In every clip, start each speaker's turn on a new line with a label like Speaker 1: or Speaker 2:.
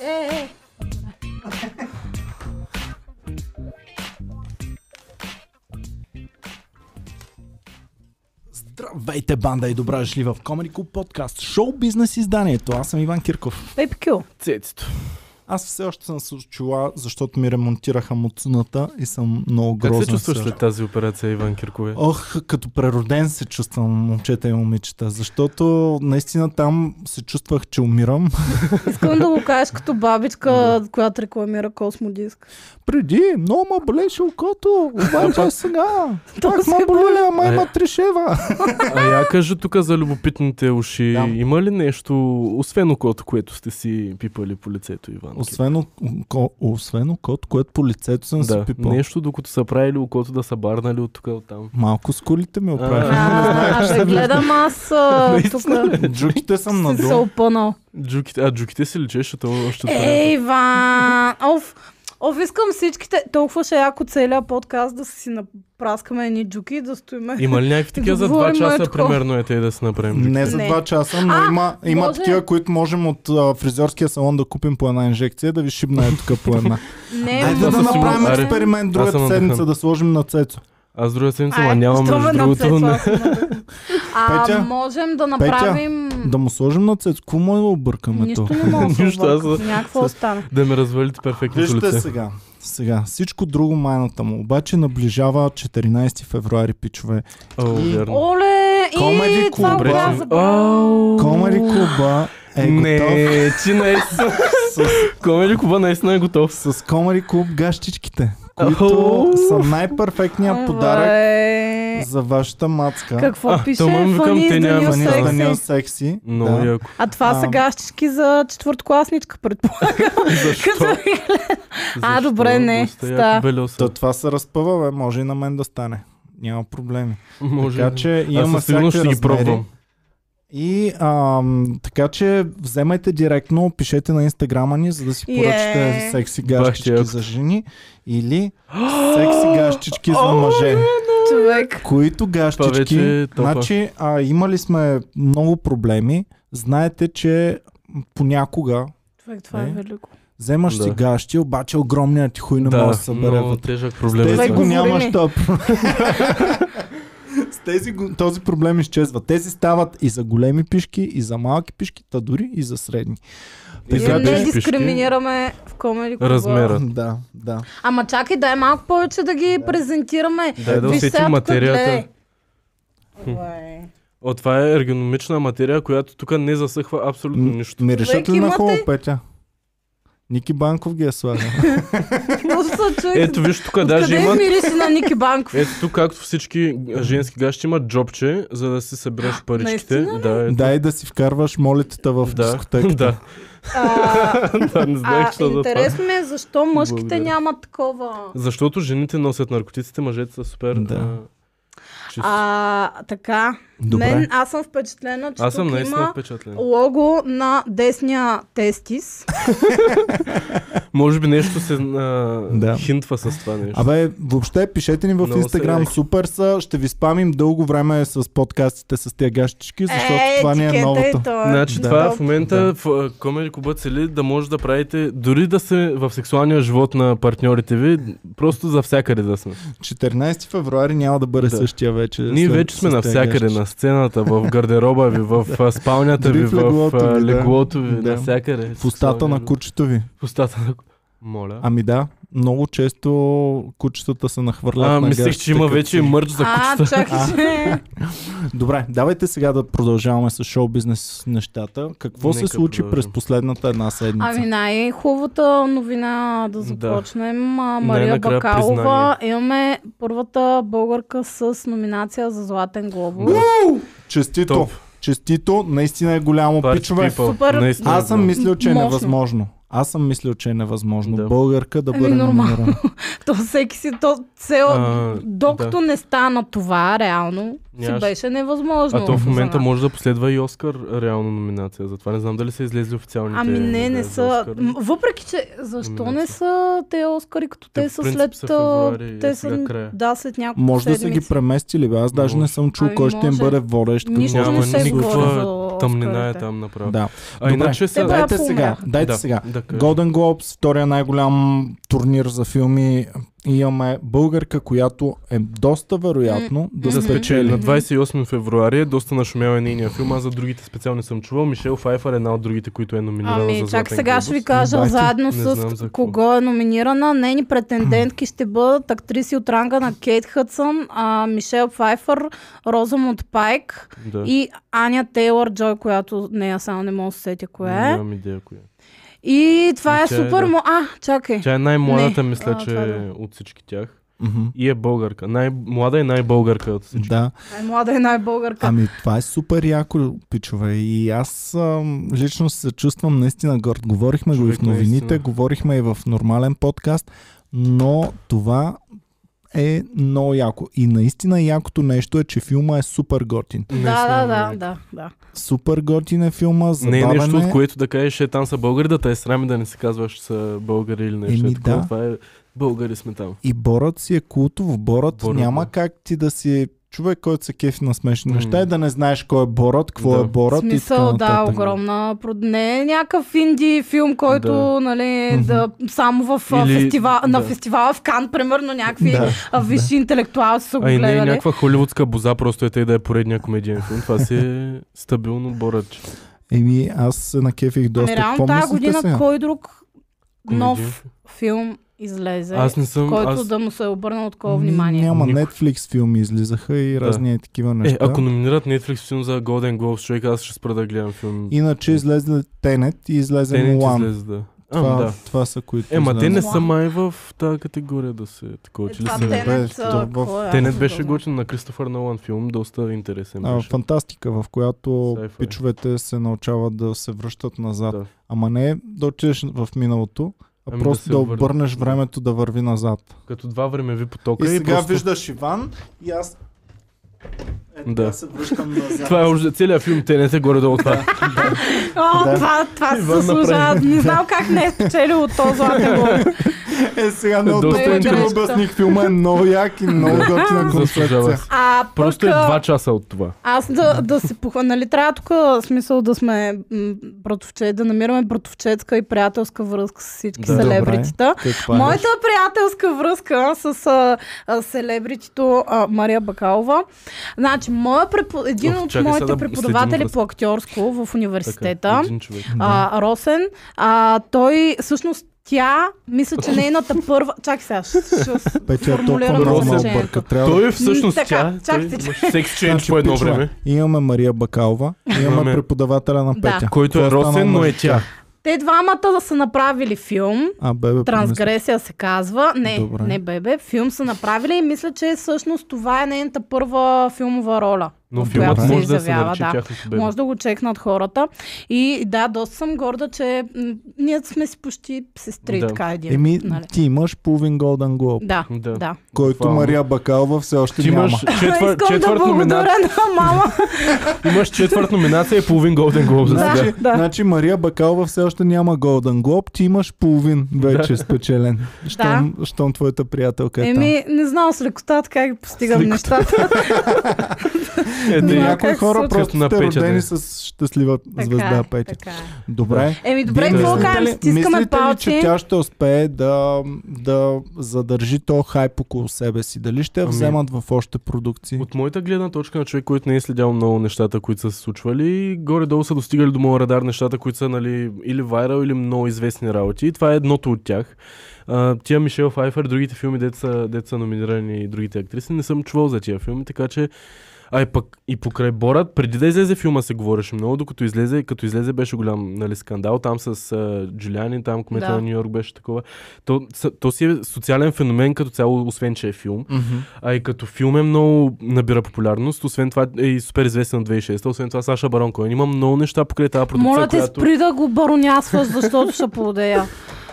Speaker 1: 에에
Speaker 2: Здравейте, банда и добра дошли в Comedy Club подкаст, шоу бизнес изданието. Аз съм Иван Кирков.
Speaker 1: Бейби Кю.
Speaker 3: Цецето.
Speaker 2: Аз все още съм с чула, защото ми ремонтираха муцуната и съм много
Speaker 3: Как
Speaker 2: грозен.
Speaker 3: се чувстваш
Speaker 2: все
Speaker 3: след тази операция, Иван Киркове?
Speaker 2: Ох, като прероден се чувствам, момчета и момичета, защото наистина там се чувствах, че умирам.
Speaker 1: Искам да го кажеш като бабичка, която рекламира космодиск.
Speaker 2: Преди много ма болеше окото, обаче сега.
Speaker 1: Пак
Speaker 2: Пак
Speaker 1: ма
Speaker 2: ма боли, ама
Speaker 3: има
Speaker 2: има три шева.
Speaker 3: А я кажа тук за любопитните уши.
Speaker 2: Да.
Speaker 3: Има ли нещо, освен окото, което сте си пипали по лицето, Иван? Кирков?
Speaker 2: Освен, око- освен окото, което по лицето съм си
Speaker 3: да,
Speaker 2: пипал.
Speaker 3: нещо, докато са правили окото, да са барнали от тук от там.
Speaker 2: Малко с колите ми оправиха.
Speaker 1: А, ще гледам аз а, тук.
Speaker 2: Джуките съм
Speaker 1: Си се
Speaker 2: надолу.
Speaker 1: опънал.
Speaker 3: Джуките, а джуките се лечеше това е още от
Speaker 1: Ей, Иван! Оф, оф, искам всичките. Толкова ще е яко целият подкаст да си напраскаме едни джуки и да стоиме.
Speaker 3: време. Има ли някакви такива за два
Speaker 1: Говорим е
Speaker 3: часа,
Speaker 1: такова.
Speaker 3: примерно, е те да си направим джуки?
Speaker 2: Не за
Speaker 1: Не.
Speaker 2: два часа, но
Speaker 1: А,
Speaker 2: има, има
Speaker 1: може.
Speaker 2: такива, които можем от а, фризьорския салон да купим по една инжекция, да ви шибна е тук по една.
Speaker 1: Не,
Speaker 2: Айде
Speaker 3: аз
Speaker 2: да
Speaker 3: съм
Speaker 2: направим
Speaker 3: сигурен.
Speaker 2: експеримент
Speaker 3: Аре, аз съм
Speaker 2: другата
Speaker 3: надъхан.
Speaker 2: седмица, да сложим на Цецо.
Speaker 3: Аз друга седмица,
Speaker 1: Ай, е
Speaker 3: ма няма
Speaker 1: що ме
Speaker 3: между
Speaker 1: напсето,
Speaker 3: другото. Не.
Speaker 1: аз съм надъхана. А
Speaker 2: Петя?
Speaker 1: можем да направим...
Speaker 2: Да му сложим на Цецо. Какво му да объркаме
Speaker 1: Нищо
Speaker 2: то?
Speaker 1: не мога да се
Speaker 3: Нищо, аз-
Speaker 1: объркам. Някакво остана.
Speaker 3: Да ме развалите перфектното
Speaker 2: Вижте
Speaker 3: лице.
Speaker 2: сега. Сега, всичко друго майната му. Обаче наближава 14 февруари, пичове.
Speaker 3: О,
Speaker 2: И-
Speaker 3: верно.
Speaker 1: Оле!
Speaker 2: Comedy
Speaker 1: И това
Speaker 2: Club,
Speaker 1: го
Speaker 2: бре,
Speaker 1: аз
Speaker 2: че-
Speaker 1: забравя.
Speaker 2: Комари Клуба е готов
Speaker 3: не, ти наистина. Комеди Куба наистина е готов.
Speaker 2: с Комари Клуб гащичките, които
Speaker 3: Ау.
Speaker 2: са най-перфектният подарък
Speaker 1: Е,
Speaker 2: за вашата мацка. е
Speaker 1: Какво
Speaker 3: А,
Speaker 1: пише?
Speaker 3: тама ми викам,
Speaker 1: Funny is
Speaker 3: те
Speaker 1: the
Speaker 3: няма
Speaker 1: new
Speaker 3: Funny
Speaker 2: Фанил
Speaker 3: is the
Speaker 1: sexy.
Speaker 2: Станил Секси.
Speaker 3: Много яко.
Speaker 1: е А това са
Speaker 2: Ам.
Speaker 1: гащички за четвъртокласничка, предполагам. Като
Speaker 3: Защо?
Speaker 1: ги- А, добре, не, ста.
Speaker 2: То
Speaker 3: Белеса.
Speaker 2: това се разпъва, бе. може и на мен да стане. Няма проблеми.
Speaker 3: Може.
Speaker 2: Така че
Speaker 3: Аз
Speaker 2: имаме
Speaker 3: със сигурност ще
Speaker 2: всякакви
Speaker 3: ги
Speaker 2: размери.
Speaker 3: пробвам.
Speaker 2: И ам, така че вземайте директно, пишете на инстаграма ни, за да си
Speaker 1: Е.
Speaker 2: поръчате секси гащички
Speaker 3: Бах ти,
Speaker 2: за жени или секси гащички за мъже.
Speaker 1: човек.
Speaker 2: Които гащички?
Speaker 3: вече е топа.
Speaker 2: значи, а, имали сме много проблеми. Знаете, че понякога
Speaker 1: Човек, това е
Speaker 2: Е.
Speaker 1: велико.
Speaker 2: вземаш
Speaker 3: Да.
Speaker 2: си гащи, обаче огромният ти хуй не може да
Speaker 3: Да,
Speaker 2: се събере
Speaker 3: много
Speaker 2: вътре.
Speaker 3: тежък
Speaker 2: С
Speaker 3: проблем. е
Speaker 2: тези
Speaker 1: Добре,
Speaker 2: го
Speaker 3: това.
Speaker 1: говори
Speaker 2: нямаш
Speaker 1: ми.
Speaker 2: топ. С тези, го- този проблем изчезва. Тези стават и за големи пишки, и за малки пишки, та дори и за средни.
Speaker 3: И
Speaker 1: Ние
Speaker 3: сега
Speaker 1: не
Speaker 3: беше пишки.
Speaker 1: дискриминираме в комеди клуба.
Speaker 3: Размера. Пера.
Speaker 2: Да, да.
Speaker 1: Ама чакай, дай малко повече да ги презентираме.
Speaker 3: Дай да
Speaker 1: Виж сега
Speaker 3: усетим
Speaker 1: тук,
Speaker 3: материята.
Speaker 1: гледай. Оле.
Speaker 3: О, това е ергономична материя, която тук не засъхва абсолютно
Speaker 2: М,
Speaker 3: нищо.
Speaker 2: Миришат ли
Speaker 1: Човек,
Speaker 2: на
Speaker 1: имате-
Speaker 2: хубаво, Петя? Ники Банков ги е слагал.
Speaker 1: Просто човек,
Speaker 3: Ето виж тук даже
Speaker 1: откъде
Speaker 3: има...
Speaker 1: мириси на Ники Банков?
Speaker 3: Ето тук, както всички женски гащи имат джобче, за да си събереш паричките.
Speaker 1: Наистина
Speaker 3: Да, ето.
Speaker 2: Дай да си вкарваш молитата в
Speaker 3: да.
Speaker 2: дискотеката.
Speaker 3: да.
Speaker 1: А,
Speaker 3: да, не
Speaker 1: А,
Speaker 3: знаех, що за това.
Speaker 1: интересно ми е защо мъжките
Speaker 3: Благодаря.
Speaker 1: нямат такова.
Speaker 3: Защото жените носят наркотиците, мъжете са супер...
Speaker 2: Да.
Speaker 3: а, чисти.
Speaker 1: А, така.
Speaker 2: Добре.
Speaker 1: Мен, аз съм впечатлена, че
Speaker 3: Аз съм
Speaker 1: тук
Speaker 3: наистина
Speaker 1: има
Speaker 3: впечатлен.
Speaker 1: лого на десния тестис.
Speaker 3: Може би нещо се а,
Speaker 2: Да.
Speaker 3: хинтва с това нещо.
Speaker 2: Абе, въобще пишете ни в
Speaker 3: Много са
Speaker 2: Инстаграм,
Speaker 3: яки.
Speaker 2: супер са, ще ви спамим дълго време с подкастите с тия гащички, защото
Speaker 1: Е,
Speaker 2: това ни е
Speaker 1: етикета
Speaker 2: новото.
Speaker 1: той.
Speaker 3: Значи
Speaker 2: Да.
Speaker 3: това
Speaker 1: Да.
Speaker 3: в момента в а, Comedy Club цели да може да правите, дори да сте в сексуалния живот на партньорите ви, просто за всякъде да сме.
Speaker 2: 14 февруари няма да бъде
Speaker 3: Да.
Speaker 2: същия вече.
Speaker 3: Ние
Speaker 2: след-
Speaker 3: вече сме
Speaker 2: с тези
Speaker 3: навсякъде,
Speaker 2: гащички.
Speaker 3: на сцената, в гардероба ви, в а, спалнята
Speaker 2: Дори
Speaker 3: ви,
Speaker 2: в
Speaker 3: в
Speaker 2: леглото
Speaker 3: а,
Speaker 2: ви, да.
Speaker 3: леглото ви,
Speaker 2: Да.
Speaker 3: навсякъде.
Speaker 2: В устата на
Speaker 3: Сексуалния-
Speaker 2: кучето ви.
Speaker 3: В устата на ку- Моля.
Speaker 2: Ами да, много често кучетата се нахвърлят на
Speaker 3: А, мислех, че
Speaker 2: гащите,
Speaker 3: има
Speaker 2: като
Speaker 3: вече и
Speaker 2: си-
Speaker 3: мърч за
Speaker 1: А,
Speaker 3: кучета.
Speaker 1: чакай, че...
Speaker 2: Добре, давайте сега да продължаваме с шоу бизнес нещата. Какво се
Speaker 3: Нека
Speaker 2: случи
Speaker 3: продължим.
Speaker 2: през последната една седмица?
Speaker 1: Ами най-хубавата новина да
Speaker 3: Да.
Speaker 1: започнем. А, Мария
Speaker 3: Най-накрая
Speaker 1: Бакалова. Имаме първата българка с номинация за Златен глобус.
Speaker 3: Да.
Speaker 2: Честито,
Speaker 3: Топ.
Speaker 2: честито, наистина е голямо
Speaker 3: Party
Speaker 2: пичове.
Speaker 3: people.
Speaker 1: Супер.
Speaker 3: Наистина
Speaker 2: Аз съм
Speaker 3: знам.
Speaker 2: мислил, че е
Speaker 1: Мощно.
Speaker 2: невъзможно. Аз съм мислил, че е невъзможно
Speaker 3: Да.
Speaker 2: българка да
Speaker 1: Ами,
Speaker 2: бъде
Speaker 1: нормално.
Speaker 2: номинирана.
Speaker 1: То всеки си, то цел,
Speaker 3: А,
Speaker 1: докато не стана това, реално, си
Speaker 3: Нямаш-
Speaker 1: беше невъзможно.
Speaker 3: А то в
Speaker 1: за
Speaker 3: момента
Speaker 1: нас.
Speaker 3: може да последва и Оскар реално номинация. Затова не знам дали са излезли официалните.
Speaker 1: Ами не, не
Speaker 3: за
Speaker 1: са.
Speaker 3: Оскар.
Speaker 1: М, Въпреки, че защо не
Speaker 3: Номинации.
Speaker 1: са те Оскари, като те,
Speaker 3: Те, в
Speaker 1: са
Speaker 3: принцип,
Speaker 1: след...
Speaker 3: са
Speaker 1: а,
Speaker 3: февруари, е
Speaker 1: те
Speaker 3: сега
Speaker 1: са,
Speaker 3: края.
Speaker 1: да, след няколко
Speaker 2: Може да са
Speaker 1: седмици.
Speaker 2: ги преместили, бе. Аз даже не
Speaker 3: Може.
Speaker 2: съм чул
Speaker 1: Ами
Speaker 2: кой ще им
Speaker 1: може.
Speaker 2: бъде водещ. като
Speaker 1: Нищо
Speaker 2: го
Speaker 3: Няма
Speaker 1: не се
Speaker 2: изслушам.
Speaker 3: никаква
Speaker 1: говори за Оскарите.
Speaker 3: Тъмнина е там направо.
Speaker 2: Да.
Speaker 3: А
Speaker 2: Добре.
Speaker 3: иначе са...
Speaker 1: Те бяха-
Speaker 2: Дайте сега.
Speaker 1: помряха.
Speaker 2: Дайте
Speaker 3: да,
Speaker 2: сега.
Speaker 3: Да, кажа.
Speaker 2: Golden Globes, втория най-голям турнир за филми. Имаме българка, която е доста вероятно да
Speaker 1: Да
Speaker 3: да спечели. На
Speaker 2: спечели.
Speaker 1: Мгм.
Speaker 3: 28 февруари е доста нашумял е нейния филм. Аз за другите специално не съм чувал. Мишел Файфър е една от другите, които е номинирана за
Speaker 1: Ами,
Speaker 3: Златен
Speaker 1: чак сега
Speaker 3: глобус.
Speaker 1: ще ви кажа
Speaker 2: Бати,
Speaker 1: заедно
Speaker 3: не знам
Speaker 1: с
Speaker 3: за какво.
Speaker 1: кого е номинирана. Нейни претендентки ще бъдат актриси от ранга на Кейт Хътсън, а, Мишел Пфайфър, Розамунд Пайк
Speaker 3: Да.
Speaker 1: и Аня Тейлор Джой, която нея само не мога да се сетя коя е.
Speaker 3: Нямам идея коя. е.
Speaker 1: И това
Speaker 3: И
Speaker 1: е
Speaker 3: тя е,
Speaker 1: супер.
Speaker 3: да.
Speaker 1: му- А, чакай.
Speaker 3: Тя е най-младата, мисля,
Speaker 1: а,
Speaker 3: че е
Speaker 1: това да.
Speaker 3: от всички тях.
Speaker 2: Мгм.
Speaker 3: И е българка. Най-млада и най-българка от всички.
Speaker 2: Да.
Speaker 1: Млада е най-българка.
Speaker 2: Ами това е супер яко, пичове. И аз ам, лично се чувствам наистина горд. Говорихме го и в
Speaker 3: Човек,
Speaker 2: новините,
Speaker 3: наистина.
Speaker 2: говорихме и в нормален подкаст, но това е много яко. И наистина якото нещо е, че филма е супер готин.
Speaker 3: Не
Speaker 1: Да, да,
Speaker 3: знам,
Speaker 1: да,
Speaker 3: не.
Speaker 1: да, да.
Speaker 2: Супер готин е филма,
Speaker 3: Не е
Speaker 2: забавен
Speaker 3: нещо, от което да кажеш, е там са българи, да те е срами да не си казваш, че са българи или нещо.
Speaker 2: Еми,
Speaker 3: Еми, такова.
Speaker 2: да.
Speaker 3: Да. Това е българи сме там.
Speaker 2: И Борът си е култов. Борът,
Speaker 3: Борът,
Speaker 2: няма
Speaker 3: да.
Speaker 2: как ти да си човек, който се кефи на смешни
Speaker 3: М.
Speaker 2: неща и да не знаеш кой е Борът, какво
Speaker 3: Да.
Speaker 2: е Борът и така
Speaker 1: Смисъл, да,
Speaker 2: нататък.
Speaker 1: огромна. прод- Не е някакъв инди филм, който,
Speaker 3: Да.
Speaker 1: нали,
Speaker 2: Мгм.
Speaker 1: да, само в а,
Speaker 3: Или-
Speaker 1: фестива, на
Speaker 3: да.
Speaker 1: фестивала в Кан, примерно, някакви
Speaker 2: Да.
Speaker 1: а, висши интелектуалци са го
Speaker 3: А и не е
Speaker 1: гледали.
Speaker 3: някаква холивудска боза, просто е тъй да е поредния комедиен филм. Това си е стабилно боръч.
Speaker 2: Еми, аз се накефих доста.
Speaker 1: Ами реално
Speaker 2: Какво
Speaker 1: тази
Speaker 2: мислите
Speaker 1: година
Speaker 2: сега?
Speaker 1: кой е друг
Speaker 3: Комедиен
Speaker 1: нов филм излезе,
Speaker 3: Аз не съм...
Speaker 1: който
Speaker 3: аз...
Speaker 1: да му се е обърнал такова внимание?
Speaker 2: Ами, Няма,
Speaker 3: Никой.
Speaker 2: Netflix филми излизаха и
Speaker 3: Да.
Speaker 2: разни такива неща.
Speaker 3: Е, ако номинират Netflix филм за Golden Globes, човек, аз ще спра да гледам филм.
Speaker 2: Иначе излезе Тенет и излезе
Speaker 3: Те не ти
Speaker 2: Мулан.
Speaker 3: излезе, да. А,
Speaker 2: Това,
Speaker 3: да.
Speaker 2: това са които
Speaker 3: Ема те не
Speaker 2: излязоха.
Speaker 3: са май в тази категория да се такова,
Speaker 1: Е,
Speaker 3: че ли
Speaker 1: това
Speaker 3: са?
Speaker 2: Тенет.
Speaker 1: Тенет,
Speaker 2: Бе,
Speaker 1: а,
Speaker 2: то в-
Speaker 1: какво е, аз
Speaker 3: Тенет
Speaker 1: не
Speaker 3: беше
Speaker 1: знам.
Speaker 3: готин на Кристофър Нолан филм, доста интересен
Speaker 2: А,
Speaker 3: беше.
Speaker 2: фантастика, в която
Speaker 3: Sci-fi.
Speaker 2: пичовете се научават да се връщат назад.
Speaker 3: Да.
Speaker 2: Ама не да отидеш в миналото, а
Speaker 3: Ами да
Speaker 2: просто
Speaker 3: се
Speaker 2: да,
Speaker 3: обърне.
Speaker 2: обърнеш времето да върви назад.
Speaker 3: Като два времеви
Speaker 2: И
Speaker 3: потока и,
Speaker 2: сега
Speaker 3: просто...
Speaker 2: виждаш Иван и аз е,
Speaker 3: Да.
Speaker 2: да. се връщам назад.
Speaker 3: Това е още целият филм, те не се горе-долу това.
Speaker 1: О,
Speaker 2: Да.
Speaker 1: това, това се
Speaker 3: Иван направи.
Speaker 1: заслужава. Не знам как не е спечелил от този златен глобус.
Speaker 2: Е, сега много
Speaker 3: Доста
Speaker 2: добре, че го
Speaker 1: интересно.
Speaker 2: обясних. Филма е много як и много готина
Speaker 3: Заслужава
Speaker 2: концепция.
Speaker 3: се.
Speaker 1: А пък,
Speaker 3: Просто е
Speaker 1: а,
Speaker 3: два часа от това.
Speaker 1: Аз да, да се похваля. Нали, трябва тук а, смисъл да сме м, братовче, да намираме братовчетска и приятелска връзка с всички
Speaker 3: Да.
Speaker 1: да, селебритита.
Speaker 2: Каква е?
Speaker 1: Моята приятелска връзка с а, а, селебритито а, Мария Бакалова. Значи, моя препо... един
Speaker 3: Ух,
Speaker 1: от
Speaker 3: чакай
Speaker 1: моите
Speaker 3: сега да следим
Speaker 1: преподаватели
Speaker 3: връзка.
Speaker 1: по актьорско в университета,
Speaker 3: един човек.
Speaker 1: а, Росен, а, той всъщност тя, мисля, че нейната първа... Чакай сега, ще, ще
Speaker 2: Петя е толкова
Speaker 1: формулирам
Speaker 2: много
Speaker 3: изречението.
Speaker 2: бърка. Трябва да
Speaker 3: Той е всъщност
Speaker 1: Така,
Speaker 3: тя... той
Speaker 1: чакайте,
Speaker 3: имаше секс ченч по едно
Speaker 2: пичове,
Speaker 3: време.
Speaker 2: Имаме Мария Бакалова, имаме
Speaker 3: Имаме.
Speaker 2: преподавателя на
Speaker 1: Да.
Speaker 2: Петя.
Speaker 3: Който е
Speaker 2: Това
Speaker 3: Росен,
Speaker 2: станало
Speaker 3: но е
Speaker 2: на-
Speaker 3: тя.
Speaker 1: Те двамата да са направили филм.
Speaker 2: А, бебе, помисли.
Speaker 1: Трансгресия се казва. Не,
Speaker 2: Добре.
Speaker 1: не бебе. Филм са направили и мисля, че всъщност това е нейната първа филмова роля.
Speaker 3: Но
Speaker 1: в
Speaker 3: филмът
Speaker 1: която
Speaker 3: може да се
Speaker 1: изявява,
Speaker 3: нарече
Speaker 1: да.
Speaker 3: тяхното бебе.
Speaker 1: Може да го чекнат хората. И да, доста съм горда, че м, ние сме си почти сестри,
Speaker 3: Да.
Speaker 1: така един.
Speaker 2: Еми,
Speaker 1: нали?
Speaker 2: ти имаш половин Golden Globe,
Speaker 1: Да,
Speaker 3: Да.
Speaker 1: да.
Speaker 2: който
Speaker 3: Буквално.
Speaker 2: Мария Бакалова все още
Speaker 3: Ти
Speaker 2: няма.
Speaker 3: имаш четвър,
Speaker 1: Искам е да
Speaker 3: четвърт, номина...
Speaker 1: благодаря на мама.
Speaker 3: имаш четвърт номинация и половин Golden Globe за
Speaker 1: Да.
Speaker 3: сега.
Speaker 2: Значи, значи Мария Бакалова все още няма Golden Globe, ти имаш половин вече спечелен. Щом, щом твоята приятелка е там.
Speaker 1: Еми, не знам с лекота така ги постигам
Speaker 3: С лекота.
Speaker 1: нещата.
Speaker 3: Е,
Speaker 1: Да.
Speaker 2: Те,
Speaker 3: тъй.
Speaker 1: Няма
Speaker 2: някои
Speaker 1: как се
Speaker 2: хора
Speaker 1: случва.
Speaker 2: просто
Speaker 3: Като на
Speaker 2: сте
Speaker 3: Петя,
Speaker 2: родени
Speaker 3: да.
Speaker 2: с щеслива
Speaker 1: така,
Speaker 2: звезда
Speaker 1: е,
Speaker 2: Петя.
Speaker 1: така е.
Speaker 2: Добре.
Speaker 1: Еми, добре,
Speaker 2: Вие
Speaker 1: какво
Speaker 2: мислите
Speaker 1: кажем?
Speaker 2: ли-
Speaker 1: Стискаме
Speaker 2: мислите ли, че
Speaker 1: палци.
Speaker 2: тя ще успее да, да задържи то хайп около себе си? Дали ще я
Speaker 3: Ами-
Speaker 2: вземат в още продукции?
Speaker 3: От моята гледна точка на човек, който не е следял много нещата, които са се случвали, горе-долу са достигали до моя радар нещата, които са нали, или вайрал, или много известни работи. И това е едното от тях. А, тия Мишел Файфер, другите филми, деца, деца номинирани и другите актриси, не съм чувал за тия филми, така че а и пък и покрай Борат, преди да излезе филма се говореше много, докато излезе, като излезе беше голям нали, скандал, там с uh, Джулиани, там кмета
Speaker 1: Да.
Speaker 3: на Нью Йорк беше такова. То, с- то си е социален феномен като цяло, освен че е филм.
Speaker 2: Мгм.
Speaker 3: А и като филм е много набира популярност, освен това е и супер известен от 2006, освен това Саша Барон Коен. Има много неща покрай тази продукция,
Speaker 1: Моля те,
Speaker 3: която...
Speaker 1: спри да го баронясваш, защото ще плодея.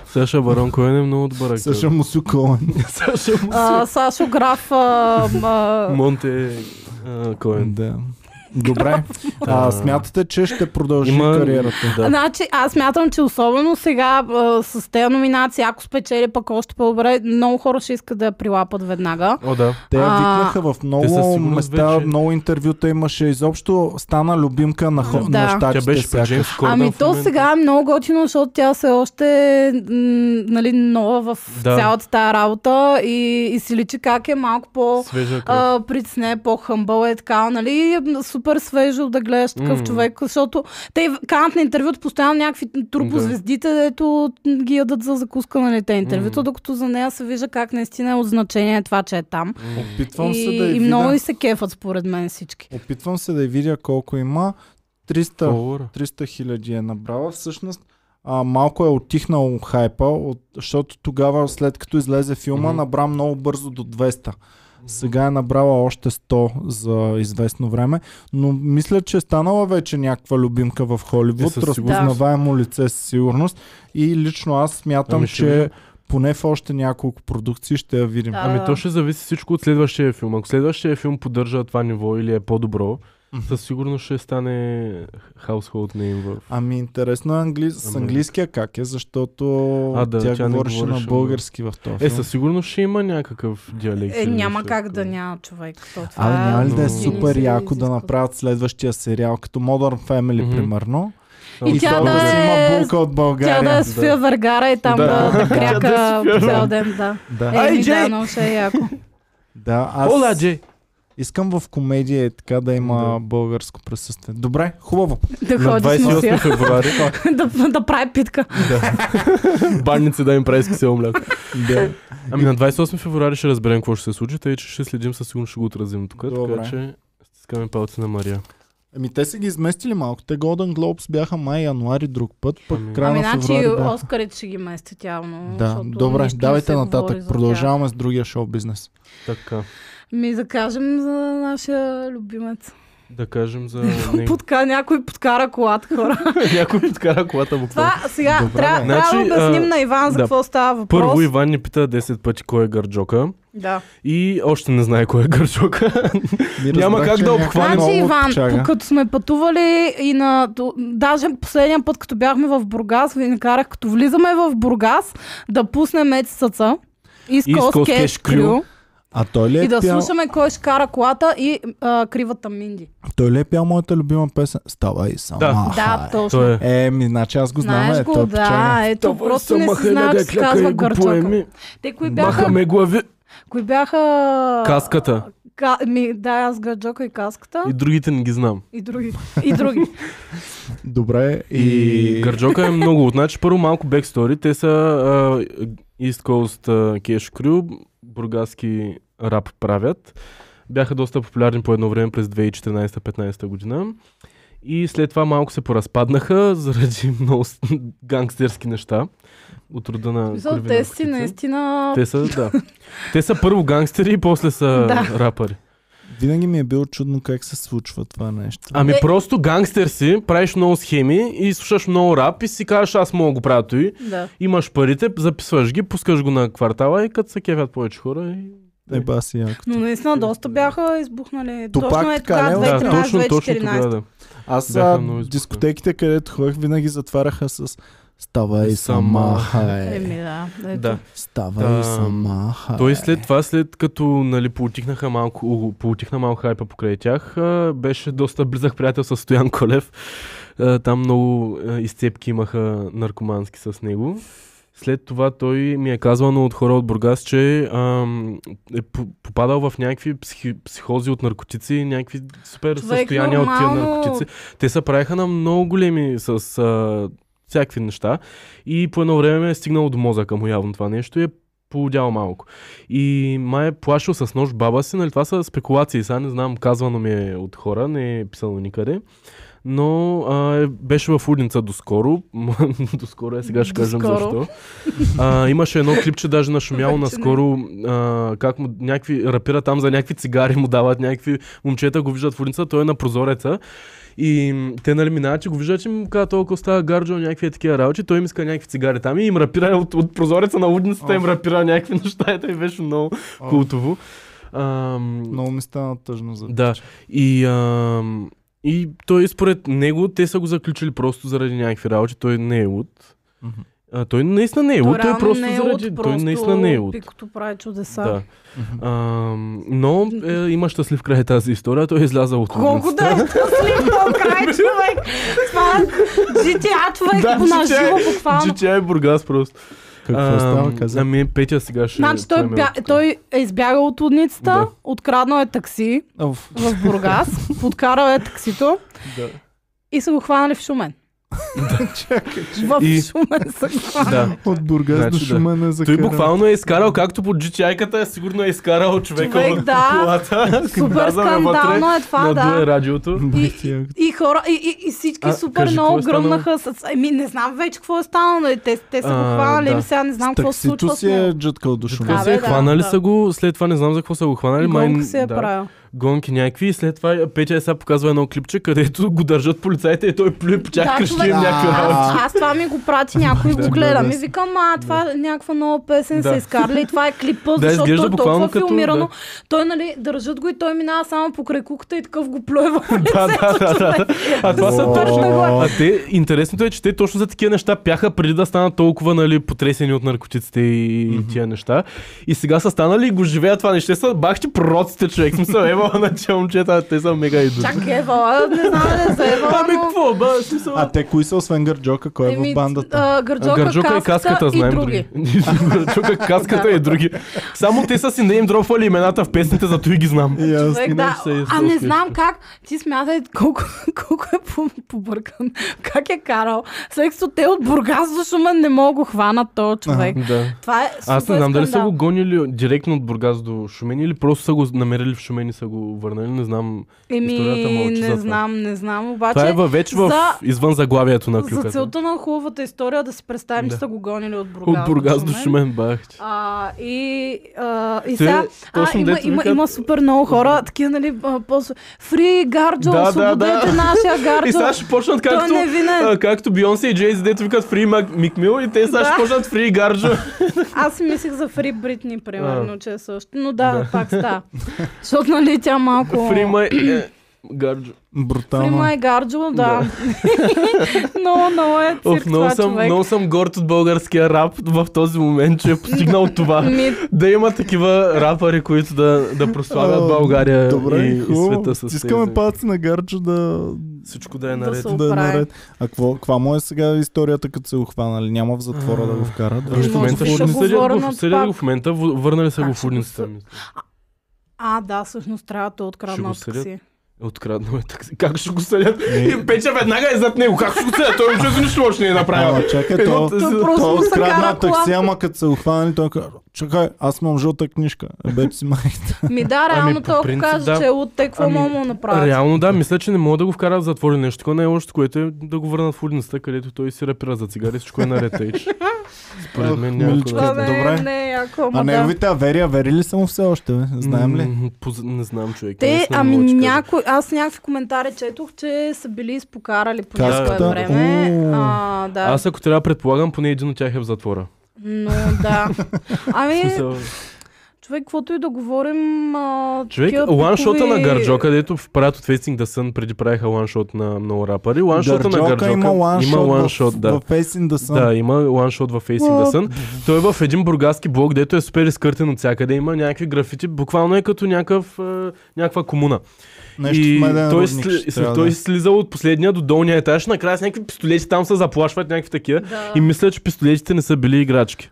Speaker 3: Саша Барон Коен е много добър актьор.
Speaker 2: Също му суколен.
Speaker 3: Саша Му-
Speaker 1: А, Сашо Граф а, а,
Speaker 3: Монте а, Коен.
Speaker 2: да. Добре. А, смятате, че ще продължи
Speaker 3: Има-
Speaker 2: кариерата?
Speaker 3: Да.
Speaker 1: Значи, аз смятам, че особено сега а, с тези номинации, ако спечели пък още по-добре, много хора ще искат да я прилапат веднага.
Speaker 3: О, да.
Speaker 2: Те я
Speaker 1: А,
Speaker 2: викнаха в
Speaker 3: те със
Speaker 2: много
Speaker 3: сигурност
Speaker 2: места,
Speaker 3: вече-
Speaker 2: много интервюта имаше. Изобщо стана любимка на, хо...
Speaker 1: Да.
Speaker 2: на
Speaker 1: Тя
Speaker 2: щатите.
Speaker 3: Тя беше при
Speaker 2: всяка.
Speaker 3: Джеймс Корден
Speaker 1: Ами
Speaker 3: в
Speaker 1: то
Speaker 3: момента.
Speaker 1: сега е много готино, защото тя все още е м, нали, нова в
Speaker 3: Да.
Speaker 1: цялата тази работа и, и си личи как е малко по...
Speaker 3: Свежа кръв.
Speaker 1: а, притесне, по-хъмбъл е така, нали? Супер свежо да гледаш такъв
Speaker 3: М.
Speaker 1: човек, защото те канат на интервюто постоянно някакви трупозвездите, дето ги ядат за закуска, нали, те интервюто,
Speaker 3: М.
Speaker 1: докато за нея се вижда как наистина е от значение това, че е там.
Speaker 2: Опитвам
Speaker 1: и,
Speaker 2: се да я
Speaker 1: и
Speaker 2: видя.
Speaker 1: много и се кефат според мен всички.
Speaker 2: Опитвам се да я видя колко има. 300
Speaker 3: Фолуара.
Speaker 2: 300 хиляди е набрала. Всъщност а, малко е отихнал хайпа, от, защото тогава след като излезе филма
Speaker 3: Мгм.
Speaker 2: mm-hmm. набра много бързо до 200. Сега е набрала още 100 за известно време, но мисля, че е станала вече някаква любимка в
Speaker 3: Е,
Speaker 2: Холивуд,
Speaker 3: със сигурност.
Speaker 2: разпознаваемо лице със сигурност и лично аз смятам,
Speaker 3: Ами ще
Speaker 2: че
Speaker 3: видим.
Speaker 2: поне в още няколко продукции ще я видим.
Speaker 1: Да.
Speaker 3: Ами то ще зависи всичко от следващия филм. Ако следващия филм поддържа това ниво или е по-добро,
Speaker 2: Мгм.
Speaker 3: със сигурност ще стане household name в...
Speaker 2: Ами интересно е англи... с
Speaker 3: Ами-
Speaker 2: английския как е, защото
Speaker 3: А, да,
Speaker 2: тя,
Speaker 3: тя не
Speaker 2: говореше на
Speaker 3: говореше, ама-
Speaker 2: български в този
Speaker 3: Е,
Speaker 2: филм.
Speaker 3: със сигурност ще има някакъв диалект.
Speaker 1: Е,
Speaker 3: или
Speaker 1: няма
Speaker 3: нещо
Speaker 1: как
Speaker 3: такова.
Speaker 1: да няма човек. То, това
Speaker 2: Абе,
Speaker 1: е-
Speaker 2: няма ли да е
Speaker 3: но-
Speaker 2: супер
Speaker 1: Винаги се
Speaker 2: яко да
Speaker 1: изисква.
Speaker 2: направят следващия сериал, като Modern Family,
Speaker 3: Мгм.
Speaker 2: примерно?
Speaker 3: Само
Speaker 1: И тя
Speaker 3: това
Speaker 2: той
Speaker 1: да
Speaker 3: бъде-
Speaker 2: си
Speaker 1: е-
Speaker 2: има булка от
Speaker 1: Тя
Speaker 2: България.
Speaker 1: да е София Варгара и там
Speaker 3: Да.
Speaker 1: да, да
Speaker 2: Да.
Speaker 1: кряка
Speaker 3: Тя да е София
Speaker 1: цял ден, да.
Speaker 2: Да.
Speaker 1: Е, ми, да,
Speaker 3: Джей!
Speaker 1: но ще е яко.
Speaker 2: да, аз
Speaker 3: Ола, Джей!
Speaker 2: искам в комедия е така да има
Speaker 3: Да.
Speaker 2: българско присъствие. Добре, хубаво.
Speaker 1: Да
Speaker 3: На
Speaker 1: ходиш на сия.
Speaker 3: 28 февруари
Speaker 1: да, да прави питка.
Speaker 3: банници да им прави с кисело мляко.
Speaker 2: Да.
Speaker 3: Ами на 28 февруари ще разберем какво ще се случи, тъй че ще следим, със сигурност ще го отразим тук, така
Speaker 2: Добре.
Speaker 3: че стискаме палци на Мария.
Speaker 2: Ами те са ги изместили малко. Те Golden Globes бяха май, януари, друг път, пък
Speaker 3: Ами-
Speaker 2: края
Speaker 1: Ами,
Speaker 2: на
Speaker 1: значи
Speaker 2: февруари бяха.
Speaker 1: Оскарите ще ги местят явно.
Speaker 2: Да,
Speaker 1: Е, защото
Speaker 2: добре,
Speaker 1: нищо не
Speaker 2: давайте
Speaker 1: се
Speaker 2: нататък.
Speaker 1: говори за
Speaker 2: Продължаваме с другия шоу бизнес.
Speaker 3: Така,
Speaker 1: тях. Ми да кажем Ами, за нашия любимец.
Speaker 3: да кажем за...
Speaker 2: Е.
Speaker 3: него.
Speaker 1: Подка, някой подкара колата хора.
Speaker 3: Някой подкара колата буквално.
Speaker 1: Това сега
Speaker 2: Добре,
Speaker 1: трябва
Speaker 2: бе.
Speaker 1: трябва да
Speaker 3: Значи,
Speaker 1: обясним
Speaker 3: а,
Speaker 1: на Иван за
Speaker 3: да.
Speaker 1: какво става въпрос.
Speaker 3: Първо Иван ни пита 10 пъти кой е гърджока
Speaker 1: Да.
Speaker 3: и още не знае кой е гърджока.
Speaker 2: Ми
Speaker 3: Няма
Speaker 2: разбрах,
Speaker 3: как
Speaker 2: че
Speaker 3: да
Speaker 2: е някаква
Speaker 3: обхванем.
Speaker 1: Значи
Speaker 2: нова
Speaker 1: Иван,
Speaker 2: чага.
Speaker 1: като сме пътували и на... до- Даже последния път, като бяхме в Бургас, ви накарах, като влизаме в Бургас, да пуснем Ецсъца.
Speaker 3: East
Speaker 1: Искос
Speaker 3: Coast
Speaker 1: Кеш
Speaker 3: Cash Crew.
Speaker 1: Крю.
Speaker 2: А той ли е
Speaker 1: И да
Speaker 2: пял-
Speaker 1: слушаме кой ще кара колата и а, кривата Минди.
Speaker 2: Той ли е пял моята любима песен? Ставай сама.
Speaker 3: Да.
Speaker 1: Да, точно.
Speaker 3: Той е.
Speaker 2: Е, ми, значи аз го знам,
Speaker 1: Знаеш
Speaker 2: е,
Speaker 1: го,
Speaker 2: той е
Speaker 1: да,
Speaker 2: печага.
Speaker 1: ето, просто не си знаеш, че се казва Гърчака. Те кои бяха,
Speaker 3: Махаме глави.
Speaker 1: кои бяха...
Speaker 3: Каската.
Speaker 1: Ка... Ми, да, аз Гърчака и каската
Speaker 3: И другите не ги знам.
Speaker 1: и, други. И други.
Speaker 2: Добре, и...
Speaker 3: И Гърджока е много. Значи първо малко бекстори. Те са а, East Coast а, Cash Crew, бургаски рап правят. Бяха доста популярни по едно време през 2014-15 година. И след това малко се поразпаднаха заради много с- гангстерски неща от рода на...
Speaker 1: Мисъл,
Speaker 3: кърви
Speaker 1: те си
Speaker 3: наркотици.
Speaker 1: наистина...
Speaker 3: Те са, да. Те са първо гангстери и после са
Speaker 1: Да.
Speaker 3: рапъри.
Speaker 2: Винаги ми е било чудно как се случва това нещо.
Speaker 3: Ами
Speaker 1: Е.
Speaker 3: просто гангстер си, правиш много схеми и слушаш много рап и си кажеш аз мога да го правя той.
Speaker 1: Да.
Speaker 3: Имаш парите, записваш ги, пускаш го на квартала и като се кефят повече хора и...
Speaker 2: Е, баси яко.
Speaker 1: Но наистина доста бяха избухнали.
Speaker 2: Тупак
Speaker 1: точно е
Speaker 2: така,
Speaker 1: така,
Speaker 2: не?
Speaker 1: 2013
Speaker 3: Да, точно, точно
Speaker 1: 2014.
Speaker 3: тогава, да.
Speaker 2: Аз
Speaker 3: Бяха
Speaker 2: а,
Speaker 3: много избухнали.
Speaker 2: дискотеките, където ходех, винаги затваряха с Ставай Е, сама,
Speaker 3: Сама.
Speaker 1: Еми
Speaker 2: хай.
Speaker 1: да. ето.
Speaker 3: да.
Speaker 2: Ставай
Speaker 3: Ам,
Speaker 2: сама, хай.
Speaker 3: Той след това, след като нали, поутихнаха малко, поутихна малко хайпа покрай тях, а, беше доста близък приятел с Стоян Колев. А, Там много а, изцепки имаха наркомански с него. След това той ми е казвал на от хора от Бургас, че ам, е по- попадал в някакви психи, психози от наркотици, някакви супер
Speaker 1: Човек,
Speaker 3: състояния от тия
Speaker 1: нормално.
Speaker 3: наркотици. Те се правиха на много големи с а, всякакви неща и по едно време е стигнало до мозъка му явно това нещо и е полудял малко. И май е плашил с нож баба си, нали това са спекулации, сега не знам, казвано ми е от хора, не е писано никъде. Но а, е- беше в улица доскоро, доскоро е сега ще кажем
Speaker 1: Доскоро.
Speaker 3: защо. А, имаше едно клипче даже нашумяло
Speaker 1: Вече не.
Speaker 3: наскоро, а, как му, някакви рапира там за някакви цигари му дават, някакви момчета го виждат в улица, той е на прозореца. И м, те нали минават, че го виждат, че му казва толкова става гарджо, някакви е такива работи, той им иска някакви цигари там и им рапира от, от прозореца на улицата, им рапира някакви неща, и той беше много
Speaker 2: О,
Speaker 3: култово. Ам,
Speaker 2: Много ми стана тъжно за
Speaker 3: да. И ам, И той според него, те са го заключили просто заради някакви работи. Той не е луд.
Speaker 2: Мгм.
Speaker 3: А, той наистина не е луд, той
Speaker 1: реално
Speaker 3: просто
Speaker 1: не е луд,
Speaker 3: заради... Той
Speaker 1: просто
Speaker 3: наистина не е луд.
Speaker 1: Пикото прави чудеса.
Speaker 3: Да. А, но е, има щастлив край тази история. Той е излязъл от
Speaker 1: Колко да е щастлив този край човек. Това е GTA човек по наживо буквално.
Speaker 3: GTI Бургас просто.
Speaker 2: Какво
Speaker 3: Ам,
Speaker 2: става, каза?
Speaker 3: Ами Петя сега ще...
Speaker 1: Значи той,
Speaker 3: поеме
Speaker 1: бя,
Speaker 3: от тук.
Speaker 1: той е избягал от лудницата,
Speaker 3: Да.
Speaker 1: откраднал е такси
Speaker 2: Оф.
Speaker 1: в Бургас, подкарал е таксито
Speaker 3: Да.
Speaker 1: и са го хванали в Шумен.
Speaker 2: Чакай,
Speaker 1: В
Speaker 3: И-
Speaker 1: Шумен са го хванали.
Speaker 3: Да.
Speaker 2: от Бургас
Speaker 3: Значи
Speaker 2: до
Speaker 3: да.
Speaker 2: Шумен е
Speaker 3: Той
Speaker 2: закаран.
Speaker 3: буквално е изкарал, както по GTI-ката, сигурно е изкарал човека
Speaker 1: Човек,
Speaker 3: от
Speaker 1: да.
Speaker 3: колата.
Speaker 1: Супер
Speaker 3: Влязал е
Speaker 1: скандално е това,
Speaker 3: надуе
Speaker 1: да.
Speaker 3: радиото.
Speaker 2: Бай
Speaker 1: И-
Speaker 2: ти, яко.
Speaker 1: И хора, и, и, и всички
Speaker 3: А,
Speaker 1: супер
Speaker 3: кажи,
Speaker 1: много
Speaker 3: какво е
Speaker 1: гръмнаха с... Еми, не знам вече какво е станало, нали? те, те са го
Speaker 3: А,
Speaker 1: хванали,
Speaker 3: да.
Speaker 1: ами сега не знам какво се случва
Speaker 2: Таксито
Speaker 1: с
Speaker 2: си е
Speaker 1: него.
Speaker 2: джъткал до Шумен.
Speaker 3: Така
Speaker 1: Да,
Speaker 3: се е
Speaker 1: бе, да,
Speaker 3: хванали
Speaker 1: да.
Speaker 3: са го, след това не знам за какво са го хванали. нали, май-
Speaker 1: Гонка се е
Speaker 3: да.
Speaker 1: правил.
Speaker 3: Гонки някакви и след това е, Петя сега показва едно клипче, където го държат полицаите и той плюе е по тях
Speaker 1: Да,
Speaker 3: крещи
Speaker 1: човек.
Speaker 3: им някакви
Speaker 2: А,
Speaker 3: работи.
Speaker 1: Аз, аз това ми го прати някой
Speaker 2: Да,
Speaker 1: го гледам
Speaker 2: да,
Speaker 1: и викам, а това е някаква нова песен
Speaker 3: Да.
Speaker 1: се изкарали и това е клипа,
Speaker 3: Да,
Speaker 1: защото
Speaker 3: изглежда
Speaker 1: той е толкова
Speaker 3: буквално като-
Speaker 1: филмирано.
Speaker 3: да.
Speaker 1: Той, нали, държат го и той минава само покрай куката и такъв го плюе в е.
Speaker 3: Да, да, да, да. А това са
Speaker 2: О.
Speaker 3: точно.
Speaker 2: О.
Speaker 3: А те, интересното е, че те точно за такива неща пяха преди да станат толкова нали, потресени от наркотиците и mm-hmm. тия неща. И сега са станали и го живеят това нещо. Те са бахти пророците, човек. В Смисъл, ева, на че момчета, те са мега идоли.
Speaker 1: Чак ева, не знам да се ева,
Speaker 3: Ами
Speaker 1: но...
Speaker 3: какво, ба, смисъл?
Speaker 2: А те кои са освен Гърджока? Кой е в бандата?
Speaker 1: а, Гърджока,
Speaker 3: Гърджока и каската, знаем
Speaker 1: и други.
Speaker 3: Гърджока, каската и други. Само те са си не им дропвали имената в песните, зато и ги знам.
Speaker 2: Ясно.
Speaker 1: Човек, да.
Speaker 3: че се е
Speaker 1: А не
Speaker 3: изтълкаш.
Speaker 1: знам как. Ти смятай колко, колко е по- побъркан. Как е карал. След като те от Бургас до Шумен не мога го хванат този човек.
Speaker 3: Да.
Speaker 1: Това е
Speaker 3: Аз не
Speaker 1: супер
Speaker 3: знам дали са
Speaker 1: скандал.
Speaker 3: го гонили директно от Бургас до Шумен или просто са го намерили в Шумен и са го върнали, не знам. Историята
Speaker 1: Еми,
Speaker 3: мълчи за
Speaker 1: не
Speaker 3: това.
Speaker 1: знам, не знам. Обаче,
Speaker 3: Това е във, вече в,
Speaker 1: за-
Speaker 3: извън заглавието на
Speaker 1: за
Speaker 3: клюката.
Speaker 1: целта на хубавата история да си представим, че
Speaker 3: Да.
Speaker 1: са го гонили от Бургас, нали?
Speaker 3: От Бургас до Шумен, бах. ти.
Speaker 1: А, и, а, и
Speaker 3: Те,
Speaker 1: сега, а,
Speaker 3: точно
Speaker 1: има,
Speaker 3: дето
Speaker 1: има,
Speaker 3: викат-
Speaker 1: има супер много хора, такива, нали, а, после, Фри Гарджо,
Speaker 3: Да, да,
Speaker 1: освободете
Speaker 3: да.
Speaker 1: нашия Гарджо.
Speaker 3: И сега ще почнат
Speaker 1: Той е
Speaker 3: както,
Speaker 1: невинен.
Speaker 3: а, както Бионсе и Джейз, дето викат Фри Микмил и те сега
Speaker 1: Да.
Speaker 3: ще почнат Фри Гарджо.
Speaker 1: Аз си мислих за Фри Бритни, примерно,
Speaker 3: А.
Speaker 1: че е също. Но да, пак ста. Защото, нали, тя малко...
Speaker 3: Фри Май... е, Гарджо.
Speaker 1: Фри
Speaker 2: Брутално.
Speaker 1: Май Гарджо, да. Много, много е цирк
Speaker 3: Оф, много
Speaker 1: това
Speaker 3: съм,
Speaker 1: човек.
Speaker 3: много съм горд от българския рап в този момент, че е постигнал това.
Speaker 1: Ми,
Speaker 2: Ами,
Speaker 3: да има такива рапъри, които да, да прославят
Speaker 2: А,
Speaker 3: България
Speaker 2: Добре,
Speaker 3: и, и
Speaker 2: хубаво.
Speaker 3: света с тези.
Speaker 2: Искаме паци на Гарджо да,
Speaker 3: Всичко да е
Speaker 1: Да
Speaker 3: наред.
Speaker 1: се
Speaker 2: да е
Speaker 1: оправи.
Speaker 2: наред. А какво, каква му е сега историята, като се охванали? Няма в затвора
Speaker 3: А,
Speaker 2: да го вкарат.
Speaker 1: Ами,
Speaker 3: В момента
Speaker 1: може би
Speaker 3: ще
Speaker 1: ще го
Speaker 3: съдят го,
Speaker 1: върнат
Speaker 3: съдят
Speaker 1: пак.
Speaker 3: го в момента, в- върнали са го
Speaker 1: Как
Speaker 3: в
Speaker 1: ще го
Speaker 3: урницата.
Speaker 1: съ-
Speaker 3: мисля.
Speaker 1: А, да, всъщност трябва да е откраднал
Speaker 3: Ще го съдят.
Speaker 1: такси.
Speaker 3: Откраднал е такси. Как ще го съдят?
Speaker 2: Не.
Speaker 3: И Петя веднага е зад него. Как ще го съдят? Той учи нищо лошо не е направил.
Speaker 2: Ама чакай,
Speaker 3: Едно
Speaker 2: то,
Speaker 3: тъс-
Speaker 1: Той
Speaker 2: Той
Speaker 1: просто му се
Speaker 2: открадна
Speaker 1: кара
Speaker 2: такси,
Speaker 1: колата.
Speaker 2: ама като се охванали, той каза, чакай, аз имам жълта книжка. Беб си майка.
Speaker 1: Ми да,
Speaker 3: Ами,
Speaker 1: реално
Speaker 3: по
Speaker 1: той ако
Speaker 3: принцип,
Speaker 1: каже,
Speaker 3: да.
Speaker 1: че е луд, те какво
Speaker 3: Ами,
Speaker 1: мога му направят?
Speaker 3: Реално да, мисля, че не мога да го вкарат в затвора или нещо такова. Най-лошото, което е да го върнат в улицата, където той си рапира за цигари, всичко е наред. тъй че. Според мен
Speaker 2: Ох,
Speaker 3: няма
Speaker 2: миличко.
Speaker 3: кой
Speaker 1: Това
Speaker 3: да-
Speaker 1: не,
Speaker 2: добре.
Speaker 1: не е яко, ама
Speaker 2: А
Speaker 1: да.
Speaker 2: неговите аверия, вери ли са му все още? бе? Знаем ли?
Speaker 3: М, поз- Не знам, човек.
Speaker 1: Те,
Speaker 3: наистина не
Speaker 1: ами
Speaker 3: мога да ти кажа.
Speaker 1: някой, аз някакви коментари четох, че са били изпокарали по
Speaker 2: Каската?
Speaker 1: някое време.
Speaker 2: О.
Speaker 1: А, да.
Speaker 3: Аз ако трябва да предполагам, поне един от тях е в затвора.
Speaker 1: Но да. Ами,
Speaker 3: Смисъл,
Speaker 1: човек, каквото и да говорим... А,
Speaker 3: Човек,
Speaker 1: такива
Speaker 3: ланшота на
Speaker 1: пикови-
Speaker 3: Гарджо, където в правят от Facing the Sun преди правиха ланшот на много рапъри. Ланшота на Гарджока
Speaker 2: има ланшот, в,
Speaker 3: ланшот, да.
Speaker 2: в Facing the Sun.
Speaker 3: Да, има ланшот в Facing the Sun. Той е в един бургаски блок, дето е супер изкъртен от всякъде. Има някакви графити. Буквално е като някакъв, е, някаква комуна.
Speaker 2: Нещо
Speaker 3: и
Speaker 2: в меден
Speaker 3: той,
Speaker 2: рудник
Speaker 3: сли,
Speaker 2: ще
Speaker 3: сли,
Speaker 2: трябва
Speaker 3: той
Speaker 2: да. е.
Speaker 3: слиза от последния до долния етаж. Накрая с някакви пистолети там се заплашват, някакви такива.
Speaker 1: Да.
Speaker 3: И мисля, че пистолетите не са били играчки.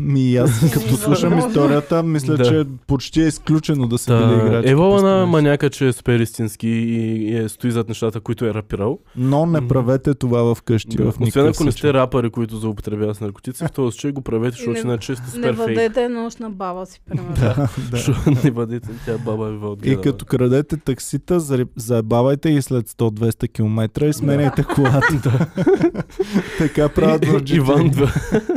Speaker 2: Ми аз като слушам историята, мисля,
Speaker 3: Да.
Speaker 2: че почти е изключено да са били
Speaker 3: Та,
Speaker 2: играчи.
Speaker 3: Евала на
Speaker 2: пистолети.
Speaker 3: маняка, че е супер истински и, и е, стои зад нещата, които е рапирал.
Speaker 2: Но не правете това в къщи
Speaker 3: Да.
Speaker 2: в
Speaker 3: Освен
Speaker 2: никакъв
Speaker 3: ако не сте
Speaker 2: случай.
Speaker 3: рапъри, които злоупотребяват с наркотици, в този случай го правете, защото
Speaker 1: не-
Speaker 3: иначе сте супер
Speaker 1: Не
Speaker 3: фейк.
Speaker 1: въдете нощна баба си, примерно.
Speaker 2: Да, да.
Speaker 3: Защо не бъдете, тя баба ви
Speaker 2: И
Speaker 3: отгледа.
Speaker 2: като крадете таксита, зари- заебавайте ги след 100-200 км и сменяйте колата. така правят в
Speaker 3: И- Иван
Speaker 2: GTA.
Speaker 3: 2.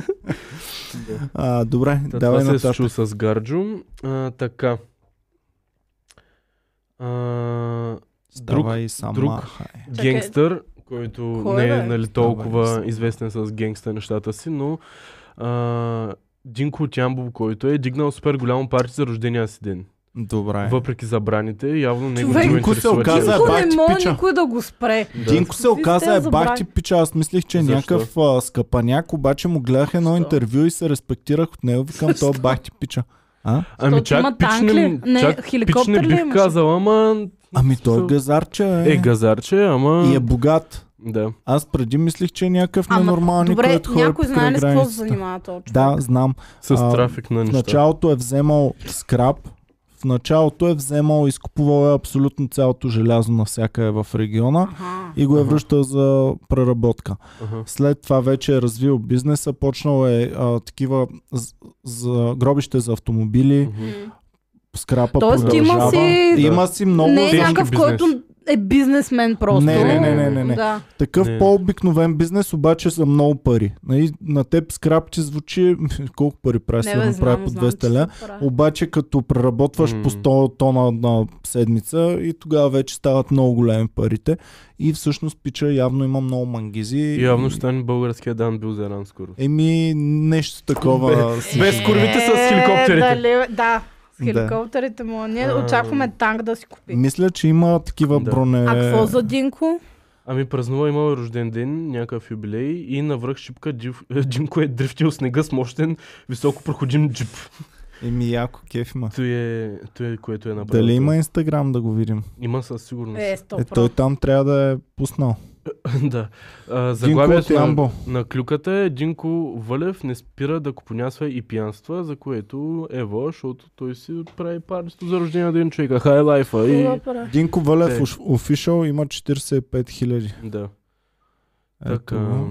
Speaker 2: А, добре,
Speaker 3: Та,
Speaker 2: давай
Speaker 3: Това се е
Speaker 2: нататък.
Speaker 3: случило с Гарджо. А, Така. А, друг-
Speaker 2: Давай сама.
Speaker 3: друг.
Speaker 2: хай.
Speaker 1: Чакай.
Speaker 3: гангстър, който
Speaker 1: Кой
Speaker 3: не
Speaker 1: бе?
Speaker 3: е нали, толкова
Speaker 2: Давай.
Speaker 3: известен с гангстър нещата си, но а, Динко Тямбов, който е дигнал супер голямо парти за рождения си ден.
Speaker 2: Добре.
Speaker 3: Въпреки забраните, явно не го
Speaker 1: Човек,
Speaker 2: Динко се
Speaker 3: интересува.
Speaker 2: оказа-
Speaker 3: тя.
Speaker 2: каза,
Speaker 1: Никой
Speaker 2: бах
Speaker 1: не
Speaker 2: ти
Speaker 1: може
Speaker 2: пича.
Speaker 1: никой да го спре.
Speaker 3: Да.
Speaker 2: Динко се
Speaker 1: Какви сте
Speaker 2: оказа е
Speaker 1: забрали?
Speaker 2: бах ти пича, аз мислех, че е
Speaker 3: Защо?
Speaker 2: някакъв а, скъпаняк, обаче му гледах едно
Speaker 1: Защо?
Speaker 2: интервю и се респектирах от него, викам то бах ти пича. А?
Speaker 3: Ами
Speaker 1: Защото има
Speaker 3: чак пич не,
Speaker 1: танк ли? Не,
Speaker 3: чак, пич
Speaker 1: хеликоптер
Speaker 3: не
Speaker 1: ли
Speaker 3: бих
Speaker 1: имаше?
Speaker 3: казал, ама
Speaker 2: Ами той
Speaker 3: Защо?
Speaker 2: газарче е,
Speaker 3: е газарче, ама...
Speaker 2: и е богат.
Speaker 3: Да.
Speaker 2: Аз преди мислих, че е някакъв
Speaker 1: Ама,
Speaker 2: ненормалник,
Speaker 1: Добре,
Speaker 2: който ходи
Speaker 1: някой знае
Speaker 2: е
Speaker 1: ли
Speaker 2: покрай
Speaker 1: с какво се
Speaker 2: границата.
Speaker 1: занимава този човек?
Speaker 2: Да, знам.
Speaker 3: С
Speaker 2: А,
Speaker 3: трафик на
Speaker 2: В
Speaker 3: неща.
Speaker 2: началото е вземал скраб, в началото е вземал, изкупувал е абсолютно цялото желязо навсякъде в региона
Speaker 1: Аха.
Speaker 2: и го е
Speaker 3: Ага.
Speaker 2: връщал за преработка.
Speaker 3: Ага.
Speaker 2: След това вече е развил бизнеса, почнал е а, такива з- за гробище за автомобили,
Speaker 3: Мгм.
Speaker 1: М.
Speaker 2: скрапа
Speaker 1: Тоест има
Speaker 2: продължава.
Speaker 1: си-
Speaker 2: Има си много...
Speaker 1: не е
Speaker 3: тежки
Speaker 1: някакъв,
Speaker 3: бизнес.
Speaker 1: който е бизнесмен просто.
Speaker 2: Не, не, не, не, не, не.
Speaker 1: Да.
Speaker 2: Такъв
Speaker 3: Не.
Speaker 2: по-обикновен бизнес, обаче за много пари. Нали, На теб скрап ти звучи колко пари прави,
Speaker 1: Не, бе,
Speaker 2: сигурно прави
Speaker 1: знам,
Speaker 2: по
Speaker 1: знам,
Speaker 2: 200
Speaker 1: че
Speaker 2: ля.
Speaker 1: се прави.
Speaker 2: Обаче като преработваш
Speaker 3: М.
Speaker 2: по 100 тона на седмица и тогава вече стават много големи парите. И всъщност пича явно има много мангизи.
Speaker 3: Явно ще стане българския Дан Билзеран скоро.
Speaker 2: Еми, нещо такова. си-
Speaker 3: без курвите с
Speaker 1: Е,
Speaker 3: хеликоптерите.
Speaker 1: дали- Да, с
Speaker 2: Да.
Speaker 1: хеликоптерите му. Ние
Speaker 3: А.
Speaker 1: очакваме танк да си купи.
Speaker 2: Мисля, че има такива
Speaker 3: Да.
Speaker 2: броне...
Speaker 1: А какво за Динко?
Speaker 3: Ами празнува имал рожден ден, някакъв юбилей и на връх шипка джив, Джимко е дрифтил снега с мощен, високо проходим джип.
Speaker 2: Еми, яко кеф има.
Speaker 3: Той е, той е което е направил.
Speaker 2: Дали има Инстаграм да го видим?
Speaker 3: Има със сигурност.
Speaker 1: Е,
Speaker 2: Е, той
Speaker 1: 100%.
Speaker 2: там трябва да е пуснал.
Speaker 3: да. А,
Speaker 2: Динко от
Speaker 3: заглавието на,
Speaker 2: е Ямбо.
Speaker 3: на клюката е Динко Вълев не спира да купонясва и пиянства, за което е во, защото той си прави парчето за рождения ден човека. Хай лайфа и...
Speaker 1: Добре.
Speaker 2: Динко Валев
Speaker 3: Те.
Speaker 2: оф- офишъл има 45 хиляди.
Speaker 3: Да.
Speaker 2: Ето
Speaker 3: Така.
Speaker 2: го.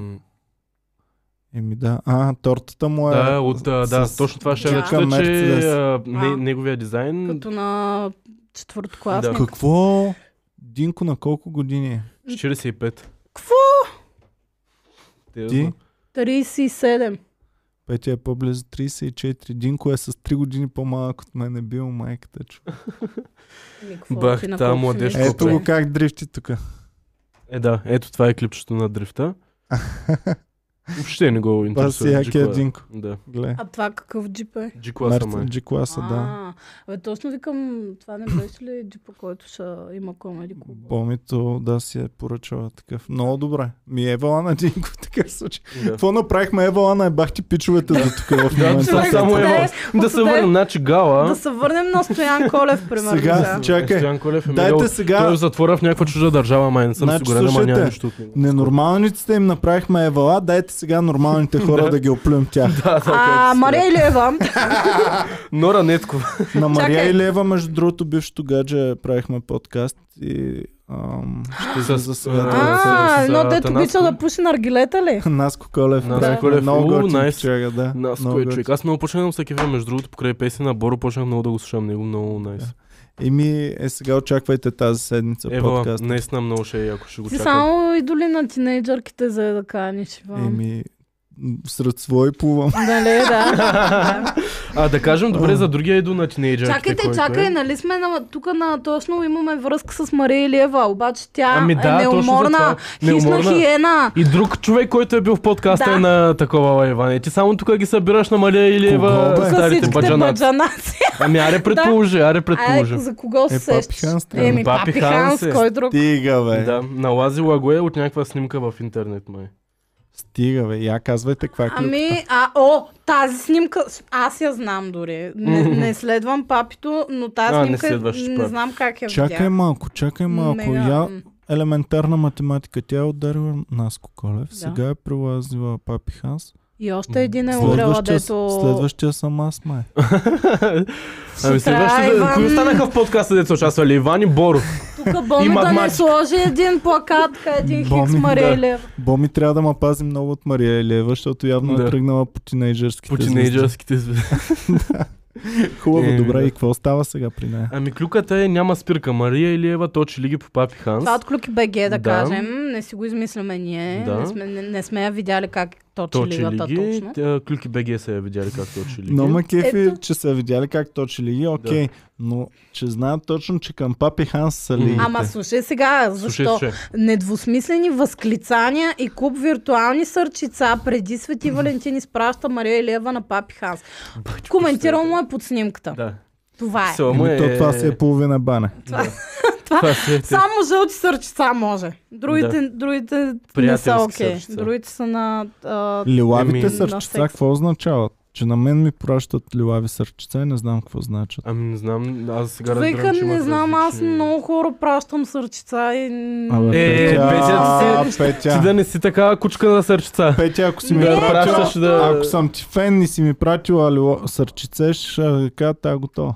Speaker 2: Еми да. А, тортата му е...
Speaker 3: Да, от, а, да,
Speaker 2: с-
Speaker 3: точно това ще
Speaker 1: Да.
Speaker 3: да.
Speaker 2: Към
Speaker 3: речета, че
Speaker 2: Мерцедес.
Speaker 3: а, не,
Speaker 1: А.
Speaker 3: неговия дизайн...
Speaker 1: Като на четвъртокласник.
Speaker 3: Да.
Speaker 2: Какво? Динко на колко години е?
Speaker 3: 45.
Speaker 1: Кво?
Speaker 3: Те,
Speaker 2: Ти?
Speaker 1: 37.
Speaker 2: Петя е по-близо 34. Динко е с 3 години по-малък от мен е бил майката. чу.
Speaker 1: Ами, какво
Speaker 3: Бах,
Speaker 1: ти, на
Speaker 3: та
Speaker 1: колко си
Speaker 3: младежка
Speaker 1: беше?
Speaker 2: Ето го как дрифти тук.
Speaker 3: Е, да, ето това е клипчето на дрифта. Въобще не го
Speaker 2: Това си
Speaker 3: интересува.
Speaker 2: якия
Speaker 3: Джикла е.
Speaker 2: Динко.
Speaker 3: Да.
Speaker 2: Гледай.
Speaker 1: А това какъв джип е?
Speaker 3: Джикла сама е.
Speaker 2: Мерцен G-класа, да.
Speaker 1: А, Бе, точно викам, това не беше ли джипа, който ще има комеди клуб?
Speaker 2: Бомито да си е поръчала такъв. Много добре. Ми е Евала на Динко в такъв случай.
Speaker 3: Да.
Speaker 2: Какво направихме Евала на ебахти пичовете за тук в
Speaker 3: Да,
Speaker 2: момента?
Speaker 3: това само
Speaker 1: Човек,
Speaker 3: е. Да се
Speaker 1: отиде-
Speaker 3: върнем, значи Гала.
Speaker 1: Да се върнем на Стоян Колев, примерно.
Speaker 2: Сега,
Speaker 1: да.
Speaker 2: чакай.
Speaker 3: Стоян Колев е
Speaker 2: Дайте
Speaker 3: мигал. Той е
Speaker 2: сега
Speaker 3: в затвора в някаква чужда държава, май не съм
Speaker 2: Значи,
Speaker 3: сигурен, ама няма
Speaker 2: слушайте,
Speaker 3: нищо от него.
Speaker 2: ненормалниците им направихме Евала, дайте сега нормалните хора да ги оплюем тях.
Speaker 3: Да, да,
Speaker 1: А,
Speaker 3: където си.
Speaker 1: Мария Илиева.
Speaker 3: Нора Неткова.
Speaker 2: На Мария
Speaker 1: Чакай.
Speaker 2: Илева, между другото, бившото гадже, правихме подкаст и ам, ще
Speaker 3: С-
Speaker 2: за засвета.
Speaker 3: а,
Speaker 1: А,
Speaker 3: с- с-
Speaker 1: едно
Speaker 3: с-
Speaker 1: дето
Speaker 3: Атанаско.
Speaker 1: обича да пуши наргилета ли?
Speaker 2: Наско Колев.
Speaker 3: Наско
Speaker 2: правихме.
Speaker 3: Колев,
Speaker 2: Много
Speaker 3: у,
Speaker 2: готин
Speaker 3: найс.
Speaker 2: пичага, да.
Speaker 3: Нас
Speaker 2: Много
Speaker 3: кой
Speaker 2: готин.
Speaker 3: човек. Аз много почнах да му се кефя, между другото, покрай песен на Боро, почнах много да го слушам него, много найс.
Speaker 2: Еми, е сега очаквайте тази седмица
Speaker 3: Ева,
Speaker 2: подкаст.
Speaker 3: наистина много ще е яко, ще го
Speaker 1: Ти
Speaker 3: чакам.
Speaker 1: само идоли на тинейджърките за да каниш, Иван.
Speaker 2: Еми, м, сред свои плувам.
Speaker 1: Нали, да.
Speaker 3: А да кажем добре за другия идол на тинейджерите.
Speaker 1: Чакайте,
Speaker 3: който
Speaker 1: чакай,
Speaker 3: е.
Speaker 1: нали сме на, тук на точно имаме връзка с Мария Илиева, обаче тя
Speaker 3: Ами да,
Speaker 1: е
Speaker 3: точно за
Speaker 1: неуморна,
Speaker 3: това.
Speaker 1: хищна
Speaker 3: Неуморна. Ами
Speaker 1: хиена.
Speaker 3: И друг човек, който е бил в подкаста
Speaker 1: Да.
Speaker 3: е на такова лайване. Ти само тук ги събираш на Малия Илиева
Speaker 2: Кого, бе?
Speaker 1: С
Speaker 3: старите
Speaker 1: всичките
Speaker 3: баджанаци.
Speaker 1: баджанаци.
Speaker 3: Ами аре предположи, аре
Speaker 1: Ай,
Speaker 3: предположи.
Speaker 1: за кого се
Speaker 2: Е,
Speaker 1: сещаш?
Speaker 2: Папи Ханс трябва.
Speaker 1: Еми,
Speaker 3: Папи
Speaker 1: Папи
Speaker 3: Ханс
Speaker 1: Ханс,
Speaker 3: е.
Speaker 1: кой друг?
Speaker 2: Стига, бе.
Speaker 3: Да, налазила го е от някаква снимка в интернет, май.
Speaker 2: Стига, бе. Я казвайте каква е клюката.
Speaker 1: Ами, а, о, тази снимка, с- аз я знам дори. Не, не следвам папито, но тази
Speaker 3: А, не
Speaker 1: снимка
Speaker 3: следваш
Speaker 1: не,
Speaker 3: папи.
Speaker 1: знам как я
Speaker 2: Чакай
Speaker 1: видях.
Speaker 2: малко, чакай малко.
Speaker 1: Мега,
Speaker 2: Я
Speaker 1: м.
Speaker 2: елементарна математика. Тя е ударила Наско Колев. Сега е прилазила Папи Ханс.
Speaker 1: И още един е умрела,
Speaker 2: Следващия,
Speaker 1: дето...
Speaker 2: следващия съм аз, май.
Speaker 3: Ами следващите,
Speaker 1: Иван.
Speaker 3: кои останаха в подкаста, дето са участвали? Иван и Боров.
Speaker 1: Тук Боми
Speaker 3: Има
Speaker 1: да не
Speaker 3: математика.
Speaker 1: сложи един плакат, къде един хикс
Speaker 2: Боми,
Speaker 1: Мария
Speaker 3: да.
Speaker 1: Илиева.
Speaker 2: Боми трябва да ме пази много от Мария Елева, защото явно е
Speaker 3: Да.
Speaker 2: тръгнала по тинейджърските
Speaker 3: По тинейджърските звезди.
Speaker 2: звезди. Хубаво,
Speaker 3: Еми,
Speaker 2: добре.
Speaker 3: да.
Speaker 2: И какво става сега при нея?
Speaker 3: Ами клюката е няма спирка. Мария Илиева точи лиги по Папи Ханс.
Speaker 1: Това от Клюки БГ, да,
Speaker 3: Да.
Speaker 1: кажем. Не си го измисляме ние.
Speaker 3: Да.
Speaker 1: Не, сме, не, не сме я видяли как точи,
Speaker 3: Точи
Speaker 1: лигата
Speaker 3: лиги.
Speaker 1: точно.
Speaker 3: Тя- Клюки БГ са я видяли как точи лиги.
Speaker 2: Но ма кефи,
Speaker 1: Ето.
Speaker 2: че са видяли как точи лиги, окей. Но че знаят точно, че към Папи Ханс са
Speaker 3: М.
Speaker 2: лигите.
Speaker 1: Ама слушай сега,
Speaker 3: Слушай,
Speaker 1: защо?
Speaker 3: слушай.
Speaker 1: Недвусмислени възклицания и куп виртуални сърчица преди Свети Валентин изпраща Мария Елева на Папи Ханс. Коментирал му е под снимката.
Speaker 3: Да.
Speaker 1: Това е.
Speaker 3: Сома
Speaker 2: Еми, то
Speaker 3: е...
Speaker 2: това си е половина бана.
Speaker 3: Това си е...
Speaker 1: Само жълти сърчица може. Другите, другите не са
Speaker 3: Приятелски
Speaker 1: окей.
Speaker 3: сърчица.
Speaker 1: Другите са на... А,
Speaker 2: Лилавите
Speaker 3: Еми,
Speaker 1: на
Speaker 2: сърчица,
Speaker 1: секс.
Speaker 2: какво означават? Че на мен ми пращат лилави сърчица и не знам какво значат.
Speaker 3: Ами не знам, аз сега
Speaker 1: Вика,
Speaker 3: разбирам, че
Speaker 1: не
Speaker 3: имат
Speaker 1: знам, аз
Speaker 3: различни-
Speaker 1: много хора пращам сърчица и...
Speaker 2: Абе,
Speaker 3: Е,
Speaker 2: Петя,
Speaker 3: Петя, Ти да
Speaker 2: Петя,
Speaker 3: не си такава кучка на сърчица.
Speaker 2: Петя, ако си ми
Speaker 3: Да
Speaker 2: пратила,
Speaker 3: пращаш да...
Speaker 2: ако съм ти фен и си ми пратила лила- сърчице, ще кажа, тая е готова.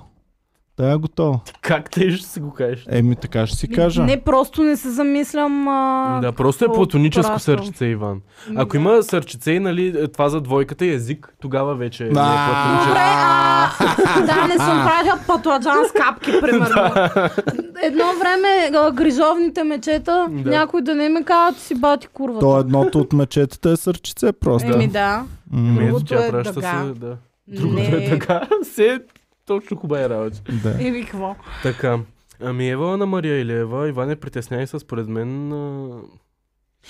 Speaker 2: Тая е готова.
Speaker 3: Как те ще си го кажеш?
Speaker 2: Еми така ще си кажа.
Speaker 1: Не, просто не се замислям. А... Ами
Speaker 3: Да, просто е
Speaker 1: какво
Speaker 3: платоническо
Speaker 1: пращам?
Speaker 3: сърчице, Иван. Ако има сърчице и нали, това за двойката и език, тогава вече е
Speaker 2: Да.
Speaker 3: платоническо.
Speaker 1: Добре, а... да, не съм правила патладжан с капки, примерно. Едно време а, грижовните мечета,
Speaker 3: Да.
Speaker 1: някой да не ме казва, че си бати курвата.
Speaker 2: То едното от мечетата е сърчице просто.
Speaker 1: Еми да.
Speaker 2: М,
Speaker 3: Ами, ето,
Speaker 1: Другото
Speaker 3: тя
Speaker 1: е
Speaker 3: праща
Speaker 1: дъга.
Speaker 3: се, да.
Speaker 1: не...
Speaker 3: Другото е така. Все е точно хубава е работа.
Speaker 2: да.
Speaker 1: Еми какво?
Speaker 3: Така. Ами Ева на Мария Илева, Иван е притесняй с според мен. а,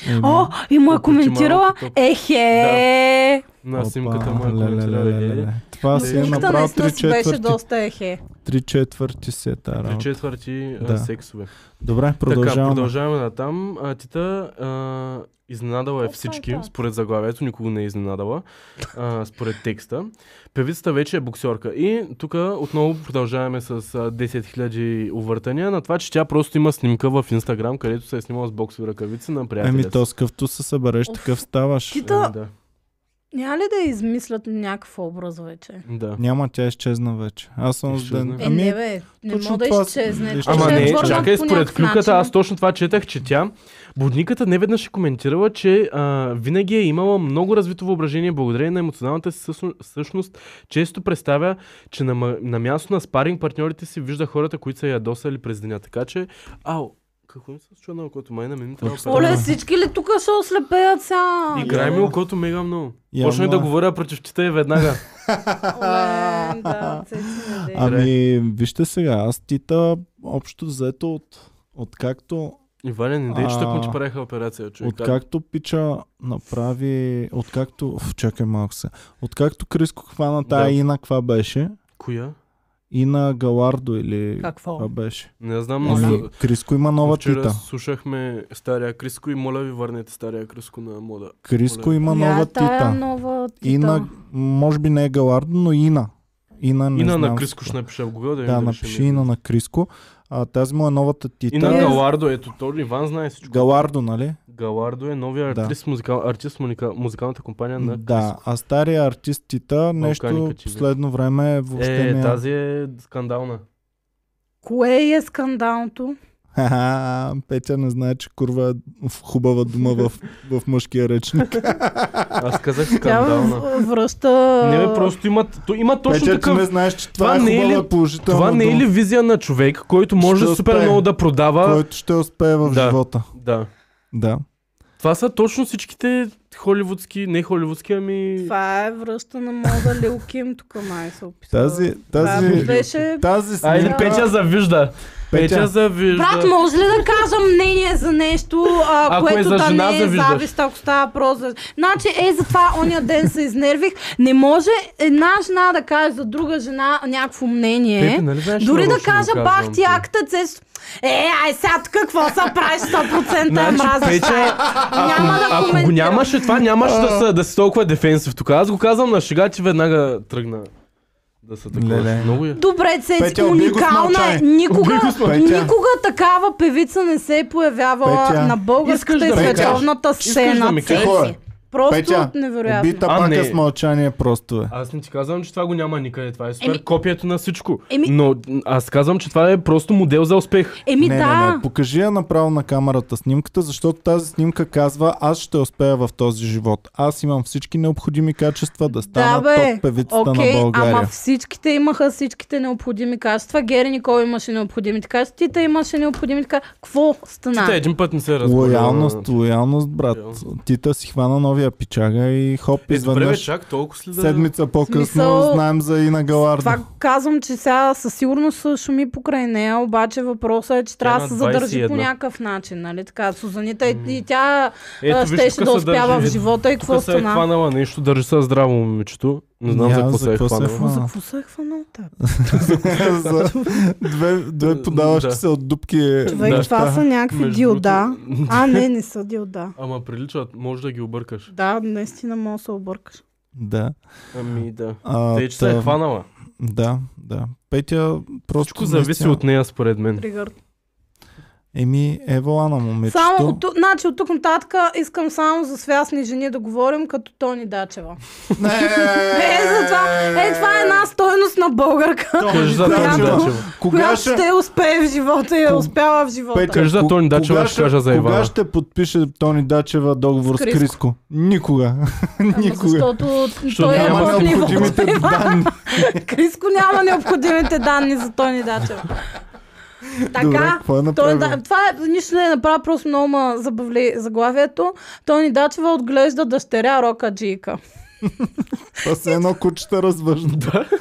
Speaker 2: Еми,
Speaker 1: О, и му е
Speaker 3: Опити
Speaker 1: коментирала. е,
Speaker 3: малко, топ.
Speaker 1: Ехе!
Speaker 3: На
Speaker 2: опа,
Speaker 3: снимката му е
Speaker 2: ле, ле, ле, ле, ле.
Speaker 3: коментирал.
Speaker 2: Това си е
Speaker 1: Снимката
Speaker 2: направил
Speaker 1: наистина
Speaker 2: три
Speaker 1: си беше
Speaker 2: четвърти,
Speaker 1: доста е, ехе.
Speaker 2: три четвърти си е тази
Speaker 3: При
Speaker 2: работа.
Speaker 3: четвърти а,
Speaker 2: Да.
Speaker 3: сексове.
Speaker 2: Добре,
Speaker 3: Така,
Speaker 2: продължаваме.
Speaker 3: продължаваме натам. А, Тита а, изненадала е
Speaker 1: Опа,
Speaker 3: всички,
Speaker 1: да.
Speaker 3: според заглавието, никога не е изненадала, а, според текста. Певицата вече е боксерка. И тук отново продължаваме с а, 10 000 увъртания на това, че тя просто има снимка в Инстаграм, където се е снимала с боксови ръкавици на приятеля
Speaker 2: Еми
Speaker 3: си.
Speaker 2: Ами то с къвто се събереш,
Speaker 1: Оф.
Speaker 2: такъв ставаш.
Speaker 1: Ти- Тита-
Speaker 3: Еми, да.
Speaker 1: Няма ли да измислят някакъв образ вече?
Speaker 3: да.
Speaker 2: Няма, тя изчезна вече. Аз съм с
Speaker 3: Изчезна.
Speaker 2: ден.
Speaker 1: Е, не
Speaker 2: Ами,
Speaker 1: бе, не
Speaker 2: точно
Speaker 1: мога да
Speaker 2: това-
Speaker 1: изчезне. Ще
Speaker 3: Ама
Speaker 1: я
Speaker 3: не,
Speaker 1: върнат
Speaker 3: чакай,
Speaker 1: по
Speaker 3: според
Speaker 1: някакъв
Speaker 3: клюката, аз
Speaker 1: начин.
Speaker 3: точно това четах, че тя, будниката не веднъж е коментирала, че а, винаги е имала много развито въображение благодарение на емоционалната си същност- същност. Често представя, че на, ма- на място на спаринг партньорите си вижда хората, които са ядосали през деня. Така че, ау, какво им се случва на окото? Май на мен ми трябва
Speaker 2: Какво
Speaker 3: да
Speaker 1: Оле,
Speaker 2: Да.
Speaker 1: всички ли тук ще ослепеят сега?
Speaker 3: Играй ми е
Speaker 2: Явно.
Speaker 3: окото мега много.
Speaker 2: Явно
Speaker 3: Почнах
Speaker 2: е.
Speaker 3: да говоря против чета и веднага.
Speaker 1: Оле, да, цеци не дей.
Speaker 2: ами, вижте сега, аз Тита общо взето от, от както,
Speaker 3: Иваля, не дей, че тъкмо ти
Speaker 2: А,
Speaker 3: правиха операция, човек.
Speaker 2: от както пича направи, от както, Уф, чакай малко се, от както Криско хвана тая
Speaker 3: Да.
Speaker 2: Ина, каква беше?
Speaker 3: Коя?
Speaker 2: Ина Галардо или
Speaker 1: Какво?
Speaker 2: каква беше?
Speaker 3: Не знам, но...
Speaker 2: Ами, Криско има нова
Speaker 3: Вчера
Speaker 2: Тита.
Speaker 3: слушахме стария Криско и моля ви върнете стария Криско на мода.
Speaker 2: Криско
Speaker 3: Оле.
Speaker 2: има
Speaker 1: Коя е
Speaker 2: нова
Speaker 1: тая
Speaker 2: Тита.
Speaker 1: нова тита.
Speaker 2: Ина, може би не е Галардо, но Ина. Ина, не
Speaker 3: и на,
Speaker 2: знам
Speaker 3: на
Speaker 2: си
Speaker 3: Криско
Speaker 2: какво.
Speaker 3: ще напиша в Google да, им
Speaker 2: Да,
Speaker 3: решим.
Speaker 2: напиши и на, на Криско. А, тази му е новата тита.
Speaker 3: И на
Speaker 1: Е.
Speaker 3: Галардо, ето то Иван знае всичко.
Speaker 2: Галардо, нали?
Speaker 3: Галардо е новия
Speaker 2: Да.
Speaker 3: артист, музикал, артист в муника- музикалната компания на
Speaker 2: да,
Speaker 3: Криско.
Speaker 2: а стария артист Тита нещо
Speaker 3: Качили.
Speaker 2: последно време въобще
Speaker 3: Е,
Speaker 2: не
Speaker 3: тази е скандална.
Speaker 1: Кое е скандалното?
Speaker 2: Ха-ха, Петя не знае, че курва е в- хубава дума в, в мъжкия речник.
Speaker 3: Аз казах
Speaker 1: Тя в-
Speaker 3: скандална.
Speaker 1: връща...
Speaker 3: не бе, просто има, то, има точно
Speaker 2: Петя, ти не
Speaker 3: такъв...
Speaker 2: знаеш, че това,
Speaker 3: това не
Speaker 2: е
Speaker 3: е
Speaker 2: хубава
Speaker 3: ли-
Speaker 2: положителна
Speaker 3: Това не е
Speaker 2: дума,
Speaker 3: ли визия на човек, който може
Speaker 2: Ще
Speaker 3: супер
Speaker 2: успее.
Speaker 3: много да продава?
Speaker 2: който ще успее в
Speaker 3: Да.
Speaker 2: живота.
Speaker 3: Да.
Speaker 2: Да.
Speaker 3: Това са точно всичките холивудски, не холивудски, ами...
Speaker 1: Това е връща на мода Лил Ким, тук май се описва.
Speaker 2: Тази,
Speaker 1: Това е
Speaker 2: тази,
Speaker 1: беше...
Speaker 2: тази
Speaker 3: Айде,
Speaker 2: снимка...
Speaker 3: Петя завижда.
Speaker 2: Петя.
Speaker 3: Петя завижда.
Speaker 1: Брат, може ли да кажа мнение за нещо, а,
Speaker 3: Ако е
Speaker 1: което
Speaker 3: за
Speaker 1: да
Speaker 3: жена,
Speaker 1: не е
Speaker 3: завиждаш.
Speaker 1: завист, ако става въпрос за... Значи, е, затова ония ден се изнервих. Не може една жена да каже за друга жена някакво мнение.
Speaker 3: Пепи, нали знаеш, че
Speaker 1: е. Дори да
Speaker 3: нарочно
Speaker 1: кажа
Speaker 3: го
Speaker 1: бах
Speaker 3: казвам
Speaker 1: ти
Speaker 3: ти.
Speaker 1: акта, цес... Е, ай сега тук какво са правиш 100% е
Speaker 3: Значи,
Speaker 1: мраза. Е,
Speaker 3: Петя, ако,
Speaker 1: Няма да
Speaker 3: ако го
Speaker 1: коментирам.
Speaker 3: нямаше това, нямаше да, са, да си толкова дефенсив тук. Аз го казвам на шега, че веднага тръгна да са такова.
Speaker 2: Леле.
Speaker 3: Много е.
Speaker 1: Добре, Цеци,
Speaker 2: Петя, убий го с
Speaker 1: уникална е.
Speaker 2: мълчание.
Speaker 1: Никога,
Speaker 3: Убий го с
Speaker 2: мълчание.
Speaker 1: никога такава певица не се е появявала
Speaker 2: Петя,
Speaker 1: на българската
Speaker 3: искаш
Speaker 1: и
Speaker 3: да
Speaker 2: ми кажеш?
Speaker 1: световната
Speaker 3: Искаш
Speaker 1: сцена.
Speaker 3: да ми
Speaker 1: Цеци.
Speaker 2: кажеш?
Speaker 1: Просто
Speaker 2: Петя,
Speaker 1: невероятно.
Speaker 2: убита
Speaker 3: А,
Speaker 2: пака
Speaker 3: не.
Speaker 2: с мълчание просто е.
Speaker 3: Аз не ти казвам, че това го няма никъде. Това е супер
Speaker 1: Еми-
Speaker 3: копието на всичко.
Speaker 1: Еми-
Speaker 3: Но аз казвам, че това е просто модел за успех.
Speaker 1: Еми
Speaker 2: не,
Speaker 1: Ами да.
Speaker 2: не, не, покажи я направо на камерата снимката, защото тази снимка казва аз ще успея в този живот. Аз имам всички необходими качества да стана топ певицата на България.
Speaker 1: ама всичките имаха всичките необходими качества. Гери Никол имаше необходимите качества, Тита имаше необходимите качества. Какво стана?
Speaker 3: Тита е един път не се разбира.
Speaker 2: Лоялност, лоялност, брат.
Speaker 3: Лоялност.
Speaker 2: Тита си хвана новия пичага и хоп,
Speaker 3: Е, добре, бе,
Speaker 2: изведнъж
Speaker 3: чак толкова ли да...
Speaker 2: седмица по-късно
Speaker 1: Смисъл-
Speaker 2: знаем за Ина Галардо.
Speaker 1: Това казвам, че сега със сигурност шуми покрай нея, обаче въпросът е, че трябва да
Speaker 3: на
Speaker 1: се задържи
Speaker 3: 21.
Speaker 1: по някакъв начин, нали така. Сузанита и, и тя
Speaker 3: Ето,
Speaker 1: а,
Speaker 3: виж,
Speaker 1: щеше
Speaker 3: тук
Speaker 1: да
Speaker 3: се
Speaker 1: успява
Speaker 3: държи.
Speaker 1: в живота и какво
Speaker 3: Тук се е
Speaker 1: стана.
Speaker 3: хванала нещо, държи се здраво момичето. Не знам за
Speaker 2: Няма
Speaker 3: какво се е хванал.
Speaker 1: Какво за
Speaker 2: А.
Speaker 1: какво се е хванал теб?
Speaker 2: За две, две подаващи
Speaker 3: Да.
Speaker 2: се от дупки.
Speaker 1: Човек,
Speaker 3: Да.
Speaker 2: неща.
Speaker 1: това са някакви
Speaker 3: Между
Speaker 1: дилда.
Speaker 3: другото-
Speaker 1: А, не, не са дилда.
Speaker 3: Ама приличат, може да ги объркаш.
Speaker 1: Да, наистина мога да се объркаш.
Speaker 2: Да.
Speaker 3: Ами да.
Speaker 2: А,
Speaker 3: Тъй, че се е
Speaker 2: та-
Speaker 3: хванала.
Speaker 2: Да, да. Петя просто...
Speaker 3: Всичко зависи
Speaker 2: наистина-
Speaker 3: от нея, според мен.
Speaker 1: Тригър.
Speaker 2: Еми, евала на
Speaker 3: Ами,
Speaker 2: момичето.
Speaker 1: Само от, тук- значи, от тук нататък искам само за свясни жени да говорим като Тони Дачева.
Speaker 2: Не,
Speaker 1: Е, за това, е, това е една стойност на българка,
Speaker 2: Тони
Speaker 3: Кажи за Тони
Speaker 1: Дачева.
Speaker 3: Дачева.
Speaker 2: Кога
Speaker 1: която
Speaker 2: ще...
Speaker 1: ще успее в живота и е
Speaker 2: Ког-
Speaker 1: успяла в живота.
Speaker 2: Петя,
Speaker 3: Кажи за
Speaker 2: ко-
Speaker 3: Тони Дачева,
Speaker 2: кога
Speaker 3: ще кажа за
Speaker 2: Кога
Speaker 3: Ивана.
Speaker 2: ще подпише Тони Дачева договор с
Speaker 1: С Криско.
Speaker 2: Криско? Никога.
Speaker 1: Ама
Speaker 2: Никога.
Speaker 1: Защото
Speaker 3: Защото
Speaker 1: той е
Speaker 3: няма
Speaker 1: под нивото.
Speaker 2: необходимите данни.
Speaker 1: Криско няма необходимите данни за Тони Дачев.
Speaker 2: Добре,
Speaker 1: Така,
Speaker 2: какво е
Speaker 1: Тони
Speaker 2: направил?
Speaker 1: да, това е, нищо не е направо, просто много ма забавли заглавието. Тони Дачева отглежда дъщеря Рока Джийка.
Speaker 2: Това са едно кучета развъжда.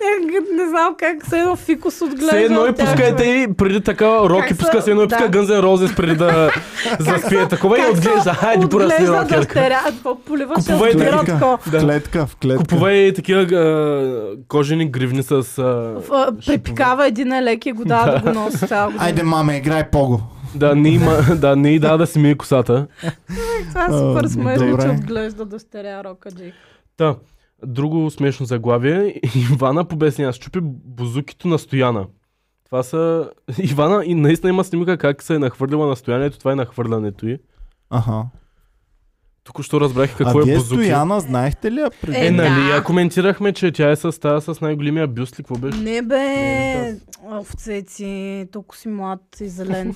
Speaker 1: Не, не знам как се едно фикус отглежда.
Speaker 3: Все едно е, и
Speaker 1: от тях.
Speaker 3: пускайте и преди такава
Speaker 1: Как
Speaker 3: роки
Speaker 1: са-
Speaker 3: пуска, все едно и
Speaker 1: да.
Speaker 3: пуска Гънзен Розес преди да заспие такова и
Speaker 1: Как се
Speaker 3: отглежда. Хайде, пора си
Speaker 1: отглежда
Speaker 3: една керка.
Speaker 1: дъщеря. Това Полива ще
Speaker 3: Купувай
Speaker 1: отбира
Speaker 2: дъщеря.
Speaker 1: такова.
Speaker 2: В клетка, в клетка.
Speaker 3: Купувай такива а, кожени гривни с... а,
Speaker 1: В- а, Припикава един е лек и го дава да го носи цял година.
Speaker 2: Айде, маме, играй пого.
Speaker 3: Да, не има, да, не и да да си мие косата.
Speaker 1: Това е
Speaker 2: А,
Speaker 1: супер смешно, че
Speaker 2: добре.
Speaker 1: отглежда дъщеря Рока Джийка.
Speaker 3: Та, друго смешно заглавие. Ивана побесня, щупи бузуките на Стояна. Това са... Ивана и наистина има снимка как се е нахвърлила на стоянието, това е нахвърлянето й.
Speaker 2: Аха.
Speaker 3: Току-що разбрах какво
Speaker 2: А
Speaker 3: е
Speaker 2: вие
Speaker 3: бузуки.
Speaker 2: Стояна, знаехте ли я преди?
Speaker 3: Е,
Speaker 1: Е,
Speaker 3: нали,
Speaker 1: да.
Speaker 3: я коментирахме, че тя е с тази с най-големия бюст ли, какво беше?
Speaker 1: Не
Speaker 3: Не,
Speaker 1: бе, овцеци, толкова си млад и зелен.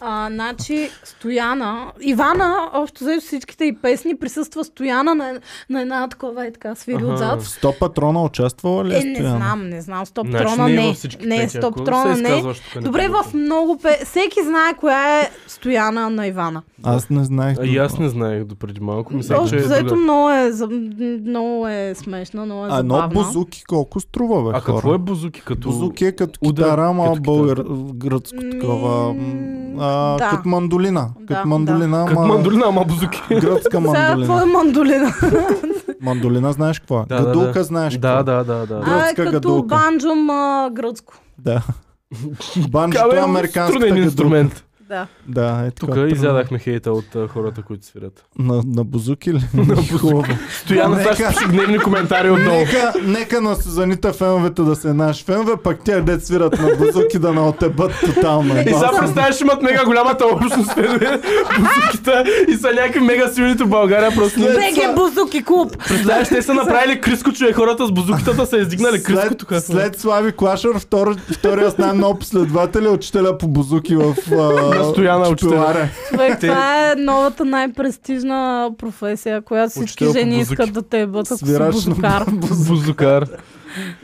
Speaker 1: а, значи, Стояна, Ивана, общо за всичките и песни, присъства Стояна на, на една такова и така свири
Speaker 3: Аха.
Speaker 1: отзад.
Speaker 2: В 100 патрона участвала ли
Speaker 1: Е, не
Speaker 2: Стояна?
Speaker 1: знам, не знам. Стоп
Speaker 3: Значи
Speaker 1: трона
Speaker 3: не е
Speaker 1: не.
Speaker 3: във всички
Speaker 1: Не,
Speaker 3: песни,
Speaker 1: стоп
Speaker 3: ако
Speaker 1: трона
Speaker 3: се
Speaker 1: не. е.
Speaker 3: изказваш тук, не е
Speaker 1: Добре,
Speaker 3: трябва
Speaker 1: в
Speaker 3: да.
Speaker 1: много пе... Всеки знае коя е Стояна на Ивана.
Speaker 2: Аз не знаех.
Speaker 3: А, и аз не знаех допреди малко, мисля, че
Speaker 1: Общо
Speaker 3: е
Speaker 1: заето
Speaker 3: друга.
Speaker 1: много е, за- много е смешна, много е
Speaker 2: А едно
Speaker 1: забавна.
Speaker 2: бузуки колко струва, бе,
Speaker 3: А
Speaker 2: хора?
Speaker 3: какво е бузуки като...
Speaker 2: Бузуки е като
Speaker 3: удар,
Speaker 2: китара, ама
Speaker 3: като китара.
Speaker 2: българ, гръцко
Speaker 1: Ми,
Speaker 2: такова. м, А,
Speaker 1: да.
Speaker 2: Като мандолина.
Speaker 1: Да,
Speaker 2: Като мандолина,
Speaker 3: Като
Speaker 2: ама
Speaker 3: мандолина, ама бузуки.
Speaker 2: гръцка
Speaker 1: Сега какво е
Speaker 2: мандолина.
Speaker 1: мандолина?
Speaker 2: Мандолина знаеш какво е?
Speaker 3: Да, да,
Speaker 2: Гадулка
Speaker 3: да.
Speaker 2: знаеш какво
Speaker 3: Да,
Speaker 2: е?
Speaker 3: да, да, да.
Speaker 1: А, е
Speaker 2: Гръцка
Speaker 1: като
Speaker 2: гадулка.
Speaker 1: банджо, ма, гръцко.
Speaker 2: Да. Банджото
Speaker 3: Абе,
Speaker 2: е американската
Speaker 3: труден
Speaker 2: гадулка.
Speaker 3: инструмент.
Speaker 1: Да.
Speaker 2: Да, е така.
Speaker 3: Тук
Speaker 2: трудно.
Speaker 3: изядахме хейта от а, хората, които свирят.
Speaker 2: На, на бузуки ли? На бузуки.
Speaker 3: Стояна, сега ще
Speaker 2: Нека-
Speaker 3: пише гневни коментари отдолу.
Speaker 2: Нека, нека на Сузанита феновете да се наши фенове, пък тя дет свират на бузуки да не отебат тотално.
Speaker 3: И сега
Speaker 2: Басен.
Speaker 3: представяш, имат мега голямата общност фенове, бузуките и са някакви мега силните в България. Просто
Speaker 2: След-
Speaker 1: БГ е Бузуки клуб.
Speaker 3: представяш, те са направили криско, че е хората с бузуката да са издигнали криско
Speaker 2: след,
Speaker 3: тук.
Speaker 2: след Слави Клашър, втор, втория с най-много последователи, е учителя по бузуки в
Speaker 3: На Стояна
Speaker 2: а,
Speaker 3: учителя.
Speaker 2: Чепеларе.
Speaker 1: Човек,
Speaker 3: Те-
Speaker 1: това е новата най-престижна професия, която всички
Speaker 3: Учител по
Speaker 1: жени
Speaker 3: бузуки.
Speaker 1: искат да те бъдат, ако си
Speaker 2: Свирач на
Speaker 1: бузукар.
Speaker 3: Бузукар.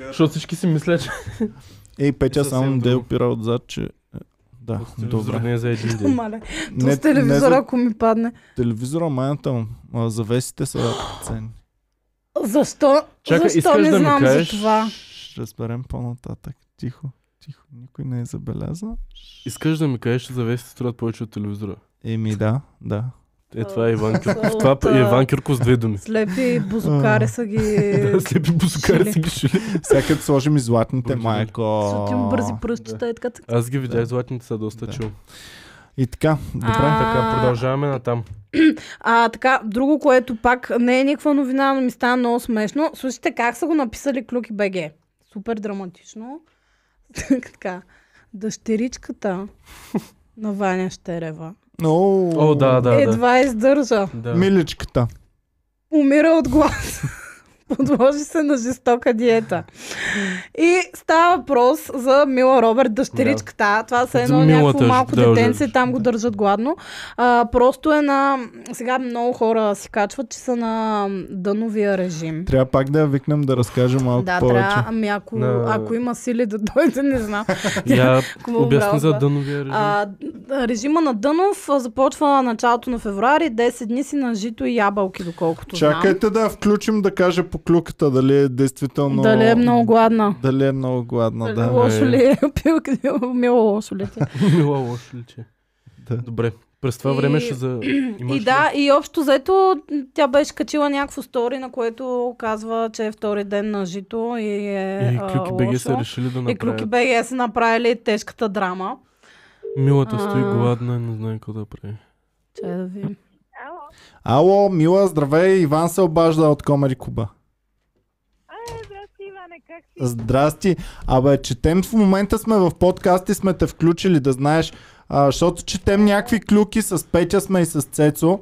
Speaker 3: Защото всички си мислят, че
Speaker 2: Ей, Петя
Speaker 3: Е, съвсем
Speaker 2: само да я
Speaker 3: друго.
Speaker 2: опира отзад, че... е, Да, добре.
Speaker 3: не е за един ден.
Speaker 1: Мале, то
Speaker 2: Не,
Speaker 1: с телевизора,
Speaker 2: за
Speaker 1: ако ми падне.
Speaker 2: телевизора, майната му. А, Завесите са ценни.
Speaker 1: Защо?
Speaker 3: Чакай,
Speaker 1: Защо
Speaker 3: искаш
Speaker 1: не
Speaker 3: да ми
Speaker 1: знам
Speaker 3: кажеш?
Speaker 1: за това?
Speaker 2: Ще разберем по-нататък. Тихо, тихо. Никой не е забелязал.
Speaker 3: Искаш да ми кажеш, че завесите струват повече от телевизора.
Speaker 2: Еми да, да.
Speaker 3: Е, това е Иван Кирков.
Speaker 1: От,
Speaker 3: Това е
Speaker 1: а,
Speaker 3: Иван Кирков с две думи.
Speaker 1: Слепи бузукари са ги...
Speaker 3: Да, слепи бузукари
Speaker 1: Шили.
Speaker 3: си ги шили.
Speaker 2: Сега като сложим и златните,
Speaker 3: Бързи,
Speaker 2: майко.
Speaker 1: Сотим бързи пръстчета и така. цък.
Speaker 3: Аз ги видях,
Speaker 2: Да.
Speaker 3: златните са доста
Speaker 2: Да.
Speaker 3: чил.
Speaker 2: И така, добре.
Speaker 1: А,
Speaker 3: Така, продължаваме натам.
Speaker 1: А, така, друго, което пак не е никаква новина, но ми стана много смешно. Слушайте как са го написали Клюки БГ. Супер драматично. така, дъщеричката на Ваня Щерева
Speaker 2: О,
Speaker 3: О, да, да, да.
Speaker 1: едва издържа.
Speaker 3: Да.
Speaker 2: Миличката.
Speaker 1: Умира от глас. Подложи се на жестока диета. И става въпрос за Мила Робърт, дъщеричката. Това са
Speaker 3: За
Speaker 1: едно
Speaker 3: милата
Speaker 1: някакво
Speaker 3: ще
Speaker 1: малко
Speaker 3: дължиш.
Speaker 1: детенце, там го държат гладно. А, просто е на... Сега много хора си качват, че са на дъновия режим.
Speaker 2: Трябва пак да я викнем да разкаже малко
Speaker 1: Да,
Speaker 2: повече.
Speaker 1: трябва, ами ако,
Speaker 3: На-
Speaker 1: ако има сили да дойде, не знам.
Speaker 3: Я
Speaker 1: Ако му
Speaker 3: обясни за
Speaker 1: образва.
Speaker 3: дъновия режим.
Speaker 1: А, режима на Дънов а, започва началото на февруари, 10 дни си на жито и ябълки, доколкото знам.
Speaker 2: Чакайте да я включим да каже по клюката дали е действително...
Speaker 1: Дали е много гладна?
Speaker 2: Дали е много гладна,
Speaker 1: Дали
Speaker 2: да.
Speaker 1: Нали, лошо
Speaker 3: е.
Speaker 1: ли е? Пил- Мило лошо ли е?
Speaker 3: Мила лошо ли че?
Speaker 2: Да.
Speaker 3: Добре, През това и... време ще за...
Speaker 1: и да, и общо заето тя беше качила някакво стори, на което казва, че е втори ден на жито и е
Speaker 3: И Клюки БГ са решили да
Speaker 1: И
Speaker 3: направят.
Speaker 1: Клюки БГ са направили тежката драма.
Speaker 3: Милата стои
Speaker 1: А.
Speaker 3: гладна и не знае какво да прави.
Speaker 1: Чай да видим.
Speaker 4: Ало,
Speaker 2: Ало, мила, здравей, Иван се обажда от Комари Куба.
Speaker 4: е, здрасти, Иване, как си?
Speaker 2: Здрасти. Абе, четем в момента сме в подкаст и сме те включили, да знаеш, а, защото четем някакви клюки с Петя сме и с Цецо.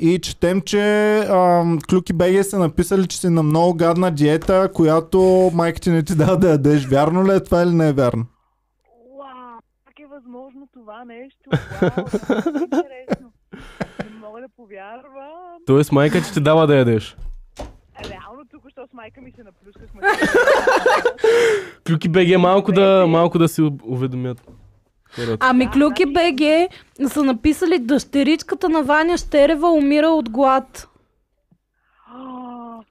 Speaker 2: И четем, че а, Клюки БГ са написали, че си на много гадна диета, която майка ти не ти дава да ядеш. Вярно ли е това или не е вярно?
Speaker 4: Уау, как е възможно това нещо? Уау, е много интересно. Не мога да повярвам. Е,
Speaker 3: Тоест майка ти ти дава да ядеш.
Speaker 4: Реално тук, що с майка ми се наплюскахме.
Speaker 3: Клюки БГ малко да, малко да си уведомят хората.
Speaker 1: Ами Клюки БГ са написали дъщеричката на Ваня Щерева умира от глад.
Speaker 4: А,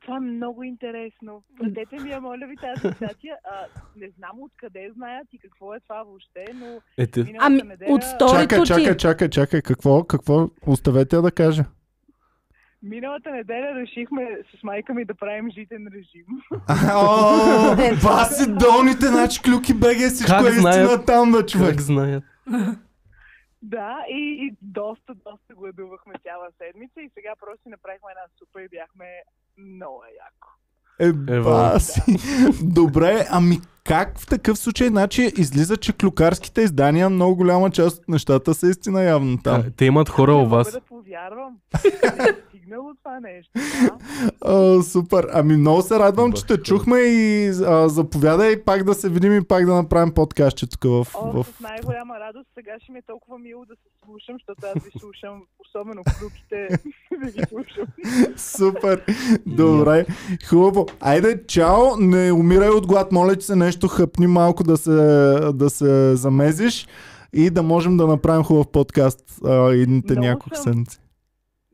Speaker 4: това е много интересно. Пратете ми я, моля ви, тази статия. А, не знам откъде знаят и какво е това въобще, но
Speaker 3: Ете.
Speaker 4: миналата
Speaker 1: Ами
Speaker 4: неделя...
Speaker 1: от
Speaker 2: Чакай,
Speaker 1: сторито ти.
Speaker 2: чакай, чакай, чакай. Какво? Какво? Оставете я да каже.
Speaker 4: Миналата неделя решихме с майка ми да правим житен режим.
Speaker 2: О, баси долните, значи Клюки БГ, всичко
Speaker 3: Как
Speaker 2: е истина
Speaker 3: знаят?
Speaker 2: там, бе, човек.
Speaker 3: Как знаят?
Speaker 4: да, и, и доста, доста гладувахме цяла седмица и сега просто си направихме една супа и бяхме много яко.
Speaker 2: Е,
Speaker 3: Ева.
Speaker 2: баси. Добре, ами как в такъв случай, значи излиза, че клюкарските издания, много голяма част от нещата са истина явно там.
Speaker 3: А, Те имат хора у
Speaker 4: Не
Speaker 3: вас.
Speaker 4: мога да Е, повярвам. Не е стигнало това нещо. Да.
Speaker 2: А, супер, ами много се радвам, че те чухме и а, заповядай пак да се видим и пак да направим подкастче тук в...
Speaker 4: О,
Speaker 2: в...
Speaker 4: с най-голяма радост. Сега ще ми е толкова мило да се слушам, защото аз ви слушам, особено клюките, да ги слушам.
Speaker 2: Супер, добре, хубаво. Айде, чао, не умирай от глад, моля ти се нещо хъпни малко да се, да се замезиш и да можем да направим хубав подкаст а, едните
Speaker 4: Много
Speaker 2: няколко
Speaker 4: съм
Speaker 2: седмици.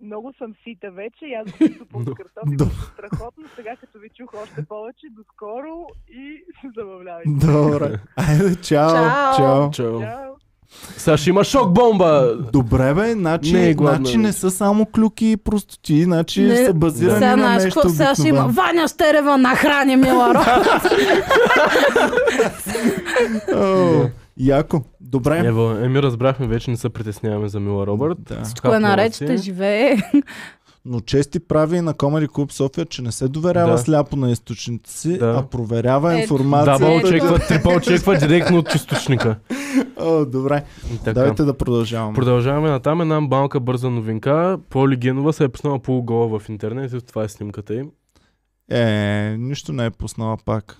Speaker 4: Много съм сита вече и аз го виждам под картофи.
Speaker 2: Добре.
Speaker 4: беше Страхотно. Сега като ви чух още повече, доскоро и се забавлявайте.
Speaker 2: Добре. Айде, чао.
Speaker 1: Чао.
Speaker 2: чао.
Speaker 3: Чао.
Speaker 4: Чао!
Speaker 3: Сега ще има шок бомба!
Speaker 2: Добре, бе, значи
Speaker 3: Не
Speaker 2: не,
Speaker 3: е гладна
Speaker 2: значи не
Speaker 3: вече.
Speaker 2: са само клюки и простоти, значи
Speaker 1: Не,
Speaker 2: са базирани
Speaker 1: Сега
Speaker 2: на
Speaker 1: знаеш
Speaker 2: нещо
Speaker 1: какво сега ще има.
Speaker 2: обикновено.
Speaker 1: Ваня Щерева нахрани Мила Ро.
Speaker 2: О, Яко. Добре.
Speaker 3: Ево, еми разбрахме, вече не се притесняваме за Мила Е, Робърт.
Speaker 2: Да.
Speaker 1: Кое
Speaker 3: Хапнала
Speaker 1: наред
Speaker 3: си.
Speaker 1: ще живее.
Speaker 2: Но чести прави и на Comedy Club София, че не се доверява
Speaker 3: Да.
Speaker 2: сляпо на източниците си,
Speaker 3: Да.
Speaker 2: а проверява
Speaker 1: Ето.
Speaker 2: информацията.
Speaker 3: Дабъл
Speaker 1: Ето.
Speaker 3: чеква, трипъл чеква директно от източника.
Speaker 2: О, добре,
Speaker 3: И Така.
Speaker 2: давайте да продължаваме.
Speaker 3: Продължаваме натам една малка бърза новинка. Поли Генова се е пуснала полугола в интернет и това е снимката им.
Speaker 2: Е, нищо не е пуснала пак.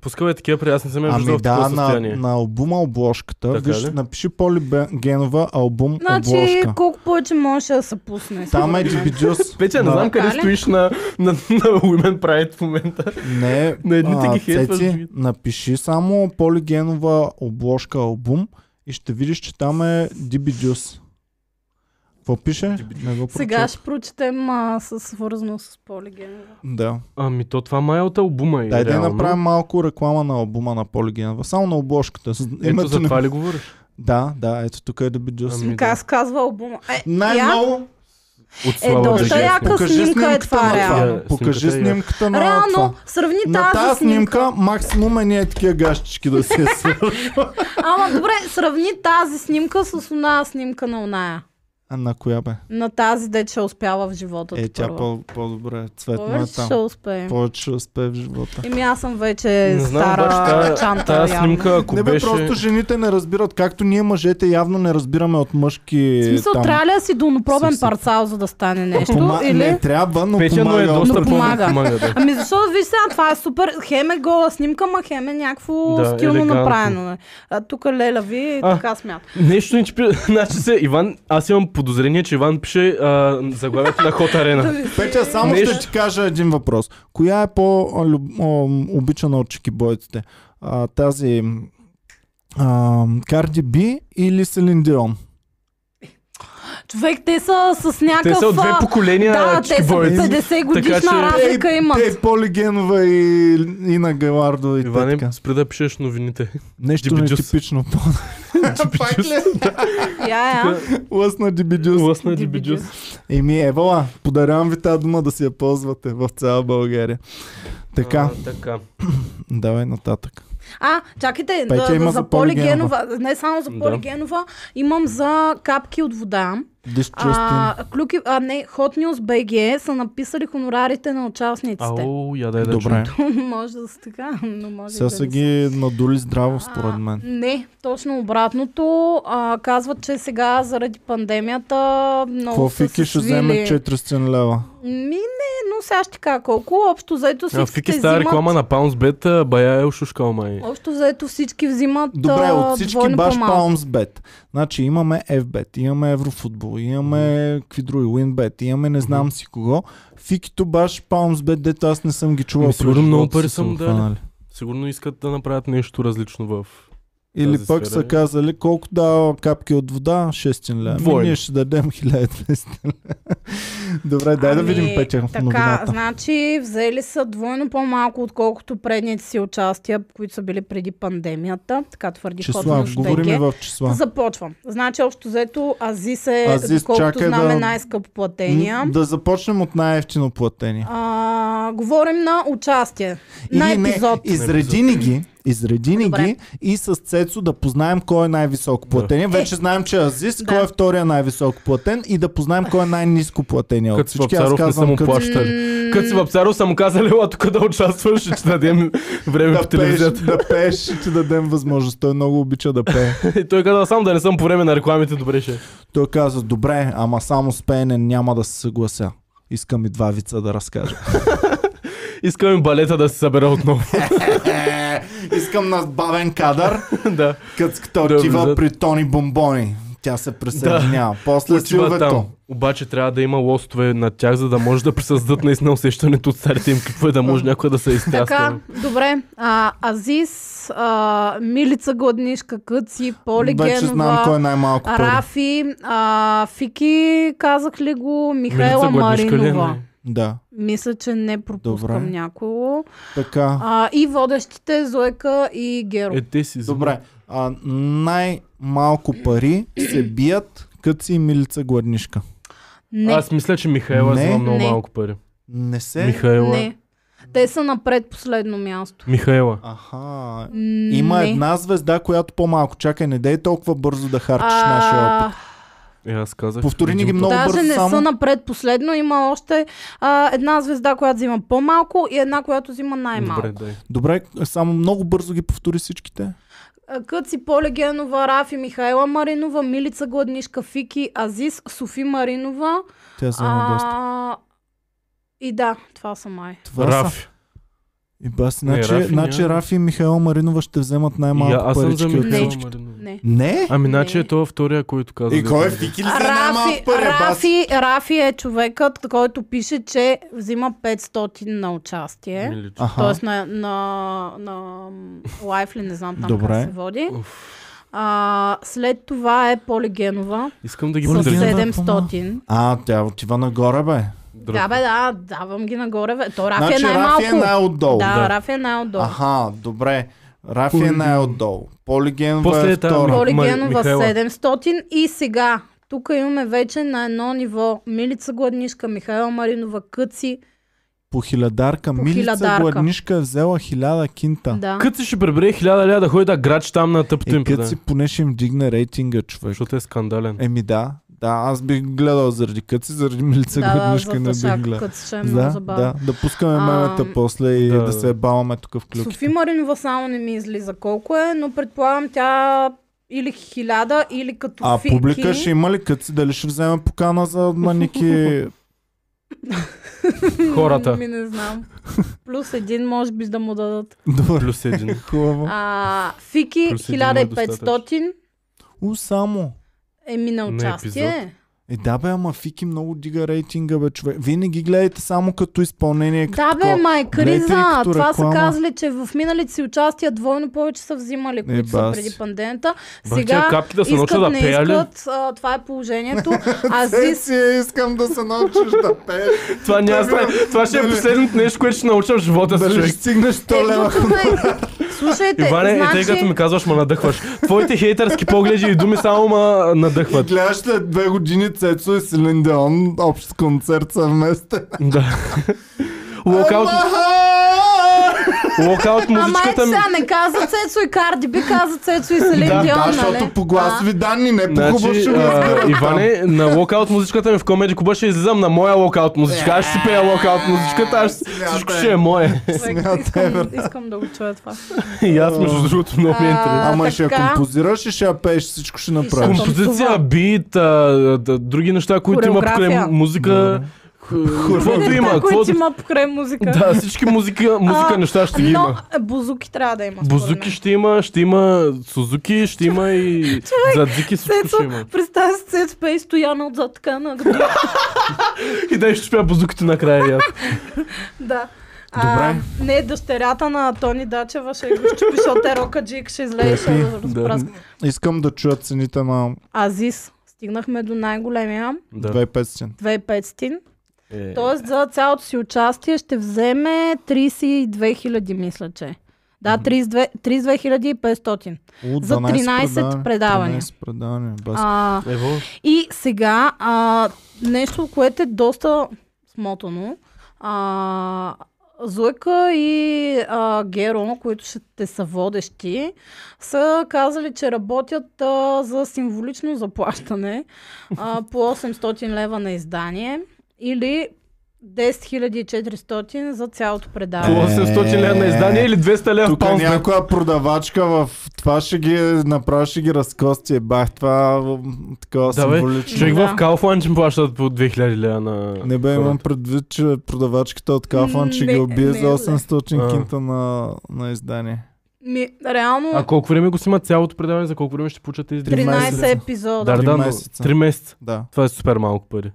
Speaker 3: Пускала е такива, при аз не съм я виждал
Speaker 2: Ами
Speaker 3: в
Speaker 2: да,
Speaker 3: такова
Speaker 2: на,
Speaker 3: е състояние.
Speaker 2: на албума обложката.
Speaker 3: Така
Speaker 2: Виж,
Speaker 3: ли?
Speaker 2: напиши Поли Бе- Генова албум
Speaker 1: Значи
Speaker 2: обложка.
Speaker 1: колко повече можеше да се пусне.
Speaker 2: Там е
Speaker 1: според мен.
Speaker 2: Дибиджус.
Speaker 3: Петя,
Speaker 2: Да.
Speaker 3: не знам къде
Speaker 1: Така ли?
Speaker 3: стоиш на, на, на Women Pride в момента.
Speaker 2: Не,
Speaker 3: На едните
Speaker 2: а,
Speaker 3: ги хейтваш,
Speaker 2: Цеци,
Speaker 3: другите.
Speaker 2: напиши само полигенова обложка албум и ще видиш, че там е DB Juice. Какво пише? Не го
Speaker 1: Сега
Speaker 2: прочетох.
Speaker 1: ще прочетем а, с свързано с полигенова.
Speaker 2: Да.
Speaker 3: Ами то това май е от албума и
Speaker 2: Дай да
Speaker 3: реално.
Speaker 2: направим малко реклама на албума на полигенова. Само на обложката. С
Speaker 3: Ето
Speaker 2: името
Speaker 3: за
Speaker 2: на-
Speaker 3: това ли говориш?
Speaker 2: Да, да, ето тук е DB Juice.
Speaker 3: Ами, да.
Speaker 1: Как се казва албума? Е, я-
Speaker 2: Най-много.
Speaker 3: От
Speaker 1: Е,
Speaker 3: Слава
Speaker 1: доста
Speaker 3: Джегев.
Speaker 1: яка
Speaker 2: Покажи
Speaker 1: снимка е това,
Speaker 2: на
Speaker 1: реално.
Speaker 3: Е,
Speaker 2: Покажи
Speaker 3: снимката е
Speaker 2: снимката на това.
Speaker 1: Реално, сравни
Speaker 2: На тази
Speaker 1: тази
Speaker 2: снимка максимум е ние такива гащички да се свърши.
Speaker 1: Ама добре, сравни тази снимка с оная снимка на оная.
Speaker 2: А на коя бе?
Speaker 1: На тази, де ще успяла в живота.
Speaker 2: Е, тя
Speaker 1: първа.
Speaker 2: по- по-добре. Цветна е
Speaker 1: Повече
Speaker 2: там.
Speaker 1: ще успее.
Speaker 2: Повече успее в живота.
Speaker 1: Еми аз съм вече
Speaker 3: Не знам,
Speaker 1: стара
Speaker 3: обаче,
Speaker 1: чанта.
Speaker 3: Тая
Speaker 1: явно.
Speaker 3: снимка, ако
Speaker 2: Не бе,
Speaker 3: беше...
Speaker 2: просто жените не разбират, както ние мъжете явно не разбираме от мъжки
Speaker 1: В смисъл,
Speaker 2: е там.
Speaker 1: трябва ли да си донопробен
Speaker 2: Съвсем.
Speaker 1: парцал, за да стане нещо?
Speaker 2: Пома...
Speaker 1: Или...
Speaker 2: Не трябва, но
Speaker 3: Петя, но
Speaker 2: помага.
Speaker 3: е доста
Speaker 1: Но помага.
Speaker 3: по-помага. Да.
Speaker 1: Ами защото виж сега, това е супер. Хем е гола снимка, ма хем е някакво
Speaker 3: Да,
Speaker 1: стилно
Speaker 3: елегантно.
Speaker 1: направено. бе. А, тук Леля ви
Speaker 3: А.
Speaker 1: така смята.
Speaker 3: Нещо не че пи... Значи се, Иван, аз имам подозрение, че Иван пише а, заглавието на Хот
Speaker 1: Ами,
Speaker 3: Арена.
Speaker 2: Петя, само
Speaker 3: Нещо-
Speaker 2: ще ти кажа един въпрос. Коя е по-обичана от чекибойците? А, тази а, Карди Би или Селин Дион?
Speaker 1: Човек, те са с някакъв...
Speaker 3: Те са от две
Speaker 1: а,
Speaker 3: поколения
Speaker 1: Да, те са
Speaker 3: чикбойци.
Speaker 1: 50 годишна
Speaker 3: Така че- е,
Speaker 1: разлика имат.
Speaker 2: Те, Полигенова и, и на Гелардо и те
Speaker 3: Иване,
Speaker 2: така.
Speaker 3: е, спри да пишеш новините.
Speaker 2: Нещо
Speaker 3: Дибидюс.
Speaker 2: нетипично. Пак ли?
Speaker 1: Я, я.
Speaker 2: Лъсна дибидюс.
Speaker 3: Лъсна
Speaker 1: Дибиджус.
Speaker 3: дибиджус.
Speaker 2: Еми, евала, подарявам ви тази дума да си я ползвате в цяла България. Така,
Speaker 3: А, така.
Speaker 2: давай нататък.
Speaker 1: А, чакайте,
Speaker 2: Петя
Speaker 1: да,
Speaker 2: има
Speaker 1: за
Speaker 2: за Полигенова.
Speaker 1: Полигенова. Не само за
Speaker 3: Да.
Speaker 1: Полигенова, имам за капки от вода.
Speaker 2: Дисчестин.
Speaker 1: А, клюки, а не, Hot News BG са написали хонорарите на участниците.
Speaker 3: Ау, я дай Е, да
Speaker 2: Добре.
Speaker 3: чуем.
Speaker 1: може да са така, но може и
Speaker 2: Сега
Speaker 1: да
Speaker 2: са
Speaker 1: не
Speaker 2: ги надули здраво,
Speaker 1: А,
Speaker 2: според мен.
Speaker 1: Не, точно обратното. А, казват, че сега заради пандемията много
Speaker 2: Какво
Speaker 1: са
Speaker 2: Фики
Speaker 1: се
Speaker 2: ще
Speaker 1: свили.
Speaker 2: вземе 400 лева?
Speaker 1: Ми не, но сега ще кажа колко. Общо заето
Speaker 3: А,
Speaker 1: всички
Speaker 3: Е, Фики стара реклама на Pounce а бая е ушушкал май.
Speaker 1: Общо заето всички взимат
Speaker 2: Добре,
Speaker 1: а,
Speaker 2: от всички
Speaker 1: двойно
Speaker 2: баш
Speaker 1: по-малко.
Speaker 2: Палмсбет. Значи имаме FBet, имаме Еврофутбол, имаме какви други, WinBet, имаме не знам си кого. Фикито баш Палмсбет, дето аз не съм ги чувал.
Speaker 3: Ми,
Speaker 2: през
Speaker 3: сигурно много
Speaker 2: живота си
Speaker 3: пари са му дали.
Speaker 2: хванали.
Speaker 3: Сигурно искат да направят нещо различно в...
Speaker 2: Или
Speaker 3: тази
Speaker 2: пък
Speaker 3: сфера
Speaker 2: са
Speaker 3: е.
Speaker 2: казали колко дава капки от вода? 600 лева. Ами
Speaker 3: Двойно.
Speaker 2: Ние ще дадем 1200 лева. Добре, дай да
Speaker 1: Ами,
Speaker 2: видим Петя в
Speaker 1: Така,
Speaker 2: новината.
Speaker 1: значи взели са двойно по-малко, отколкото предните си участия, които са били преди пандемията. Така твърди
Speaker 2: Числа,
Speaker 1: Hot News
Speaker 2: говорим и
Speaker 1: BG.
Speaker 2: в числа.
Speaker 1: Започвам. Значи общо взето Азис е,
Speaker 2: Азис,
Speaker 1: доколкото
Speaker 2: чакай
Speaker 1: знаме,
Speaker 2: да-
Speaker 1: най-скъп платения.
Speaker 2: М, Да започнем от най-ефтино платения.
Speaker 1: А, говорим на участие. на
Speaker 2: Или не,
Speaker 1: епизод.
Speaker 2: изреди ни ги, изреди ни
Speaker 1: Добре.
Speaker 2: ги и с Цецо да познаем кой е най-високо платения. Вече знаем, че е Азис,
Speaker 1: да.
Speaker 2: кой е втория най-високо платен и да познаем кой е най-низко платения от
Speaker 3: Като си
Speaker 2: всички. Аз
Speaker 3: Вапцаров не са
Speaker 2: казвам
Speaker 3: му
Speaker 2: като
Speaker 3: плащали. Като си Вапцаров са му казали, ела тук да участваш, ще ти дадем време по
Speaker 2: да пееш,
Speaker 3: телевизията.
Speaker 2: да пееш, ще ти дадем възможност. Той много обича да пее.
Speaker 3: И Е, той каза само да не съм по време на рекламите, добре ще. е».
Speaker 2: Той каза, добре, ама само с пеене няма да се съглася. Искам и два вица да разкажа.
Speaker 3: Искам и балета да се събера отново.
Speaker 2: Е, Искам на бавен кадър,
Speaker 3: да.
Speaker 2: като
Speaker 3: Да,
Speaker 2: отива
Speaker 3: влизат.
Speaker 2: при Тони Бомбони. Тя се присъединява. После
Speaker 3: Отива
Speaker 2: Силвето.
Speaker 3: там. Обаче трябва да има лостове на тях, за да може да присъздат наистина усещането от старите им какво е да може някой да се
Speaker 1: Така,
Speaker 3: изтряска.
Speaker 1: добре. А, Азис, а, Милица Гладнишка, Къци,
Speaker 2: Вече знам кой е
Speaker 1: Полигенова,
Speaker 2: най-малко пари.
Speaker 1: Рафи, а, Фики, казах ли го, Михайла
Speaker 3: Милица Гладнишка ли е?
Speaker 1: Маринова.
Speaker 2: Да.
Speaker 1: Мисля, че не пропускам
Speaker 2: Добре.
Speaker 1: някого.
Speaker 2: Така.
Speaker 1: А, и водещите Зойка и Геро.
Speaker 3: Е, те си взимат.
Speaker 2: Добре. А, най-малко пари се бият като си Милица Гладнишка.
Speaker 1: не,
Speaker 3: Аз мисля, че Михайла
Speaker 2: Не.
Speaker 3: взима много
Speaker 1: Не.
Speaker 3: малко пари.
Speaker 2: Не се...
Speaker 3: Михайла.
Speaker 1: не. Те са на предпоследно място.
Speaker 3: Михайла.
Speaker 2: Аха.
Speaker 1: М,
Speaker 2: Има
Speaker 1: не.
Speaker 2: една звезда, която по-малко. Чакай, не дей толкова бързо да харчиш нашия
Speaker 1: а,
Speaker 2: опит.
Speaker 3: Е, аз казах.
Speaker 2: Повтори ни ги
Speaker 3: един
Speaker 2: много
Speaker 1: Даже
Speaker 2: бързо
Speaker 1: не
Speaker 2: само.
Speaker 1: са на предпоследно. Има още а, една звезда, която взима по-малко и една, която взима най-малко.
Speaker 3: Добре, дай.
Speaker 2: Добре, само много бързо ги повтори всичките.
Speaker 1: А, Къци Полегенова, Рафи Михайла Маринова, Милица Гладнишка, Фики, Азис, Софи Маринова.
Speaker 2: Тя взема доста.
Speaker 1: а, и да, това са май.
Speaker 2: Това са.
Speaker 3: Раф.
Speaker 2: И бас, значи,
Speaker 3: Рафи
Speaker 2: значи
Speaker 3: няма.
Speaker 2: Рафи и Михаил Маринова ще вземат
Speaker 3: И а-
Speaker 2: най-малко
Speaker 3: аз съм
Speaker 2: парички
Speaker 3: за
Speaker 2: от
Speaker 1: Не.
Speaker 3: Михайла
Speaker 2: всички.
Speaker 3: Маринова.
Speaker 1: Не.
Speaker 2: Не?
Speaker 3: Ами, значи
Speaker 1: Не.
Speaker 3: е това втория, който каза.
Speaker 2: И кой е
Speaker 3: да-
Speaker 2: фики ли за
Speaker 1: Рафи,
Speaker 2: най-малко пари? е Бас?
Speaker 1: Рафи, Рафи е човекът, който пише, че взима 500 на участие.
Speaker 3: Миличо.
Speaker 2: Аха.
Speaker 1: Тоест на, на, на м, лайф ли, не знам там
Speaker 2: Добре.
Speaker 1: как се води.
Speaker 3: Уф.
Speaker 1: А, след това е Полигенова
Speaker 3: Искам да ги
Speaker 1: с
Speaker 2: Полигенова
Speaker 3: поздравя.
Speaker 2: се- е
Speaker 1: 700.
Speaker 2: А, тя отива нагоре, бе.
Speaker 1: Да, бе, да, давам ги нагоре. Бе. То Рафи
Speaker 2: Значи
Speaker 1: е най-малко.
Speaker 2: Рафи е най-отдолу.
Speaker 1: да,
Speaker 3: да.
Speaker 1: Рафи е най-отдолу.
Speaker 2: Аха, добре. Рафи е
Speaker 3: Полиген.
Speaker 2: най-отдолу. Полигенва
Speaker 3: После
Speaker 2: е
Speaker 3: е там
Speaker 2: втора.
Speaker 3: Михаил.
Speaker 1: Полигенова
Speaker 3: Михайла.
Speaker 1: 700 и сега. Тук имаме вече на едно ниво Милица Гладнишка, Михайла Маринова, Къци.
Speaker 2: По хилядарка.
Speaker 1: По
Speaker 2: Милица
Speaker 1: хилядарка.
Speaker 2: Гладнишка е взела хиляда кинта.
Speaker 1: Да.
Speaker 3: Кът си ще пребере 1000 ля да ходи да грач там на тъпто
Speaker 2: Е,
Speaker 3: им
Speaker 2: кът
Speaker 3: подаде.
Speaker 2: си поне ще им дигне рейтинга, човек.
Speaker 3: Защото е скандален.
Speaker 2: Еми да, да, аз бих гледал заради къци, заради милица
Speaker 1: да, да,
Speaker 2: Гладнишка
Speaker 1: за
Speaker 2: не бих
Speaker 1: Ташак
Speaker 2: гледал.
Speaker 1: Къци ще е много
Speaker 2: Да,
Speaker 1: забавно.
Speaker 2: да, да пускаме
Speaker 1: Ам,
Speaker 2: мемета после и да,
Speaker 3: да.
Speaker 2: да се баваме тук в клюки.
Speaker 1: Софи Маринова само не ми излиза колко е, но предполагам тя или хиляда, или като
Speaker 2: А
Speaker 1: фики.
Speaker 2: публика ще има ли къци? Дали ще вземе покана за маники?
Speaker 3: Е, Хората.
Speaker 1: Ми не знам. Плюс един може би да му дадат.
Speaker 2: Добре,
Speaker 3: Плюс един.
Speaker 2: хубаво.
Speaker 1: А, фики
Speaker 3: Плюс един му е
Speaker 1: 1500
Speaker 3: достатъчно.
Speaker 2: У, само.
Speaker 1: еми на
Speaker 3: Не
Speaker 1: е участие.
Speaker 3: епизод.
Speaker 2: Е, да бе, ама Фики много дига рейтинга, бе, човек. Винаги гледайте само като изпълнение. Като
Speaker 1: Да бе,
Speaker 2: такова.
Speaker 1: май,
Speaker 2: Гледайте и
Speaker 1: криза.
Speaker 2: като
Speaker 1: Това са
Speaker 2: реклама.
Speaker 1: казали, че в миналите си участия двойно повече са взимали, които са
Speaker 2: бас.
Speaker 1: преди пандемията.
Speaker 3: Бах, тия
Speaker 1: Сега
Speaker 3: капки да се научат
Speaker 1: искат,
Speaker 3: да
Speaker 1: не
Speaker 3: пея ли?
Speaker 1: искат. а, Това е положението. Азис,
Speaker 2: Сесия, Е, искам да се научиш да пееш.
Speaker 3: Това, няма, да
Speaker 2: Дали-
Speaker 3: стане. това ще е
Speaker 2: дали-
Speaker 3: последното нещо, което ще науча в живота си,
Speaker 2: Дали ще
Speaker 3: човек.
Speaker 2: стигнеш 100
Speaker 1: те
Speaker 2: лева.
Speaker 1: тук, бе, Слушайте,
Speaker 3: Иване, е тъй като
Speaker 1: значи...
Speaker 3: ми казваш, ма надъхваш. Твоите хейтърски погледи и думи само ма
Speaker 2: И
Speaker 3: надъхват.
Speaker 2: гледаш след две години Цецо и Селин Дион, общ концерт съвместен.
Speaker 3: Да. Локаут,
Speaker 1: Ама
Speaker 3: локаут
Speaker 1: ето
Speaker 3: музичката ми.
Speaker 1: сега не каза Цецо и Карди Би, каза Цецо и Селин
Speaker 2: Да,
Speaker 1: Дион,
Speaker 2: да,
Speaker 1: нали?
Speaker 2: защото по гласови данни, не по хубав
Speaker 3: Значи,
Speaker 2: ще го
Speaker 3: а,
Speaker 2: разберат.
Speaker 3: Иване, на локаут музичката ми в Комеди Куба ще излизам на моя локаут музичка. Аз ще си пея локаут музичката, аз
Speaker 2: Смятай.
Speaker 3: всичко ще е мое.
Speaker 1: А, човек,
Speaker 2: смятай,
Speaker 1: искам,
Speaker 2: бе.
Speaker 1: искам да го чуя това.
Speaker 3: И аз между другото много ми е интересно.
Speaker 1: А,
Speaker 2: Ама ще я
Speaker 1: така.
Speaker 2: композираш и ще я пееш, всичко ще направиш.
Speaker 1: ще-
Speaker 3: Композиция,
Speaker 1: танцува.
Speaker 3: бит, а, да, други неща, които има покрай
Speaker 1: Хореография.
Speaker 3: музика. ху- Каквото
Speaker 1: Видите,
Speaker 3: има,
Speaker 1: които
Speaker 3: каквото...
Speaker 1: има покрай музика.
Speaker 3: Да, всички музика, музика
Speaker 1: А,
Speaker 3: неща ще ги
Speaker 1: Но
Speaker 3: има.
Speaker 1: е, бузуки трябва да има. според
Speaker 3: Бузуки
Speaker 1: мен.
Speaker 3: ще има, ще има Сузуки, ще има и Задзики, всичко ще има.
Speaker 1: Цецо, представя си Цецо пее стояна отзад така на
Speaker 3: И да ще пея бузуките накрая. и аз.
Speaker 1: Да. А, не, дъщерята на Тони Дачева ще го щупи, защото е рока джик, ще излезе и ще
Speaker 2: Пепи,
Speaker 1: го разпраска.
Speaker 2: Искам да чуя цените на
Speaker 1: Азис, стигнахме до най-големия,
Speaker 3: Да.
Speaker 2: 2500.
Speaker 1: 2500.
Speaker 3: Е,
Speaker 1: Тоест за цялото си участие ще вземе 32 000, мисля, че. Да, 32 32 500.
Speaker 2: О,
Speaker 1: За 13 предавания.
Speaker 2: 13 предавания. Бас.
Speaker 1: А,
Speaker 3: Ево.
Speaker 1: И сега а, нещо, което е доста смотано. А, Зойка и а, Геро, които ще те са водещи, са казали, че работят а, за символично заплащане а, по 800 лева на издание или 10400 за цялото
Speaker 3: По
Speaker 1: предаване.
Speaker 3: 800 лева на издание или 200 лева в
Speaker 2: Тук е
Speaker 3: паунсбек.
Speaker 2: някоя продавачка в това ще ги направи, ще ги разкости. Е, Бах, това м, такова
Speaker 3: Да бе,
Speaker 2: символично.
Speaker 3: човек
Speaker 1: Да.
Speaker 3: в Кауфланд ще плащат по 2000 лева на...
Speaker 2: Не бе,
Speaker 3: хората.
Speaker 2: имам предвид, че продавачката от Кафан ще
Speaker 1: Не,
Speaker 2: ги убие
Speaker 1: не,
Speaker 2: за
Speaker 1: бе.
Speaker 2: 800
Speaker 3: А.
Speaker 2: кинта на, на издание.
Speaker 1: Ми, реално
Speaker 3: А колко време го снимат цялото предаване, за колко време ще получат тези
Speaker 2: 13
Speaker 1: 13 епизода. Ами,
Speaker 3: Да, да,
Speaker 2: Три
Speaker 3: но
Speaker 2: месеца.
Speaker 3: 3 месеца.
Speaker 2: Да.
Speaker 3: Това е супер малко пари.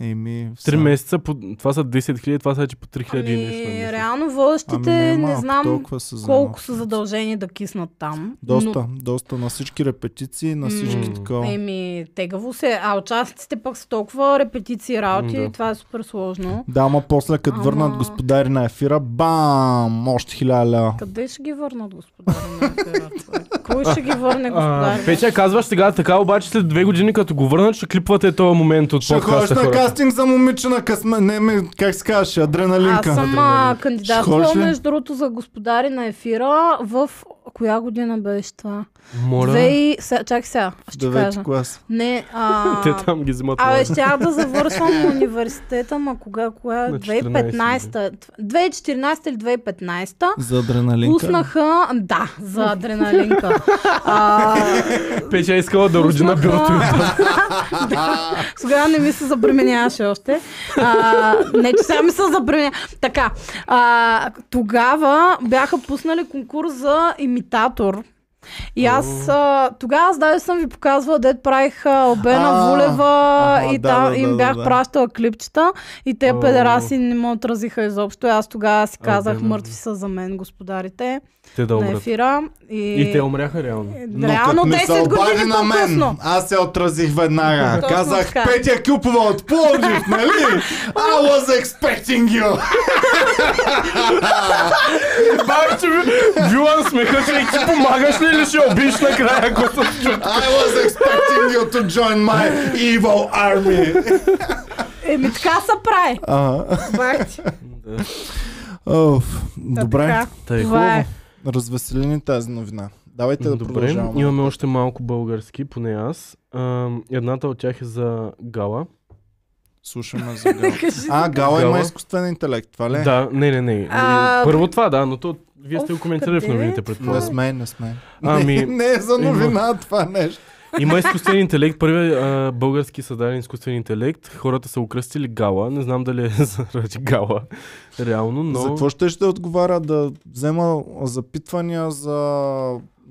Speaker 2: Еми,
Speaker 3: 3
Speaker 2: са-
Speaker 3: месеца, по... това са 10 000, това са че по 3 000 и нещо.
Speaker 1: Ами,
Speaker 3: мисля.
Speaker 1: реално
Speaker 2: Ами,
Speaker 1: водещите
Speaker 2: не, е
Speaker 1: не,
Speaker 2: малко,
Speaker 1: знам
Speaker 2: толкова са
Speaker 1: колко са
Speaker 2: занимават.
Speaker 1: задължени да киснат там.
Speaker 2: Доста, доста. На всички репетиции, на всички
Speaker 3: М.
Speaker 1: Но,
Speaker 2: такова.
Speaker 1: еми, тегаво се. А участниците пък са толкова репетиции, работи,
Speaker 3: М, да.
Speaker 1: да. това е супер сложно.
Speaker 2: Да, ама после като
Speaker 1: Ама-
Speaker 2: върнат господари на ефира, бам! Още хиляда лева.
Speaker 1: Къде ще ги върнат господаря на аферата? Кой ще ги върне
Speaker 3: А,
Speaker 1: господаря?
Speaker 3: Петя, казваш сега така, обаче след две години, като го върнат, ще клипвате този момент от
Speaker 2: Ще ходиш
Speaker 3: подкаста.
Speaker 2: на
Speaker 3: хората.
Speaker 2: кастинг за момиче на късмет. Не, ми, как се казваше, адреналинка.
Speaker 1: Аз съм а, кандидатствала,
Speaker 2: Ще ходиш ли?
Speaker 1: между другото, за господари на ефира в... Коя година беше това? Две
Speaker 3: Моля,
Speaker 1: и... се- Чакай сега, ще ти
Speaker 2: Девети
Speaker 1: кажа.
Speaker 2: клас.
Speaker 1: Не, а...
Speaker 3: те там ги взимат.
Speaker 1: Абе,
Speaker 3: моля.
Speaker 1: щях да завършвам университета, ма кога, коя? е?
Speaker 3: На
Speaker 1: 2015-та. 2014 или 2015-та.
Speaker 2: За адреналинка.
Speaker 1: Пуснаха, да, за адреналинка. А,
Speaker 3: Петя е искала да роди на
Speaker 1: пуснаха-
Speaker 3: бюрото.
Speaker 1: Да, Тогава не ми се забременяваше още. А, не, че сега ми се забременя. Така, а, тогава бяха пуснали конкурс за имитатор. И аз а, тогава аз даже съм ви показвала, дед правих а, Обена
Speaker 2: А,
Speaker 1: Вулева
Speaker 2: аха,
Speaker 1: и
Speaker 2: да,
Speaker 1: там
Speaker 2: да, да,
Speaker 1: им бях
Speaker 2: да.
Speaker 1: пращала клипчета и те
Speaker 3: О.
Speaker 1: педераси не ме отразиха изобщо. И Аз тогава си казах,
Speaker 3: Обена.
Speaker 1: мъртви са за мен господарите
Speaker 3: Те да
Speaker 1: на
Speaker 3: умрат.
Speaker 1: ефира. И,
Speaker 3: И те умряха реално.
Speaker 1: Е,
Speaker 2: Но
Speaker 1: Реално
Speaker 2: като ми се
Speaker 1: 10
Speaker 2: обади
Speaker 1: години
Speaker 2: на мен,
Speaker 1: по-късно.
Speaker 2: аз се отразих веднага.
Speaker 1: Точно
Speaker 2: Казах,
Speaker 1: така.
Speaker 2: Петя Кюпова от Пловдив, нали? I was expecting you.
Speaker 3: Бах, Е, че ви- Вилан смеха, че ти помагаш ли или ще обиш накрая, ако се чуят?
Speaker 2: I was expecting you to join my evil army.
Speaker 1: Еми така се прави.
Speaker 2: А,
Speaker 1: Бах ти.
Speaker 2: оф,
Speaker 1: Та
Speaker 2: добре,
Speaker 1: така. Това е.
Speaker 2: развесели ни тази новина. Давайте да
Speaker 3: Добре,
Speaker 2: продължаваме.
Speaker 3: имаме още малко български, поне аз. Ам, Едната от тях е за Гала.
Speaker 2: Слушаме за Гала.
Speaker 1: Кажи
Speaker 2: А, Гала
Speaker 3: Гала.
Speaker 2: има изкуствен интелект, това ли? е?
Speaker 3: Да, не, не, не.
Speaker 1: А,
Speaker 3: Първо това, да, но то, вие сте го
Speaker 1: Оф,
Speaker 3: коментирали в
Speaker 1: къде?
Speaker 3: новините,
Speaker 2: Не
Speaker 3: предполагам.
Speaker 2: сме, не сме.
Speaker 3: Ами-
Speaker 2: Не, не е за новина това нещо.
Speaker 3: Има изкуствен интелект, първият а, български създаден изкуствен интелект. Хората са окръстили Гала. Не знам дали е заради Гала. Реално, но...
Speaker 2: За какво ще ще отговаря да взема запитвания за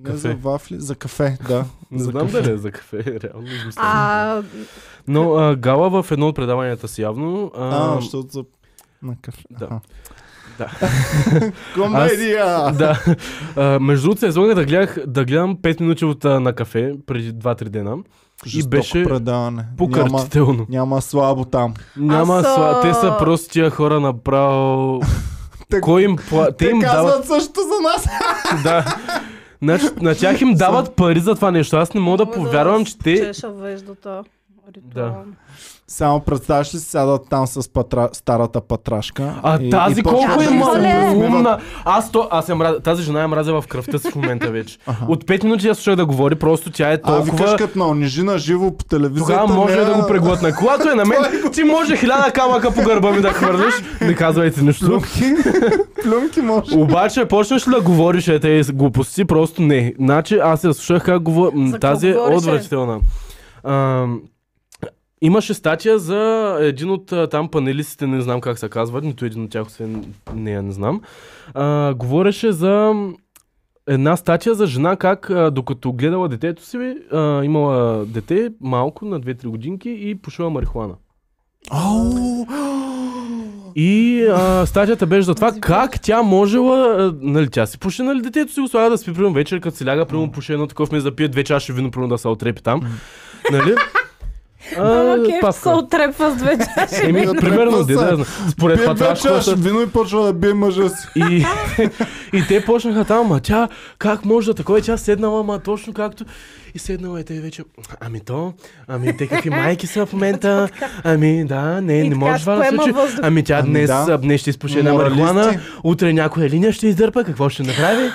Speaker 2: Не за вафли, за кафе, да.
Speaker 3: Не
Speaker 2: за
Speaker 3: знам
Speaker 2: кафе.
Speaker 3: дали е за кафе, реално измислям.
Speaker 1: А,
Speaker 3: Но а, Гала в едно от предаванията си явно...
Speaker 2: А, защото за... На кафе.
Speaker 3: да.
Speaker 2: Аха.
Speaker 3: Да.
Speaker 2: Комедия!
Speaker 3: да. А, между другото, се излага да, гледах, да гледам 5 минути от а, на кафе преди 2-3 дена.
Speaker 2: Жестоко
Speaker 3: беше
Speaker 2: предаване. Няма,
Speaker 3: Покърчително.
Speaker 2: няма слабо там.
Speaker 3: Няма
Speaker 1: Аз, а-
Speaker 3: сла... Те са просто тия хора направо...
Speaker 2: Те-
Speaker 3: Кой им пла... Те
Speaker 2: Те
Speaker 3: им дават...
Speaker 2: казват също за нас.
Speaker 3: Да. Значи, на тях им дават пари за това нещо. Аз не мога да повярвам, че те...
Speaker 1: Чеша веждата.
Speaker 3: ритуал.
Speaker 2: Само представяш ли си сядат там с патра... старата патрашка.
Speaker 3: А и, тази и колко
Speaker 2: почват
Speaker 3: е
Speaker 2: да се
Speaker 1: мале!
Speaker 3: малумна!
Speaker 2: размиват.
Speaker 3: Аз, то, аз съм мразя, тази жена я мразя в кръвта си в момента вече. От 5 минути я слушах да говори, просто тя е
Speaker 2: А викаш
Speaker 3: толкова...
Speaker 2: като на унижи на живо по телевизията.
Speaker 3: Тогава може
Speaker 2: не,
Speaker 3: да го преглътна. Когато е на мен, ти може хиляда камъка по гърба ми да хвърляш. Не казвайте нищо.
Speaker 2: Плюмки. Плюмки може.
Speaker 3: Обаче, почнеш ли да говориш е тези глупости, просто не. Значи, аз я слушах как говори.
Speaker 1: За
Speaker 3: Тази е
Speaker 1: какво говориш, е?
Speaker 3: отвратителна. Ам, Имаше статия за един от а, там панелистите, не знам как се казват, нито един от тях, освен нея, не знам. А, говореше за една статия за жена, как а, докато гледала детето си, а, имала дете малко на 2-3 годинки и пушила марихуана.
Speaker 2: Ау!
Speaker 3: И а, статията беше за това как тя можела, а, нали, тя си пуши, нали, детето си го слага да спи, примерно вечер, като си ляга, примерно пуши едно такова, ме запие две чаши вино, примерно да се отрепи там. Нали?
Speaker 1: Ама кеф
Speaker 3: паска.
Speaker 1: се отрепва с две чаши.
Speaker 3: Еми,
Speaker 2: Отрепва
Speaker 3: примерно,
Speaker 2: се.
Speaker 3: де да знам. Според
Speaker 2: Пие две чаши
Speaker 3: патрашковата...
Speaker 2: вино и почва да бие мъжа си.
Speaker 3: И, и те почнаха там, а тя как може да такова, И тя седнала, ма точно както и седнала и те вече, ами то, ами те какви майки са в момента, ами да, не,
Speaker 1: И
Speaker 3: не
Speaker 1: така
Speaker 3: може
Speaker 1: си
Speaker 3: това да се
Speaker 1: поема
Speaker 3: случи,
Speaker 1: въздух.
Speaker 3: ами тя
Speaker 2: Ами
Speaker 3: днес,
Speaker 2: да.
Speaker 3: а, днес ще изпуши една
Speaker 2: Моралисти.
Speaker 3: марихуана, утре някоя линия ще издърпа, какво ще направи?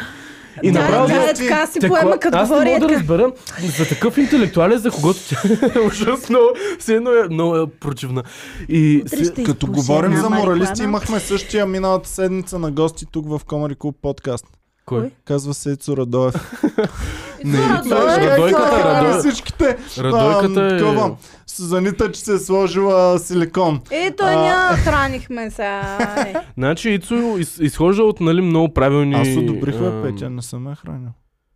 Speaker 3: И
Speaker 1: Да,
Speaker 3: направо...
Speaker 1: да, е така си
Speaker 3: Такова-
Speaker 1: поема като
Speaker 3: Аз не
Speaker 1: говори. е
Speaker 3: мога да
Speaker 1: така.
Speaker 3: разбера за такъв интелектуален, за когото тя е ужасно, все едно е много е противна. И
Speaker 1: Утре ще
Speaker 2: Като
Speaker 1: изпуши
Speaker 2: говорим
Speaker 1: една
Speaker 2: за моралисти,
Speaker 1: марихуана.
Speaker 2: имахме същия миналата седмица на гости тук в Комари Клуб подкаст.
Speaker 3: Кой?
Speaker 2: Казва се Ецо Радоев.
Speaker 1: Не,
Speaker 3: Радойката,
Speaker 2: Той е
Speaker 3: Радойката,
Speaker 2: хванал
Speaker 3: Радой-
Speaker 2: Всичките.
Speaker 3: Радойката
Speaker 2: Ам,
Speaker 3: е-
Speaker 2: такова. Сузанита, че се е сложила силикон.
Speaker 1: Е, той
Speaker 2: А.
Speaker 1: няма хранихме сега. е.
Speaker 3: Значи Ицо из, изхожда от нали, много правилни...
Speaker 2: Аз одобрихме
Speaker 3: ам,
Speaker 2: Петя, не съм я хранил.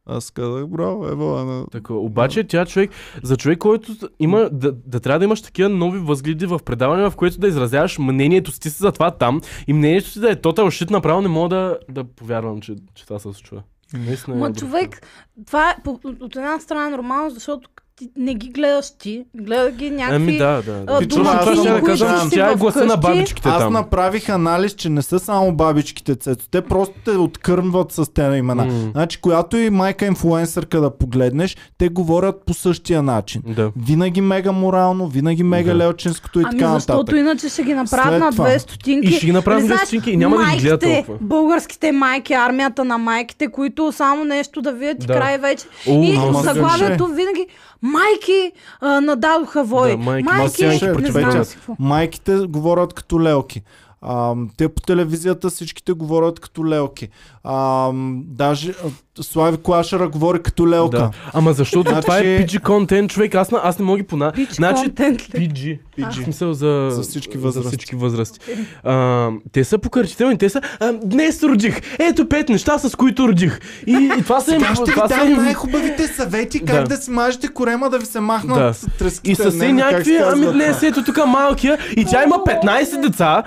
Speaker 2: Аз казах, браво, ева, на...
Speaker 3: Така, обаче тя човек, за човек, който с- има, да, да трябва да имаш такива нови възгледи в предаване, в което да изразяваш мнението си ти си за това там и мнението си да е тотал shit, направо не мога да, да повярвам, че, че това се случва. Наистина е
Speaker 1: Ма
Speaker 3: отвратително.
Speaker 1: човек, това е по- от една страна е нормално, защото ти не ги гледаш ти, гледа ги някакви...
Speaker 3: Ами да, да. да.
Speaker 1: а,
Speaker 3: Ти
Speaker 1: думати,
Speaker 3: точно това ще я да
Speaker 2: които
Speaker 3: кажа,
Speaker 2: си
Speaker 3: че тя е гласа на
Speaker 1: вкъщи.
Speaker 3: бабичките
Speaker 2: Аз
Speaker 3: там.
Speaker 2: направих анализ, че не са само бабичките цето. Те просто те откърмват с тези имена.
Speaker 3: М.
Speaker 2: Значи, която и майка инфлуенсърка да погледнеш, те говорят по същия начин.
Speaker 3: Да.
Speaker 2: Винаги мега морално, винаги мега
Speaker 3: Да.
Speaker 2: лелчинското и
Speaker 1: Ами
Speaker 2: така
Speaker 1: защото
Speaker 2: нататък.
Speaker 1: иначе ще ги направят
Speaker 2: След
Speaker 1: на
Speaker 2: това.
Speaker 1: две стотинки.
Speaker 3: И ще ги направят
Speaker 1: Нали,
Speaker 3: на две
Speaker 1: знаеш,
Speaker 3: стотинки и няма да ги гледат
Speaker 1: майките,
Speaker 3: толкова.
Speaker 1: Българските майки, армията на майките, които само нещо да видят и
Speaker 3: Да.
Speaker 1: край вече.
Speaker 3: О,
Speaker 1: и
Speaker 2: ама
Speaker 1: заглавието винаги майки а, нададоха вой.
Speaker 3: Да, майки, малки майки
Speaker 1: не
Speaker 3: противоречат.
Speaker 1: знам си какво.
Speaker 2: Майките говорят като лелки. А, те по телевизията всичките говорят като лелки. А, даже а, Слави Клашера говори като лелка.
Speaker 3: Да. Ама защото
Speaker 2: Значи-
Speaker 3: това е PG контент, човек, аз, на- аз не мога ги пона.
Speaker 1: Пич
Speaker 3: Значи,
Speaker 1: контент ли?
Speaker 3: PG. PG. В смисъл за,
Speaker 2: За всички
Speaker 3: За
Speaker 2: възрасти.
Speaker 3: всички възрасти. А, те са покърчителни, те са а, днес родих. Ето пет неща, с които родих. И, и това са им...
Speaker 2: Сега ще ви
Speaker 3: това са
Speaker 2: дам
Speaker 3: им-
Speaker 2: най-хубавите съвети как да,
Speaker 3: Да.
Speaker 2: си мажете корема да ви се махнат
Speaker 3: Да.
Speaker 2: с треските.
Speaker 3: И са
Speaker 2: Не,
Speaker 3: се
Speaker 2: не, как
Speaker 3: някакви,
Speaker 2: се казва
Speaker 3: ами
Speaker 2: това?
Speaker 3: днес ето тук малкия и тя има 15 деца,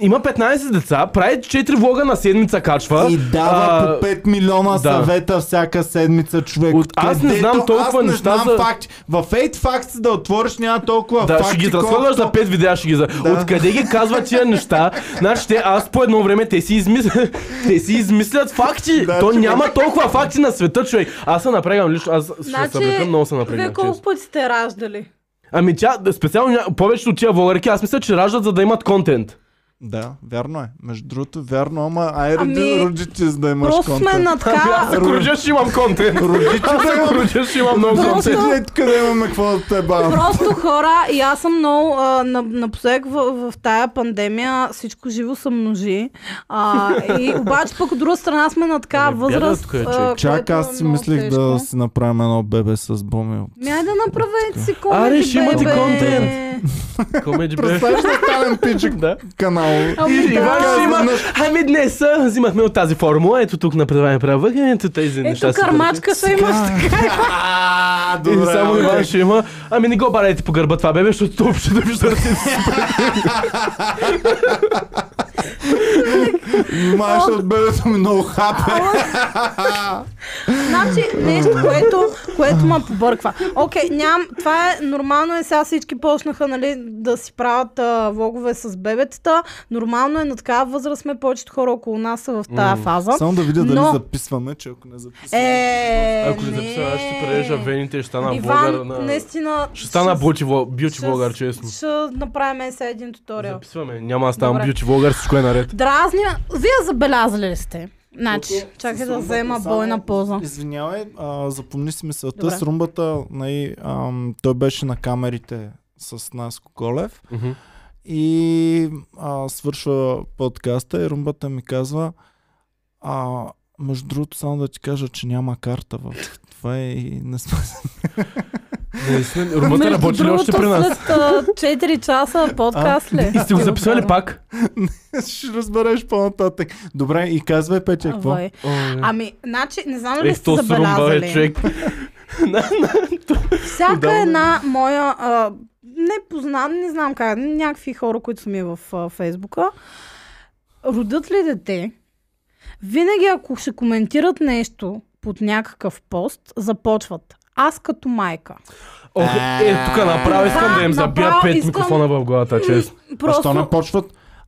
Speaker 3: има 15 деца, прави 4 влога на седмица качва.
Speaker 2: И дава
Speaker 3: а,
Speaker 2: по 5 милиона
Speaker 3: да.
Speaker 2: съвета всяка седмица, човек.
Speaker 3: От- аз не
Speaker 2: Където
Speaker 3: знам толкова
Speaker 2: аз не
Speaker 3: неща
Speaker 2: знам
Speaker 3: за-
Speaker 2: факти. В 8 Facts да отвориш няма толкова
Speaker 3: Да,
Speaker 2: факти.
Speaker 3: ще ги разходваш за
Speaker 2: колкото-
Speaker 3: 5 видеа, ще ги за... Откъде ги казват тия неща? Значи те, аз по едно време те си, измислят, те си измислят факти.
Speaker 2: Да,
Speaker 3: То
Speaker 2: човек.
Speaker 3: няма толкова факти на света, човек. Аз се напрягам лично, аз ще
Speaker 1: Значи,
Speaker 3: се напрягам, много се напрягам.
Speaker 1: вие колко пъти сте раждали?
Speaker 3: Ами тя, да, специално ня- повечето от тия вългарки, аз мисля, че раждат за да имат контент.
Speaker 2: Да, вярно е. Между другото, вярно, ама ай роди,
Speaker 1: Ами,
Speaker 2: родите за да имаш
Speaker 1: Просто сме
Speaker 2: контент. Ами
Speaker 1: на
Speaker 3: Ами Аз
Speaker 1: така...
Speaker 3: ако рожа, ще имам контент.
Speaker 2: Родите
Speaker 3: Аз
Speaker 2: да
Speaker 3: ако
Speaker 2: имаме.
Speaker 3: рожа, ще имам много
Speaker 1: Просто-
Speaker 3: контент.
Speaker 2: Родите тук да имаме какво да те бавим.
Speaker 1: Просто хора, и аз съм много, а, на- напоследък в, в тая пандемия всичко живо се множи. А, и обаче пък от друга страна сме на така
Speaker 3: Е, бяга
Speaker 1: възраст.
Speaker 3: тук е,
Speaker 1: а,
Speaker 3: човек.
Speaker 1: което
Speaker 2: Чак, аз
Speaker 1: е
Speaker 2: си
Speaker 1: много
Speaker 2: мислих
Speaker 1: тежко.
Speaker 2: да си направим едно бебе с бомил.
Speaker 1: Мяй да направете си комеди,
Speaker 3: Аре, ще имате
Speaker 1: бебе.
Speaker 3: контент. Комеди бе.
Speaker 2: Представяш да станем пичик
Speaker 3: Да.
Speaker 2: канал. направо.
Speaker 1: Ами
Speaker 3: И
Speaker 1: да.
Speaker 3: Иван ще има...
Speaker 2: Изведнъж-
Speaker 3: Ами днес а, взимахме от тази формула, ето тук направим права, ето тези неща.
Speaker 1: Ето
Speaker 3: си вървят.
Speaker 1: кърмачка се имаш така.
Speaker 2: А,
Speaker 3: И
Speaker 2: добре,
Speaker 3: само
Speaker 2: окей.
Speaker 3: Иван ще има. Ами не го барайте по гърба това бебе, защото то ще да вижда да си
Speaker 2: Май ще от бебето ми много хапе.
Speaker 1: Значи нещо, което, което ме побърква. Окей, нямам. Това е нормално е, сега всички почнаха нали, да си правят а, влогове с бебетата. Нормално е на такава възраст сме повечето хора около нас са в тази фаза.
Speaker 2: Само да видя дали
Speaker 1: Но-
Speaker 2: записваме, че ако не записваме.
Speaker 1: Е,
Speaker 3: Ако ще
Speaker 1: не.
Speaker 3: записвам, аз ще прережа вените, и ще стана влогър
Speaker 1: Иван,
Speaker 3: на...
Speaker 1: наистина...
Speaker 3: Ще стана
Speaker 1: ще-
Speaker 3: бюти влог- бюти
Speaker 1: ще-
Speaker 3: влогър, честно.
Speaker 1: Ще направим сега един туториал.
Speaker 3: Записваме, няма да ставам
Speaker 1: Добре.
Speaker 3: бюти влогър, всичко е наред.
Speaker 1: Дразня... Вие забелязали ли сте? Значи,
Speaker 2: Тук
Speaker 1: чакай
Speaker 2: с
Speaker 1: да
Speaker 2: румбата
Speaker 1: взема
Speaker 2: само-
Speaker 1: бойна поза.
Speaker 2: Извинявай, а, запомни си мисълта.
Speaker 1: Добре.
Speaker 2: С румбата, най, ам, той беше на камерите с Наско Колев
Speaker 3: Мгм.
Speaker 2: и а, свършва подкаста и румбата ми казва а, между другото, само да ти кажа, че няма карта в това е и не сме
Speaker 3: Наистина, Румънта
Speaker 1: Между
Speaker 3: работи ли още при
Speaker 1: другото,
Speaker 3: нас?
Speaker 1: След а, 4 часа подкаст ли?
Speaker 3: И сте го записвали пак?
Speaker 2: Ще разбереш по-нататък. Добре, и казвай, Петя, какво?
Speaker 1: Авой.
Speaker 3: Е,
Speaker 1: Ами, значи, не знам дали
Speaker 3: Ех,
Speaker 1: сте
Speaker 3: то с румба е
Speaker 1: забелязали.
Speaker 3: човек. На- на-
Speaker 1: Всяка
Speaker 3: Отдавна.
Speaker 1: една моя а, непознана, не знам как, някакви хора, които са ми в а, Фейсбука, родят ли дете, винаги ако ще коментират нещо под някакъв пост, започват. Аз като майка.
Speaker 3: Ох, е, тук направо искам да им
Speaker 1: Да,
Speaker 3: забия
Speaker 1: направо
Speaker 3: пет
Speaker 1: искам-
Speaker 3: микрофона в главата, честно.
Speaker 2: Просто... Защо
Speaker 1: Просто
Speaker 2: не почват?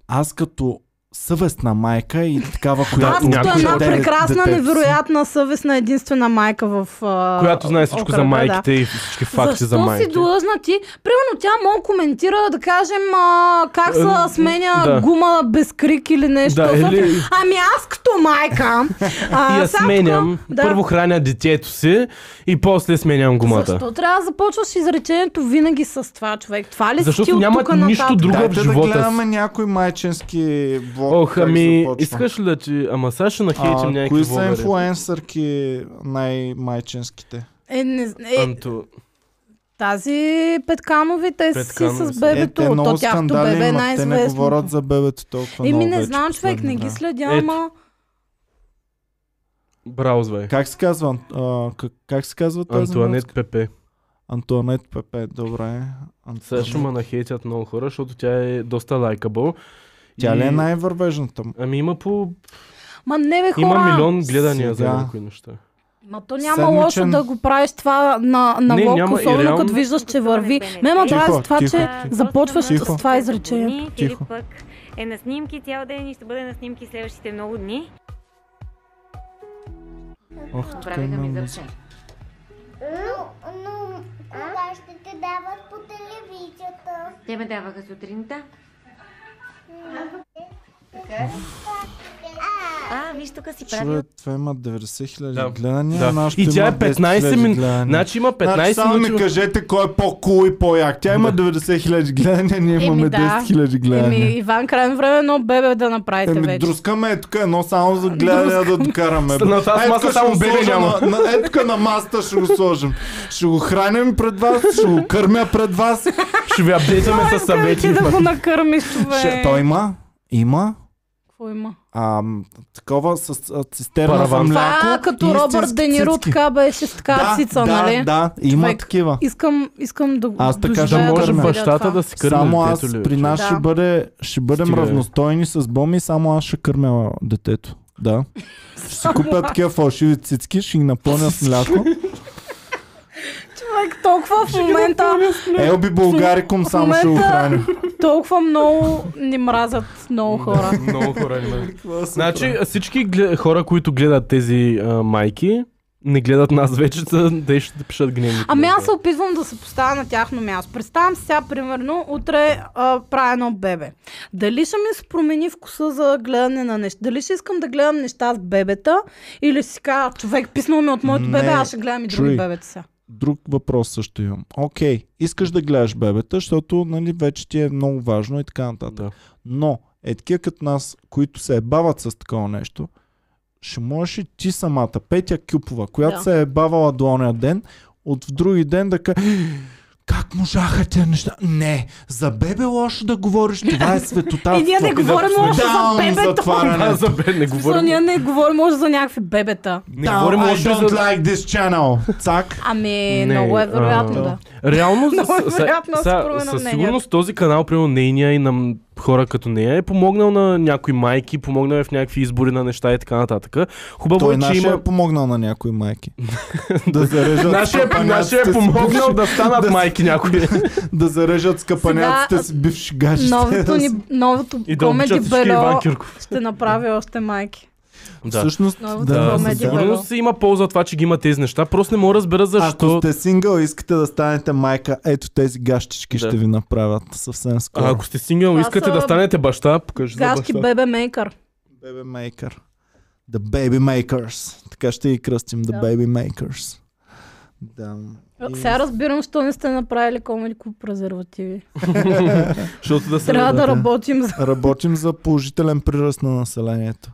Speaker 2: Аз като съвестна майка и такава,
Speaker 1: аз
Speaker 2: която...
Speaker 1: като
Speaker 3: някой
Speaker 1: една
Speaker 3: ще
Speaker 2: отделя
Speaker 1: прекрасна,
Speaker 2: детето си.
Speaker 1: невероятна, съвестна, единствена майка в а,
Speaker 3: Която знае всичко
Speaker 1: окръга,
Speaker 3: за
Speaker 1: да.
Speaker 3: майките и всички факти
Speaker 1: Ами, Защо
Speaker 3: за
Speaker 1: си
Speaker 3: майките.
Speaker 1: длъжна ти? Примерно тя мога коментира, да кажем, а, как
Speaker 3: Е,
Speaker 1: се сменя
Speaker 3: да.
Speaker 1: гума без крик или нещо.
Speaker 3: Да,
Speaker 1: Защото-
Speaker 3: или-
Speaker 1: Ами аз като майка. А,
Speaker 3: И я
Speaker 1: сега тук-
Speaker 3: сменям.
Speaker 1: да.
Speaker 3: Първо храня детето си и после сменям гумата.
Speaker 1: Защо трябва да започваш изречението винаги с това, човек? Това ли си
Speaker 3: Защото
Speaker 1: ти от
Speaker 3: няма
Speaker 1: тук
Speaker 3: нищо
Speaker 1: нататък?
Speaker 3: друго.
Speaker 2: Дайте
Speaker 3: в
Speaker 2: да
Speaker 3: живота
Speaker 2: гледаме някой майчински блог.
Speaker 3: Ох,
Speaker 2: как
Speaker 3: ами,
Speaker 2: започва.
Speaker 3: искаш ли да ти... Ама сега ще нахейтим
Speaker 2: а,
Speaker 3: някакви
Speaker 2: кои са
Speaker 3: влогъри.
Speaker 2: инфлуенсърки най-майчинските?
Speaker 1: Е, не, зн- е,
Speaker 3: Анто,
Speaker 1: тази Петканови, те си
Speaker 3: Петканови
Speaker 1: с
Speaker 3: са.
Speaker 1: бебето.
Speaker 2: е, те
Speaker 1: То
Speaker 2: много
Speaker 1: тяхто
Speaker 2: скандали
Speaker 1: бебе е
Speaker 2: имат, те не
Speaker 1: най-известно.
Speaker 2: говорят за бебето толкова
Speaker 1: Еми
Speaker 2: много
Speaker 1: не
Speaker 2: вече
Speaker 1: знам, човек, не
Speaker 2: последно
Speaker 1: ги
Speaker 2: време.
Speaker 1: следя,
Speaker 3: Ето.
Speaker 1: ама...
Speaker 3: браузвай.
Speaker 2: Как е се казва? А, как, как се казва тази
Speaker 3: Антуанет
Speaker 2: мацка?
Speaker 3: Пепе.
Speaker 2: Антуанет Пепе, добре.
Speaker 3: Сега ще
Speaker 2: Антуанет.
Speaker 3: ме нахейтят много хора, защото тя е доста лайкабъл.
Speaker 2: Тя ли е
Speaker 3: И-
Speaker 2: най-вървежната?
Speaker 3: Ами има по...
Speaker 1: Ма не бе, хора.
Speaker 3: Има милион гледания
Speaker 2: Сега.
Speaker 3: за някои неща.
Speaker 1: Ма то няма
Speaker 2: Седмичен-
Speaker 1: лошо да го правиш това на, на
Speaker 3: Не,
Speaker 1: лок,
Speaker 3: няма, и
Speaker 1: особено
Speaker 3: реално-
Speaker 1: като виждаш, че върви.
Speaker 5: Тихо,
Speaker 1: Ме ма дразни това,
Speaker 2: тихо,
Speaker 1: че
Speaker 2: тихо.
Speaker 1: започваш
Speaker 2: Тихо.
Speaker 1: с това изречение.
Speaker 5: Или
Speaker 2: Тихо.
Speaker 5: пък е на снимки цял ден и ще бъде на снимки следващите много дни.
Speaker 2: Ох, е така
Speaker 5: Прави да ми
Speaker 2: имам.
Speaker 5: държи.
Speaker 6: Но, но кога ще те дават по телевизията?
Speaker 5: Те ме даваха сутринта. А, виж тук си правил.
Speaker 2: Човек, това има 90 хиляди
Speaker 3: Да.
Speaker 2: гледания,
Speaker 3: Да.
Speaker 2: а нашето
Speaker 3: И тя е
Speaker 2: има 10
Speaker 3: 15
Speaker 2: хиляди
Speaker 3: минути.
Speaker 2: гледания.
Speaker 3: Значи има
Speaker 2: значи,
Speaker 3: 15
Speaker 2: само ми
Speaker 3: минути.
Speaker 2: кажете кой е по-кул и по-як. Тя има 90 хиляди гледания, ние
Speaker 1: Еми,
Speaker 2: имаме
Speaker 1: да.
Speaker 2: 10 хиляди
Speaker 1: Еми,
Speaker 2: гледания.
Speaker 1: Иван, крайно време едно бебе да направите
Speaker 2: Еми,
Speaker 1: вече.
Speaker 2: друскаме е тук едно само за гледане да докараме. бе.
Speaker 3: На тази
Speaker 2: Е, тук
Speaker 3: маса
Speaker 2: ще
Speaker 3: само
Speaker 2: го
Speaker 3: бебе
Speaker 2: сложа
Speaker 3: няма.
Speaker 2: На, на, е тук на масата ще го сложим. Ще го храним пред вас, ще го кърмя пред вас.
Speaker 3: Ще ви апдейтваме с
Speaker 1: Искам
Speaker 3: съвети.
Speaker 1: ти да го накърмиш, човек.
Speaker 2: Ще, той има, има
Speaker 1: Какво има?
Speaker 2: ам, такова с а, цистерна
Speaker 3: Параван.
Speaker 2: за мляко.
Speaker 1: Това като
Speaker 2: и
Speaker 1: Робърт
Speaker 2: истински
Speaker 1: Де Ниро
Speaker 2: цицки.
Speaker 1: така беше с така
Speaker 2: да,
Speaker 1: цица,
Speaker 2: да,
Speaker 1: нали?
Speaker 2: Да, има
Speaker 1: Човек.
Speaker 2: такива.
Speaker 1: Искам, искам да го
Speaker 2: Аз така ще
Speaker 3: Да
Speaker 1: доживея
Speaker 3: може
Speaker 2: да
Speaker 1: видя
Speaker 3: бащата
Speaker 1: това.
Speaker 3: да се кърми
Speaker 2: само аз
Speaker 3: детето ли, е,
Speaker 2: при нас
Speaker 1: Да.
Speaker 2: ще, бъде, ще бъдем
Speaker 3: Стига, е. бе.
Speaker 2: равностойни с Боми, само аз ще кърмя детето. Да. Ще си купя такива фалшиви цицки, ще ги напълня с мляко.
Speaker 1: Човек, толкова в момента,
Speaker 2: Елби Българикум само ще го
Speaker 1: момента-
Speaker 2: храня.
Speaker 1: толкова много ни мразят много хора.
Speaker 3: Да, Много хора има. Значи всички гле- хора, които гледат тези а, майки, не гледат нас вече, та- те ще да пишат гневни.
Speaker 1: Ами аз се
Speaker 3: коментари.
Speaker 1: опитвам да се поставя на тяхно място. Представям си сега, примерно, утре а, правя едно бебе. Дали ще ми се промени вкуса за гледане на неща? Дали ще искам да гледам неща с бебета? Или си кажа, човек писнал ми от моето
Speaker 2: Не,
Speaker 1: бебе, аз ще гледам и други
Speaker 2: чуй.
Speaker 1: бебета сега.
Speaker 2: Друг въпрос също имам. Окей, искаш да гледаш бебета, защото нали, вече ти е много важно и така нататък.
Speaker 3: Да.
Speaker 2: Но е такива като нас, които се ебават с такова нещо, ще можеш и ти самата, Петя Кюпова, която
Speaker 1: Да.
Speaker 2: се е бавала до ония ден, от в други ден да ка... Как можаха тия неща? Не, за бебе лошо да говориш, това е светота.
Speaker 1: И ние не говорим лошо за
Speaker 2: Down
Speaker 1: бебето.
Speaker 2: затваряне.
Speaker 3: А, за бе, не
Speaker 1: Смисъл,
Speaker 3: говорим.
Speaker 1: ние не говорим може за някакви бебета.
Speaker 3: Не
Speaker 2: Down,
Speaker 3: говорим
Speaker 2: I
Speaker 3: лошо
Speaker 2: don't
Speaker 3: за...
Speaker 2: like this channel. Цак.
Speaker 1: Ами,
Speaker 3: Не,
Speaker 1: много е вероятно,
Speaker 3: а,
Speaker 1: да.
Speaker 3: Реално, с-
Speaker 1: Много е
Speaker 3: с-
Speaker 1: вероятно, аз
Speaker 3: са-
Speaker 1: се променя
Speaker 3: със
Speaker 1: мнението.
Speaker 3: сигурност този канал, примерно нейния и на м- хора като нея, е помогнал на някои майки, помогнал е в някакви избори на неща и така нататък. Хубаво
Speaker 2: Той
Speaker 3: е, че
Speaker 2: нашия
Speaker 3: има...
Speaker 2: е помогнал на някои майки. да зарежат
Speaker 3: Нашия, нашия
Speaker 2: скъпаняците
Speaker 3: е
Speaker 2: си-
Speaker 3: помогнал да станат
Speaker 2: Да с-
Speaker 3: майки някои.
Speaker 2: да зарежат скъпаняците
Speaker 1: Сега,
Speaker 2: си бивши гаши.
Speaker 1: Новото, ни, новото
Speaker 3: И да обичат
Speaker 1: комеди
Speaker 3: всички Иван
Speaker 1: бельо
Speaker 3: Кирков.
Speaker 1: ще направи още майки.
Speaker 3: Да.
Speaker 2: Всъщност,
Speaker 1: Новото
Speaker 2: да,
Speaker 1: комеди
Speaker 2: със
Speaker 1: бе.
Speaker 2: сигурност.
Speaker 3: Сигурно си има полза от това, че ги има тези неща. Просто не мога да разбера
Speaker 2: Ако
Speaker 3: защо.
Speaker 2: сте сингъл и искате да станете майка, ето тези гащички
Speaker 3: Да.
Speaker 2: ще ви направят съвсем скоро.
Speaker 3: А, ако сте сингъл,
Speaker 1: Това
Speaker 3: искате
Speaker 1: са
Speaker 3: да станете баща, покажи за
Speaker 1: Гашки
Speaker 3: баща.
Speaker 1: бебе мейкър.
Speaker 2: Baby Maker. The Baby Makers. Така ще ги кръстим. The
Speaker 1: Да.
Speaker 2: Baby Makers. Да. И-
Speaker 1: Сега разбирам, защо не сте направили комеди клуб презервативи.
Speaker 3: Защото да се
Speaker 1: Трябва да
Speaker 2: да.
Speaker 1: работим за...
Speaker 2: Работим за положителен приръст на населението.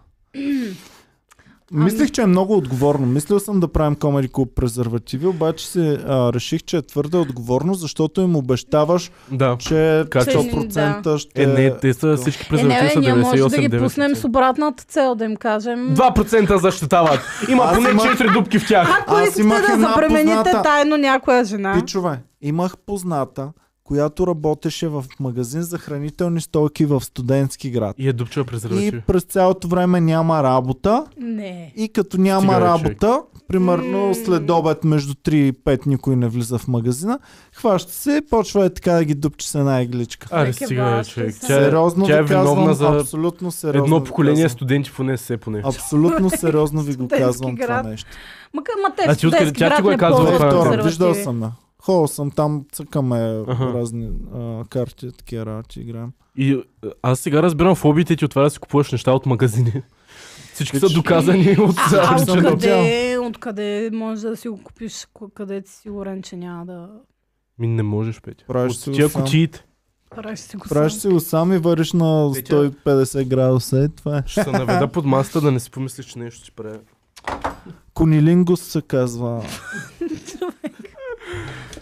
Speaker 2: Мислих, че е много отговорно. Мислил съм да правим комеди клуб презервативи, обаче се а, реших, че е твърде отговорно, защото им обещаваш,
Speaker 3: Да.
Speaker 2: че
Speaker 3: Качество.
Speaker 2: 100% ще...
Speaker 3: Е, не, те са всички
Speaker 1: Е, не,
Speaker 3: презервативи
Speaker 1: бе,
Speaker 3: са
Speaker 1: ние може да ги
Speaker 3: 98
Speaker 1: пуснем с обратната цел, да им кажем...
Speaker 3: 2% защитават. Има
Speaker 2: Аз
Speaker 3: поне
Speaker 2: имах-
Speaker 3: 4 дупки в тях.
Speaker 1: Ако
Speaker 2: Аз
Speaker 1: искате
Speaker 2: имах
Speaker 1: да
Speaker 2: една
Speaker 1: запремените
Speaker 2: позната.
Speaker 1: тайно някоя жена...
Speaker 2: Пичове, Ами, имах позната, която работеше в магазин за хранителни стоки в студентски град.
Speaker 3: И е дупчева
Speaker 2: И
Speaker 3: презервативи.
Speaker 2: през цялото време няма работа.
Speaker 1: Не.
Speaker 2: И като няма
Speaker 3: Стига, бе,
Speaker 2: работа, примерно след обед между 3 и 5 никой не влиза в магазина, хваща се и почва е така да ги дупче с една игличка.
Speaker 3: Аре,
Speaker 1: Всеки
Speaker 3: стига, бе,
Speaker 1: баща
Speaker 3: човек.
Speaker 1: си.
Speaker 3: Тя, е-
Speaker 2: сериозно
Speaker 3: тя е
Speaker 2: ви казвам,
Speaker 3: виновна за
Speaker 2: абсолютно сериозно
Speaker 3: едно
Speaker 2: ви
Speaker 3: поколение
Speaker 2: казвам.
Speaker 3: студенти поне се поне.
Speaker 2: Абсолютно сериозно ви го
Speaker 1: Студентски
Speaker 2: казвам това
Speaker 1: град.
Speaker 2: нещо.
Speaker 1: Мака, ма те
Speaker 3: А
Speaker 1: в
Speaker 3: ти откъде-
Speaker 1: студентски
Speaker 3: тя ти
Speaker 1: град
Speaker 3: го е
Speaker 1: не
Speaker 3: казала
Speaker 1: ползват
Speaker 3: това е
Speaker 2: Второ,
Speaker 1: презервативи.
Speaker 2: виждал съм я. Хол съм там, цъкаме
Speaker 3: Аха.
Speaker 2: разни а, карти, такива работи играем.
Speaker 3: И е, аз сега разбирам фобиите ти от това да си купуваш неща от магазини. Всички са
Speaker 2: Пич.
Speaker 3: доказани от
Speaker 1: А, а
Speaker 2: Е, Аз съм
Speaker 3: е
Speaker 1: откъде, откъде може да си го купиш, ко- къде ти сигурен, че няма да
Speaker 3: Ми не можеш, Петя.
Speaker 2: Правиш си
Speaker 3: От
Speaker 2: го
Speaker 3: тия
Speaker 2: сам.
Speaker 3: кутиите.
Speaker 1: правиш си го
Speaker 2: Правиш
Speaker 1: сам.
Speaker 2: си го сам и вариш на
Speaker 3: Петя.
Speaker 2: 150 градуса и това е.
Speaker 3: Ще се наведа под масата да не си помислиш, че нещо си прави.
Speaker 2: Конилингус се казва.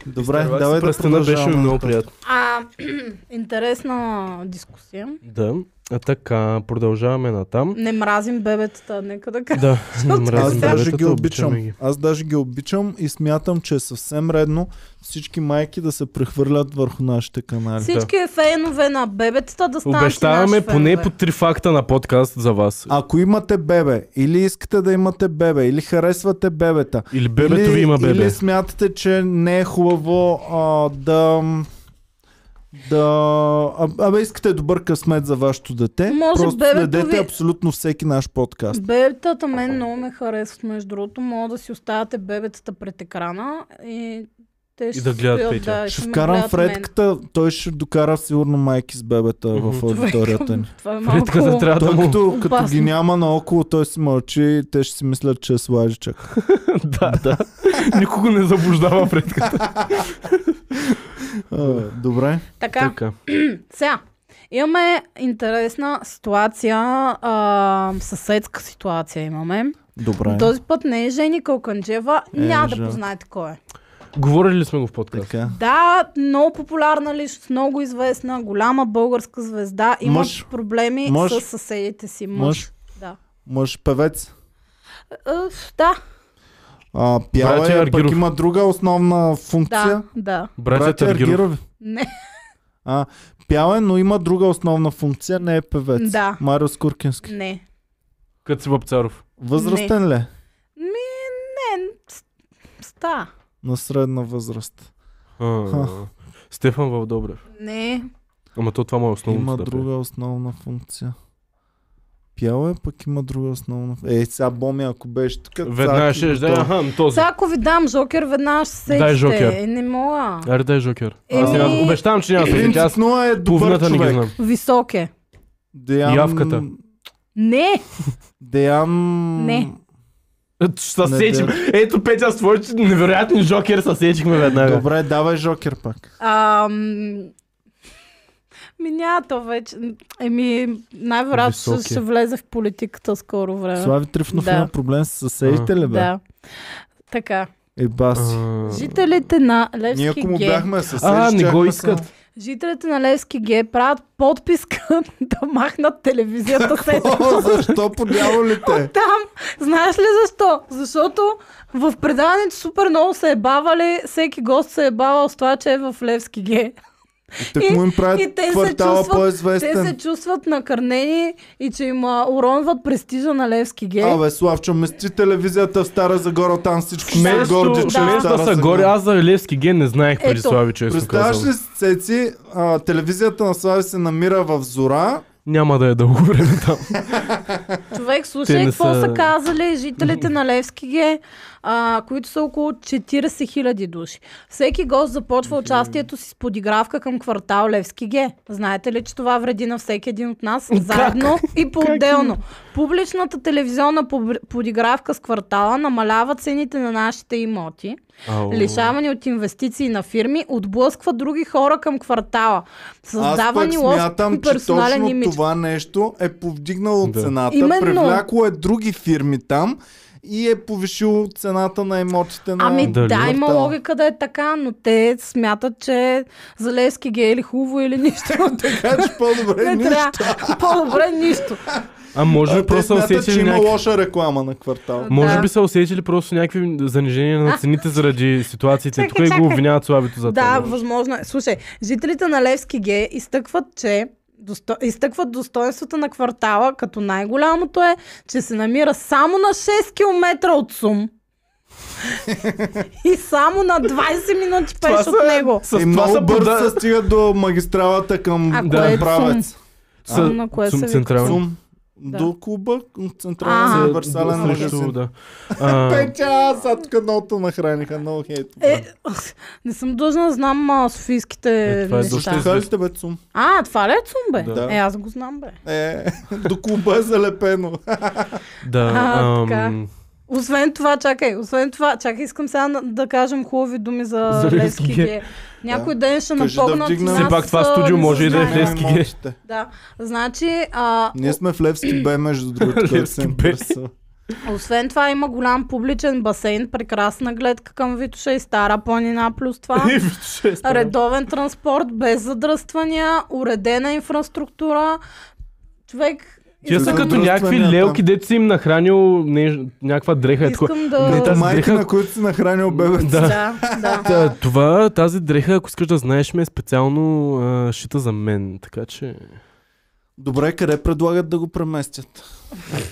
Speaker 2: Добре,
Speaker 3: Изтървах си
Speaker 2: давай да
Speaker 3: пръстена, беше ми
Speaker 2: продължаваме.
Speaker 3: много приятно.
Speaker 1: А, интересна дискусия.
Speaker 3: Да, а така, продължаваме натам.
Speaker 1: Не мразим бебетата, нека да кажа.
Speaker 3: Да,
Speaker 1: Защото
Speaker 2: Аз
Speaker 3: мразим
Speaker 2: даже ги
Speaker 3: бебетата, обичаме
Speaker 2: обичам.
Speaker 3: ги.
Speaker 2: Аз даже ги обичам и смятам, че е съвсем редно всички майки да се прехвърлят върху нашите канали.
Speaker 1: Всички фенове на бебетата да станат и
Speaker 3: Обещаваме
Speaker 1: наши
Speaker 3: поне
Speaker 1: фенове.
Speaker 3: по три факта на подкаст за вас.
Speaker 2: Ако имате бебе, или искате да имате бебе, или харесвате бебета,
Speaker 3: Или бебето ви има бебе.
Speaker 2: или смятате, че не е хубаво а, да... Да. А, абе, искате добър късмет за вашето дете.
Speaker 1: Може
Speaker 2: Просто
Speaker 1: бебето
Speaker 2: следете
Speaker 1: ви-
Speaker 2: абсолютно всеки наш подкаст.
Speaker 1: Бебетата мен много ме харесват, между другото. Мога да си оставяте бебетата пред екрана и те ще
Speaker 3: да
Speaker 1: си
Speaker 3: гледат
Speaker 1: стоят,
Speaker 3: Петя.
Speaker 1: Да, и
Speaker 2: Ще
Speaker 1: ме
Speaker 2: вкарам
Speaker 1: гледат мен.
Speaker 2: Фредката, той ще докара сигурно майки с бебета в
Speaker 3: Мгм.
Speaker 2: аудиторията ни.
Speaker 1: Това е малко...
Speaker 3: Предката трябва да
Speaker 2: Той
Speaker 3: му...
Speaker 2: като, като
Speaker 1: Опасно.
Speaker 2: ги няма наоколо, той си мълчи и те ще си мислят, че е слажичък.
Speaker 3: да, да. Никого не заблуждава предката.
Speaker 2: А, Добре.
Speaker 1: Така,
Speaker 3: Така.
Speaker 1: сега. Имаме интересна ситуация, а, съседска ситуация имаме.
Speaker 2: Добре.
Speaker 1: Този път не е Жени Калканджева,
Speaker 2: Е,
Speaker 1: няма
Speaker 2: жалко.
Speaker 1: да познаете кой е.
Speaker 3: Говорили ли сме го в подкаст?
Speaker 2: Така.
Speaker 1: Да, много популярна личност, много известна, голяма българска звезда. Има
Speaker 2: Мъж.
Speaker 1: проблеми
Speaker 2: Мъж.
Speaker 1: с съседите си. Мъж.
Speaker 2: Мъж.
Speaker 1: Да.
Speaker 2: Мъж певец.
Speaker 1: Е, да,
Speaker 2: А, пял
Speaker 3: Братя
Speaker 2: е, пък
Speaker 3: Аргиров.
Speaker 2: има друга основна функция.
Speaker 1: да, да.
Speaker 3: Братята Аргиров.
Speaker 2: Аргирови.
Speaker 1: Не.
Speaker 2: А, пял е, но има друга основна функция, не е певец.
Speaker 1: Да.
Speaker 2: Марио Скуркински.
Speaker 1: Не.
Speaker 3: Като си Бабцаров.
Speaker 2: Възрастен ли? е?
Speaker 1: Ми, не. с- Ста.
Speaker 2: На средна възраст.
Speaker 3: А,
Speaker 2: Ха.
Speaker 3: Стефан Вълдобрев.
Speaker 1: Не.
Speaker 3: Ама то това му е
Speaker 2: Има
Speaker 3: основното. да прави.
Speaker 2: друга основна функция. Пял е, пък има друга основна функция. Е, сега Боми, ако беше тук...
Speaker 3: Веднага
Speaker 2: цак и
Speaker 3: ще да
Speaker 2: готово.
Speaker 3: аха, м, този.
Speaker 1: Сега ако ви дам жокер, веднага ще се
Speaker 3: Дай жокер.
Speaker 1: Е, не мога.
Speaker 3: Аре дай жокер.
Speaker 1: Еми-
Speaker 3: Аз
Speaker 2: Ами-
Speaker 3: няма... Обещавам, че няма да се сетя. Аз
Speaker 2: Принципно е добър
Speaker 3: половината не ги
Speaker 2: човек.
Speaker 3: знам.
Speaker 1: Висок е.
Speaker 2: Деян...
Speaker 3: Явката.
Speaker 1: Не.
Speaker 2: Деян...
Speaker 1: Не.
Speaker 3: Ето, ще се
Speaker 2: Не,
Speaker 3: сетим. Ето, Петя, с твоите невероятни жокер се сетихме веднага.
Speaker 2: Добре, давай Жокер пак.
Speaker 1: Ам... Ми няма то вече. Еми, най-вероятно
Speaker 3: Висок е.
Speaker 1: ще, ще влезе в политиката скоро време.
Speaker 2: Слави Трифнов
Speaker 1: Да.
Speaker 2: има проблем с съседите ли бе?
Speaker 1: Да. Така.
Speaker 2: И баси.
Speaker 3: А,
Speaker 1: Жителите на
Speaker 7: Ние
Speaker 1: Левски
Speaker 7: ако му
Speaker 1: Г.
Speaker 7: бяхме със
Speaker 3: А, не го искат.
Speaker 1: Жителите на Левски Г правят подписка да махнат телевизията след
Speaker 2: О, защо по дяволите?
Speaker 1: Там, знаеш ли защо? Защото в предаването супер много се е бавали, всеки гост се е бавал с това, че е в Левски Г.
Speaker 2: Те му им
Speaker 1: и
Speaker 2: правят
Speaker 1: те се
Speaker 2: квартала
Speaker 1: чувстват- Те се
Speaker 2: по-известен.
Speaker 1: чувстват накърнени и че им а, уронват престижа на Левски Г.
Speaker 2: Абе, Славчо, мести телевизията в Стара Загора, там всички са
Speaker 3: Вместо,
Speaker 2: горди, че е в
Speaker 3: вместо
Speaker 2: Стара
Speaker 3: са горе,
Speaker 2: Загора.
Speaker 3: аз за Левски ген не знаех преди
Speaker 1: Ето.
Speaker 3: Слави, честно
Speaker 2: Представяш
Speaker 3: казвам.
Speaker 2: ли си, Цеци, а, телевизията на Слави се намира в Зора,
Speaker 3: Няма да е дълго време там.
Speaker 1: Човек, слушай,
Speaker 3: не
Speaker 1: какво са...
Speaker 3: са-
Speaker 1: са казали жителите на Левски Г, а, които са около 40 хиляди души. Всеки гост започва участието си с подигравка към квартал Левски Г. Знаете ли, че това вреди на всеки един от нас, заедно и по-отделно. Публичната телевизионна поб- подигравка с квартала намалява цените на нашите имоти
Speaker 3: Ау.
Speaker 1: лишавани от инвестиции на фирми, отблъскват други хора към квартала.
Speaker 2: аз
Speaker 1: Създава
Speaker 2: пък
Speaker 1: ни лош
Speaker 2: смятам, че
Speaker 1: персонален
Speaker 2: точно
Speaker 1: имидж.
Speaker 2: това нещо е повдигнало
Speaker 3: Да.
Speaker 2: цената,
Speaker 1: Именно.
Speaker 2: привлякло е други фирми там и е повишило цената на имотите на
Speaker 1: Ами
Speaker 3: Дали?
Speaker 1: да, има
Speaker 2: квартала.
Speaker 1: логика да е така, но те смятат, че за Левски ге или хубаво или нищо.
Speaker 2: Така Е, че
Speaker 3: Е,
Speaker 2: по-добре
Speaker 1: не
Speaker 2: нищо.
Speaker 1: трябва. По-добре нищо.
Speaker 3: А може
Speaker 2: А,
Speaker 3: би
Speaker 2: те
Speaker 3: просто са
Speaker 2: смятат, че
Speaker 3: усетили
Speaker 2: има
Speaker 3: някакви...
Speaker 2: лоша реклама на квартал.
Speaker 3: Може
Speaker 1: Да.
Speaker 3: би са усетили просто някакви занижения на цените заради ситуациите. Тук и го обвиняват слабито за
Speaker 1: Да,
Speaker 3: това.
Speaker 1: възможно е. Слушай, жителите на Левски ге изтъкват, че досто... изтъкват достоинствата на квартала, като най-голямото е, че се намира само на 6 км от Сум. и само на 20 минути пеш от него.
Speaker 3: С
Speaker 2: и
Speaker 3: това
Speaker 2: много
Speaker 3: са
Speaker 2: бързо
Speaker 3: прода-
Speaker 2: се стига до магистралата към
Speaker 1: А
Speaker 3: кое е
Speaker 2: правец.
Speaker 1: А,
Speaker 3: са-
Speaker 1: на кое
Speaker 3: сум-
Speaker 1: се вика?
Speaker 3: централно.
Speaker 2: Сум.
Speaker 1: Да.
Speaker 2: До клуба,
Speaker 1: А.
Speaker 2: централен универсален
Speaker 3: Срещу,
Speaker 2: магазин.
Speaker 3: да. А,
Speaker 2: Пет часа, тук многото нахраниха, много хейт.
Speaker 1: Е, не съм длъжна да знам а, софийските
Speaker 3: Е, това е
Speaker 2: Защо
Speaker 1: неща.
Speaker 3: да.
Speaker 2: халите бе Сум?
Speaker 1: А, това ли е Цум, бе?
Speaker 2: Да.
Speaker 1: Е, аз го знам, бе.
Speaker 2: Е, до клуба е залепено.
Speaker 3: да,
Speaker 1: А, така.
Speaker 3: ам,
Speaker 1: Освен това, чакай, освен това, чакай, искам сега на- да кажем хубави думи за,
Speaker 3: За Левски
Speaker 1: Левски
Speaker 3: Г.
Speaker 1: Г. Някой ден ще
Speaker 2: Кажи да
Speaker 1: напомнат
Speaker 2: вдигнем.
Speaker 1: нас.
Speaker 2: Все
Speaker 3: пак това
Speaker 1: а,
Speaker 3: студио
Speaker 1: не
Speaker 3: може и да е в
Speaker 1: знаем.
Speaker 3: Левски Г.
Speaker 2: Имотите.
Speaker 1: Да, значи, а,
Speaker 2: Ние сме в Левски Б, между другото. който
Speaker 3: Левски
Speaker 2: се е
Speaker 3: Б.
Speaker 2: интересува.
Speaker 1: освен това има голям публичен басейн, прекрасна гледка към Витоша и Стара планина, плюс това. Редовен транспорт, без задръствания, уредена инфраструктура. Човек,
Speaker 3: Тя са
Speaker 1: искам-
Speaker 3: като
Speaker 2: Задръствания
Speaker 3: някакви
Speaker 2: там.
Speaker 3: лелки, дето си им нахранил не- някаква дреха. е такова.
Speaker 1: искам да...
Speaker 2: Ето
Speaker 3: Аз
Speaker 2: майки,
Speaker 3: дреха-
Speaker 2: на които си нахранил бебето.
Speaker 3: Да.
Speaker 1: Да, да.
Speaker 3: Та, това, тази дреха, ако искаш да знаеш, ми е специално а, шита за мен. Така че...
Speaker 2: Добре, къде предлагат да го преместят?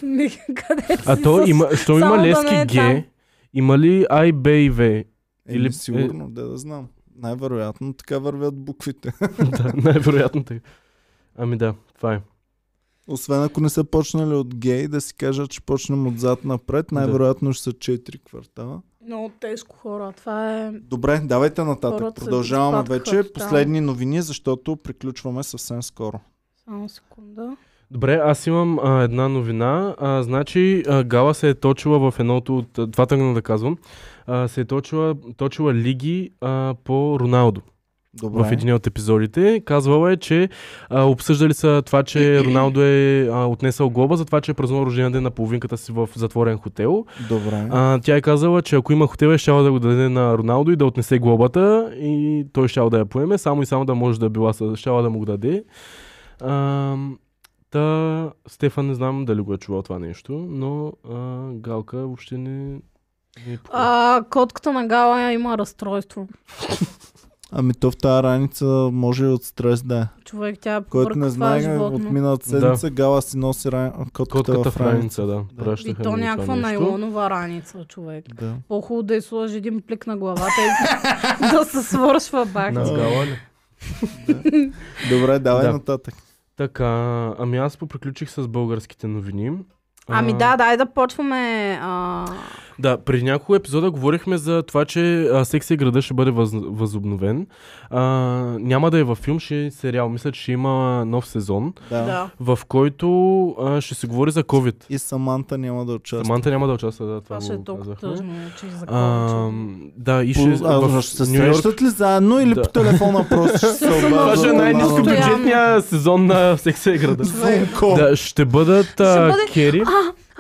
Speaker 1: Ми, Къде
Speaker 3: А
Speaker 1: си
Speaker 3: то
Speaker 1: с-
Speaker 3: има,
Speaker 1: само
Speaker 3: що има
Speaker 1: да не
Speaker 3: Левски
Speaker 1: е там.
Speaker 3: Г, има ли I, B и V?
Speaker 2: Или
Speaker 3: Или-
Speaker 2: Е, сигурно, де да знам. Най-вероятно така вървят буквите.
Speaker 3: да, най-вероятно така. Ами да, това е.
Speaker 2: Освен ако не са почнали от гей, да си кажат, че почнем отзад напред, най-вероятно ще са 4 квартала.
Speaker 1: Много тежко хора. Това е...
Speaker 2: Добре, давайте нататък.
Speaker 1: Хората се
Speaker 2: Продължаваме
Speaker 1: изпаднаха
Speaker 2: вече.
Speaker 1: в там.
Speaker 2: Последни новини, защото приключваме съвсем скоро.
Speaker 1: Само секунда.
Speaker 3: Добре, аз имам а, една новина. А, значи, а, Гала се е точила в едното от... а, Това тръгна да казвам. А, се е точила, точила лиги а, по Роналдо.
Speaker 2: Добре.
Speaker 3: в един от епизодите. Казвала е, че а, обсъждали са това, че Роналдо е а, отнесъл глоба за това, че е празнувал рождения ден на половинката си в затворен хотел.
Speaker 2: Добре.
Speaker 3: А, тя е казала, че ако има хотел, ще да го даде на Роналдо и да отнесе глобата и той ще да я поеме, само и само да може да била, ще да му го даде. А, та, Стефан, не знам дали го е чувал това нещо, но а, Галка въобще не... не е покри-
Speaker 1: А, котката на Гала има разстройство.
Speaker 2: Ами то в тази раница може и от стрес да е.
Speaker 1: Човек, тя е
Speaker 2: Който не
Speaker 1: побърква
Speaker 2: знае, от
Speaker 1: животно.
Speaker 2: миналата седмица Гала си носи ран... котката,
Speaker 3: Котката
Speaker 2: в раница.
Speaker 3: да.
Speaker 2: Да.
Speaker 3: Пращаха
Speaker 1: И
Speaker 3: ми
Speaker 1: то
Speaker 3: това
Speaker 1: някаква
Speaker 3: нещо.
Speaker 1: найлонова раница, човек.
Speaker 2: Да.
Speaker 1: По-хубаво да й сложи един плик на главата и да се свършва бак.
Speaker 3: На Гала ли?
Speaker 2: Добре, давай
Speaker 3: Да.
Speaker 2: нататък.
Speaker 3: Така, ами аз поприключих с българските новини.
Speaker 1: Ами
Speaker 3: А,
Speaker 1: да, дай да почваме. А...
Speaker 3: Да, преди няколко епизода говорихме за това, че а, секси града ще бъде въз, възобновен. А, няма да е във филм, ще е сериал. Мисля, че ще има нов сезон,
Speaker 2: Да.
Speaker 1: Да.
Speaker 3: в който а, ще се говори за COVID.
Speaker 2: И Саманта няма да участва.
Speaker 3: Саманта няма да участва, да, това,
Speaker 1: Това ще е
Speaker 3: го
Speaker 1: толкова
Speaker 3: казахме.
Speaker 1: тъжно, че за
Speaker 3: А,
Speaker 1: повече.
Speaker 3: да, и ще,
Speaker 2: По- а,
Speaker 3: в
Speaker 2: ще се
Speaker 3: Ню Йорк-
Speaker 2: срещат ли заедно или
Speaker 3: Да.
Speaker 2: по телефона просто ще се
Speaker 1: Това ще е
Speaker 2: обаждат?
Speaker 3: Това ще е
Speaker 1: Да, е.
Speaker 3: най-низкобюджетния сезон на секси града.
Speaker 2: Звънко.
Speaker 3: Да, ще бъдат а,
Speaker 1: бъде-
Speaker 3: Кери.
Speaker 1: А,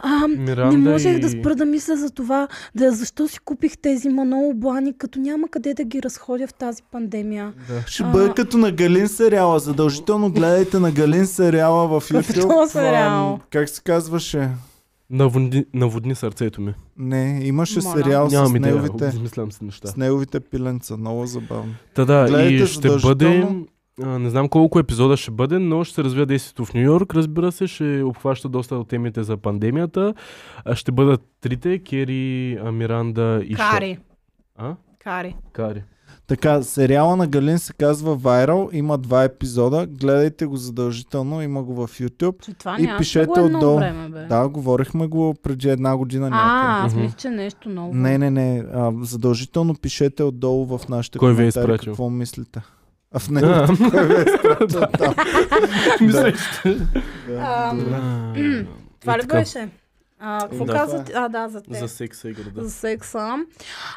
Speaker 1: А,
Speaker 3: Миранда
Speaker 1: не можех да
Speaker 3: и-
Speaker 1: спра да мисля за това, да защо си купих тези Маноло Блани, като няма къде да ги разходя в тази пандемия.
Speaker 3: Да.
Speaker 2: Ще бъде
Speaker 1: А.
Speaker 2: като на Галин сериала. Задължително гледайте на Галин сериала в
Speaker 1: Какво
Speaker 2: YouTube. Ам,
Speaker 1: сериал?
Speaker 2: Как се казваше?
Speaker 3: Наводни, наводни сърцето ми.
Speaker 2: Не, имаше
Speaker 1: Моля.
Speaker 2: сериал с
Speaker 3: Нямам идея,
Speaker 2: неговите,
Speaker 3: измислям си неща.
Speaker 2: с неговите пиленца. Много забавно.
Speaker 3: Та да,
Speaker 2: Гледайте
Speaker 3: и ще бъде...
Speaker 2: задължително.
Speaker 3: а, Не знам колко епизода ще бъде, но ще се развие действието в Нью Йорк, разбира се. Ще обхваща доста от темите за пандемията. А, Ще бъдат трите. Кери, а, Миранда и Шо.
Speaker 1: Кари.
Speaker 3: А?
Speaker 1: Кари.
Speaker 3: Кари.
Speaker 2: Така, сериала на Галин се казва Viral. Има два епизода. Гледайте го задължително. Има го в YouTube.
Speaker 1: Че това
Speaker 2: И
Speaker 1: нямаше
Speaker 2: пишете
Speaker 1: го едно
Speaker 2: отдолу.
Speaker 1: време, бе.
Speaker 2: Да, говорихме го преди една година някъде.
Speaker 1: а, аз
Speaker 3: Мгм.
Speaker 1: мисля, че нещо ново.
Speaker 2: Не, не, не. А, задължително пишете отдолу в нашите
Speaker 3: Кой ви е
Speaker 2: коментари
Speaker 3: изпратил?
Speaker 2: какво мислите. А в
Speaker 3: А,
Speaker 2: него. Кой ви е изпратил? Да.
Speaker 3: мисля, че-
Speaker 2: Да.
Speaker 1: Ам,
Speaker 2: добре.
Speaker 1: това
Speaker 3: И
Speaker 1: ли
Speaker 3: така.
Speaker 1: беше? А, какво
Speaker 3: Да.
Speaker 1: каза ти? А, да, за те.
Speaker 3: За секса и града.
Speaker 1: за секса.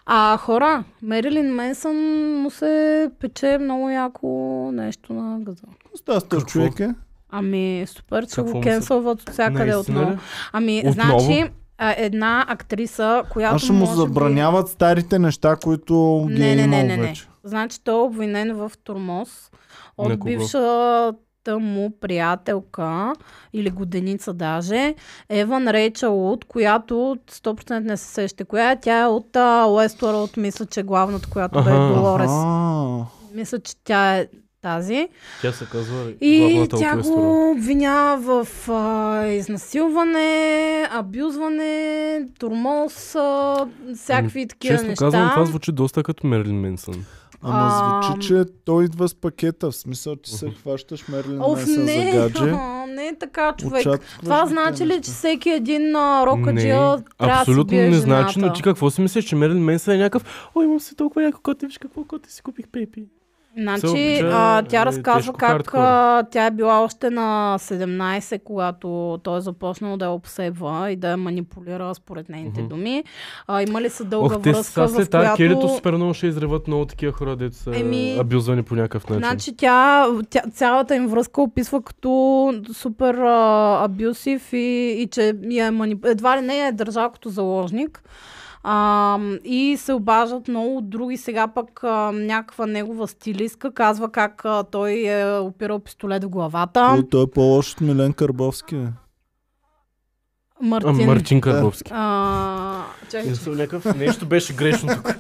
Speaker 1: А хора, Мерилин Менсън му се пече много яко нещо на газа.
Speaker 2: Става стар
Speaker 3: Какво?
Speaker 2: човек е.
Speaker 1: Ами, супер, че
Speaker 3: Какво
Speaker 1: го
Speaker 3: му се-
Speaker 1: кенсълват от всякъде
Speaker 3: Наистина
Speaker 1: отново.
Speaker 3: ли?
Speaker 1: Ами,
Speaker 3: Отново?
Speaker 1: значи, а, една актриса, която
Speaker 2: Аз ще му
Speaker 1: може би-
Speaker 2: забраняват старите неща, които ги
Speaker 1: Не,
Speaker 2: е
Speaker 1: не, не,
Speaker 2: имал
Speaker 1: не, не.
Speaker 2: вече.
Speaker 1: Значи той е обвинен в тормоз от
Speaker 3: На кого?
Speaker 1: бившата му приятелка или годеница даже, Еван Рейчел Уд, която от 100% не се сеща коя е. Тя е от а, Уестърлд, мисля, че главната, която бе
Speaker 3: Аха,
Speaker 1: Долорес.
Speaker 2: А,
Speaker 1: Мисля, че тя е тази.
Speaker 3: Тя се казва
Speaker 1: И
Speaker 3: главната
Speaker 1: тя
Speaker 3: от Уестеро.
Speaker 1: го обвинява в а, изнасилване, абюзване, тормоз, а, всякакви такива
Speaker 3: Честно
Speaker 1: неща.
Speaker 3: казвам, това звучи доста като Мерлин Менсън.
Speaker 2: Ама
Speaker 1: Ам.
Speaker 2: звучи, че той идва с пакета. В смисъл, че се хващаш Мерлин
Speaker 1: Оф,
Speaker 2: Менсън за
Speaker 1: не,
Speaker 2: гадже.
Speaker 1: а, не е така, човек.
Speaker 2: Очакваш
Speaker 1: Това
Speaker 2: ли
Speaker 1: значи
Speaker 2: те
Speaker 1: ли, че
Speaker 2: неща?
Speaker 1: всеки един а, рокаджия трябва да си
Speaker 3: абсолютно
Speaker 1: бие
Speaker 3: не
Speaker 1: жената?
Speaker 3: значи, но ти какво си мислиш, че Мерлин Менсън е някакъв О, имам си толкова яко коте, виж какво коте си купих, пепи. Се
Speaker 1: Значи,
Speaker 3: обича,
Speaker 1: а, тя
Speaker 3: е,
Speaker 1: разказва
Speaker 3: тежко
Speaker 1: как
Speaker 3: хардкор.
Speaker 1: а, тя е била още на 17, когато той е започнал да я обсебва и да я манипулира според нейните
Speaker 3: Мгм.
Speaker 1: думи. А, имали са дълга
Speaker 3: Ох, те
Speaker 1: връзка,
Speaker 3: сега
Speaker 1: в
Speaker 3: след тази керито
Speaker 1: която...
Speaker 3: супер много ще изреват много такива хора, дето са
Speaker 1: Еми,
Speaker 3: абюзвани по някакъв начин.
Speaker 1: Значи тя, тя, цялата им връзка описва като супер а, абюсив и, и че я е манипу... едва ли не я е държал като заложник. А, и се обаждат много други. Сега пък а, някаква негова стилистка казва как а, той е опирал пистолет в главата.
Speaker 2: Той, той е по-лош от Милен Карбовски. бе.
Speaker 3: А,
Speaker 1: Мартин.
Speaker 3: Мартин Е, Карбовски.
Speaker 1: А, чакай, че-
Speaker 3: Нещо беше грешно тук.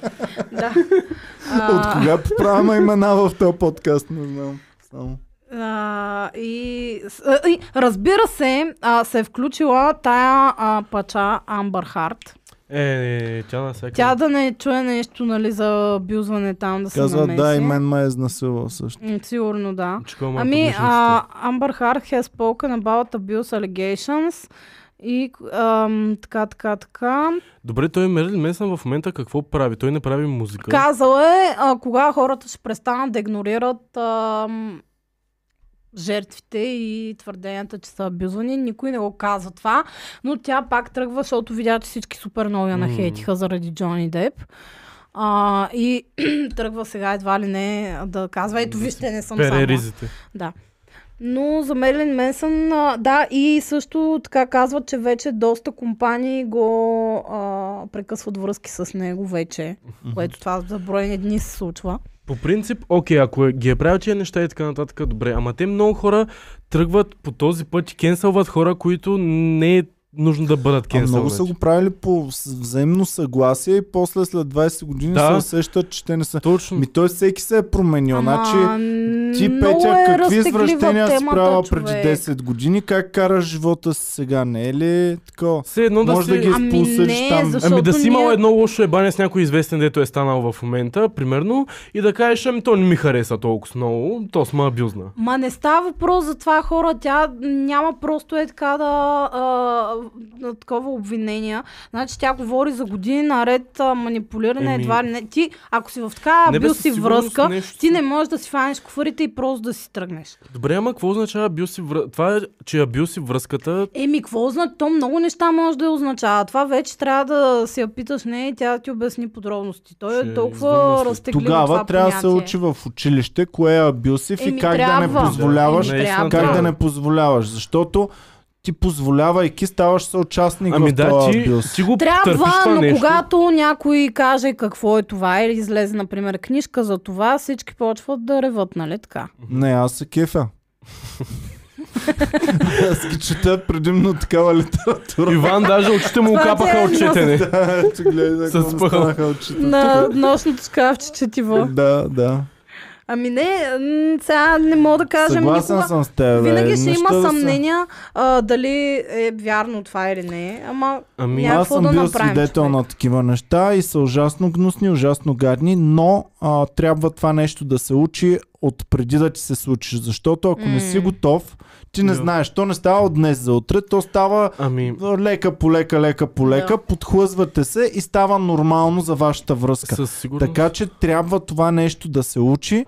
Speaker 1: да.
Speaker 2: От
Speaker 1: А,
Speaker 2: кога поправяме имена в този подкаст, не знам. Само.
Speaker 1: А, и, с- а, и, разбира се, а, се е включила тая а, пача Амбър Харт.
Speaker 3: Е, е, е, тя на всяка...
Speaker 1: Тя да не чуе нещо нали, за бюзване там, да се
Speaker 2: Казва,
Speaker 1: намеси.
Speaker 2: да, и мен ме е изнасилвал също.
Speaker 1: М, Сигурно да.
Speaker 3: Чакай, малко
Speaker 1: Ами,
Speaker 3: грешно
Speaker 1: а, Amber Heard has spoken about abuse allegations и ам, така, така, така.
Speaker 3: сте. Добре, той Мерлин Менсън в момента какво прави? Той не прави музика.
Speaker 1: Казал е а, кога хората ще престанат да игнорират ам, жертвите и твърденията, че са абюзвани. Никой не го казва това, но тя пак тръгва, защото видя, че всички супер много я
Speaker 3: М.
Speaker 1: нахейтиха заради Джони Деп. А, и тръгва сега едва ли не да казва, ето вижте, не съм
Speaker 3: Пере
Speaker 1: сама.
Speaker 3: ризите.
Speaker 1: Но за Мерлин Менсън, а, да, и също така казват, че вече доста компании го а, прекъсват връзки с него вече, което това за броени дни се случва.
Speaker 3: По принцип, окей, ако е- ги е правил тия неща и така нататък, добре. Ама те много хора тръгват по този път и кенселват хора, които не е нужно да бъдат
Speaker 2: А много
Speaker 3: кенселвани.
Speaker 2: са го правили по с- взаимно съгласие и после след 20 години
Speaker 3: Да.
Speaker 2: се усещат, че те не са.
Speaker 3: Точно.
Speaker 2: Ми той всеки се е променил. Значи ти,
Speaker 1: много
Speaker 2: Петя,
Speaker 1: е
Speaker 2: какви
Speaker 1: разтеглива
Speaker 2: извращения си
Speaker 1: темата,
Speaker 2: правила
Speaker 1: човек.
Speaker 2: преди 10 години? Как караш живота си сега? Не е ли такова?
Speaker 3: Все едно да
Speaker 2: Може да
Speaker 3: си...
Speaker 2: ги
Speaker 1: Ами не,
Speaker 2: изпусъш там.
Speaker 1: защо-
Speaker 3: Ами да
Speaker 1: Защото
Speaker 3: си имал
Speaker 1: ние-
Speaker 3: едно лошо ебане с някой известен, дето е станал в момента, примерно, и да кажеш, ами то не ми хареса толкова много, то сме абюзна.
Speaker 1: Ма не става въпрос за това хора, тя няма просто е така да а, на такова обвинения. Значи тя говори за години наред а, манипулиране,
Speaker 3: Еми.
Speaker 1: едва ли не. Ти, ако си в такава
Speaker 3: Не бе,
Speaker 1: бил
Speaker 3: със
Speaker 1: си
Speaker 3: сигурност
Speaker 1: връзка,
Speaker 3: нещо
Speaker 1: ти
Speaker 3: си.
Speaker 1: не можеш да си фанеш куфарите и просто да си тръгнеш.
Speaker 3: Добре, ама какво означава абюси връзката? Това е, че абюси връзката...
Speaker 1: Еми, какво означава? То много неща може да означава. Това вече трябва да си я питаш не и тя да ти обясни подробности. Той
Speaker 3: Ще
Speaker 1: е толкова
Speaker 3: извънна след-
Speaker 1: разтегливо това
Speaker 2: Тогава трябва да се
Speaker 1: понятие.
Speaker 2: учи в училище кое е абюсив и
Speaker 1: Еми,
Speaker 2: как да не
Speaker 1: трябва.
Speaker 2: позволяваш,
Speaker 1: Еми,
Speaker 3: Наистина
Speaker 1: трябва.
Speaker 2: как да не позволяваш. Защото ти позволявайки ставаш съучастник
Speaker 3: Ами
Speaker 2: в този
Speaker 3: да, ти,
Speaker 2: абюз.
Speaker 3: ти го търпиш
Speaker 1: Трябва,
Speaker 3: това
Speaker 1: но
Speaker 3: нещо.
Speaker 1: когато някой каже какво е това или излезе, например, книжка за това, всички почват да реват, нали така?
Speaker 2: Не, аз се кефя. аз ги чета предимно такава литература.
Speaker 3: Иван даже очите му
Speaker 1: Това
Speaker 3: капаха
Speaker 1: е
Speaker 3: от четене.
Speaker 2: Да, ето гледай
Speaker 3: С
Speaker 2: какво ми
Speaker 3: пъл.
Speaker 2: станаха очите. е.
Speaker 1: На
Speaker 3: е.
Speaker 1: нощното шкафче четиво.
Speaker 2: Да, да.
Speaker 1: Ами не, м, сега не мога да кажем
Speaker 2: Съгласен
Speaker 1: никога.
Speaker 2: съм с теб. бе.
Speaker 1: Винаги ще
Speaker 2: Неща
Speaker 1: има
Speaker 2: да са.
Speaker 1: съмнения а, дали е вярно това или не. Ама
Speaker 3: Ами,
Speaker 1: няма
Speaker 2: Аз
Speaker 1: какво
Speaker 2: съм
Speaker 1: да
Speaker 2: бил
Speaker 1: направим.
Speaker 2: свидетел
Speaker 1: човек.
Speaker 2: на такива неща и са ужасно гнусни, ужасно гадни, но а, трябва това нещо да се учи от преди да ти се случи. Защото ако не си
Speaker 1: М.
Speaker 2: готов, ти не
Speaker 3: Да.
Speaker 2: знаеш. То не става от днес за утре, то става
Speaker 3: Ами,
Speaker 2: лека по лека, лека по лека, подхлъзвате се и става нормално за вашата връзка.
Speaker 3: със сигурност.
Speaker 2: Така че трябва това нещо да се учи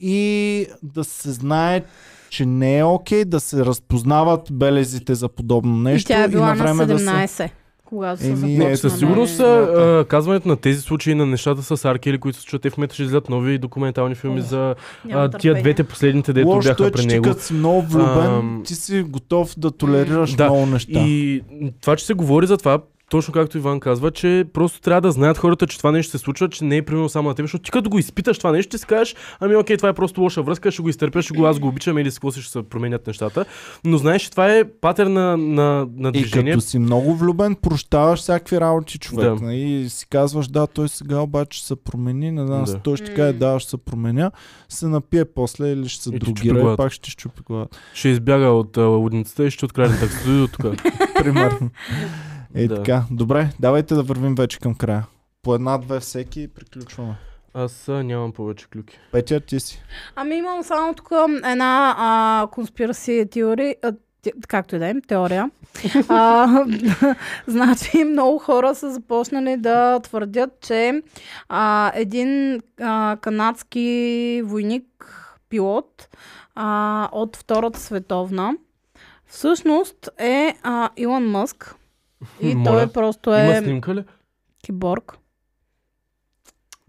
Speaker 2: и да се знае, че не е окей, да се разпознават белезите за подобно нещо.
Speaker 1: и тя е била
Speaker 2: на
Speaker 1: на,
Speaker 2: време Да
Speaker 1: 17, когато са
Speaker 2: Еми,
Speaker 1: започнали.
Speaker 2: е,
Speaker 3: Но със
Speaker 2: на
Speaker 3: сигурност
Speaker 2: мен,
Speaker 3: а,
Speaker 2: да.
Speaker 3: а, казването на тези случаи на нещата с арки или които се чуят, те в момента ще излят нови документални филми за
Speaker 1: Няма
Speaker 3: а, тия
Speaker 1: търпение.
Speaker 3: двете последните,
Speaker 2: се...
Speaker 3: дето
Speaker 2: Лошото
Speaker 3: бяха
Speaker 2: е,
Speaker 3: при
Speaker 2: че ти
Speaker 3: него.
Speaker 2: като си много влюбен,
Speaker 3: Ам,
Speaker 2: ти си готов да толерираш
Speaker 3: Да,
Speaker 2: много неща.
Speaker 3: И това, че се говори за това, точно както Иван казва, че просто трябва да знаят хората, че това нещо се случва, че не е примерно само на теб, защото ти като го изпиташ това нещо, ти си кажеш, ами окей, това е просто лоша връзка, ще го изтърпя, ще го аз го обичам или с какво си ще се променят нещата. Но знаеш, че това е патер на, на, на
Speaker 2: И
Speaker 3: движение.
Speaker 2: като си много влюбен, прощаваш всякакви работи човек.
Speaker 3: Да.
Speaker 2: Да. И си казваш, да, той сега обаче ще се промени, не знам,
Speaker 3: Да.
Speaker 2: да. той ще каже, да, ще се променя, се напие после или ще се
Speaker 3: ти чупи
Speaker 2: другира и
Speaker 3: главата.
Speaker 2: пак ще щупи главата.
Speaker 3: Ще избяга от а, лудницата и ще открадне таксито до тук.
Speaker 2: Примерно. Е,
Speaker 3: Да.
Speaker 2: така. Добре, давайте да вървим вече към края. По една-две всеки и приключваме.
Speaker 3: Аз а, нямам повече клюки.
Speaker 2: Петя, ти си.
Speaker 1: Ами имам само тук една а, конспираси теория, а, те- както и да е, теория. а, значи много хора са започнали да твърдят, че а, един а, канадски войник, пилот а, от Втората световна, всъщност е а, Илон Мъск. И
Speaker 3: Моля.
Speaker 1: той просто
Speaker 3: Има
Speaker 1: е
Speaker 3: снимка ли?
Speaker 1: киборг.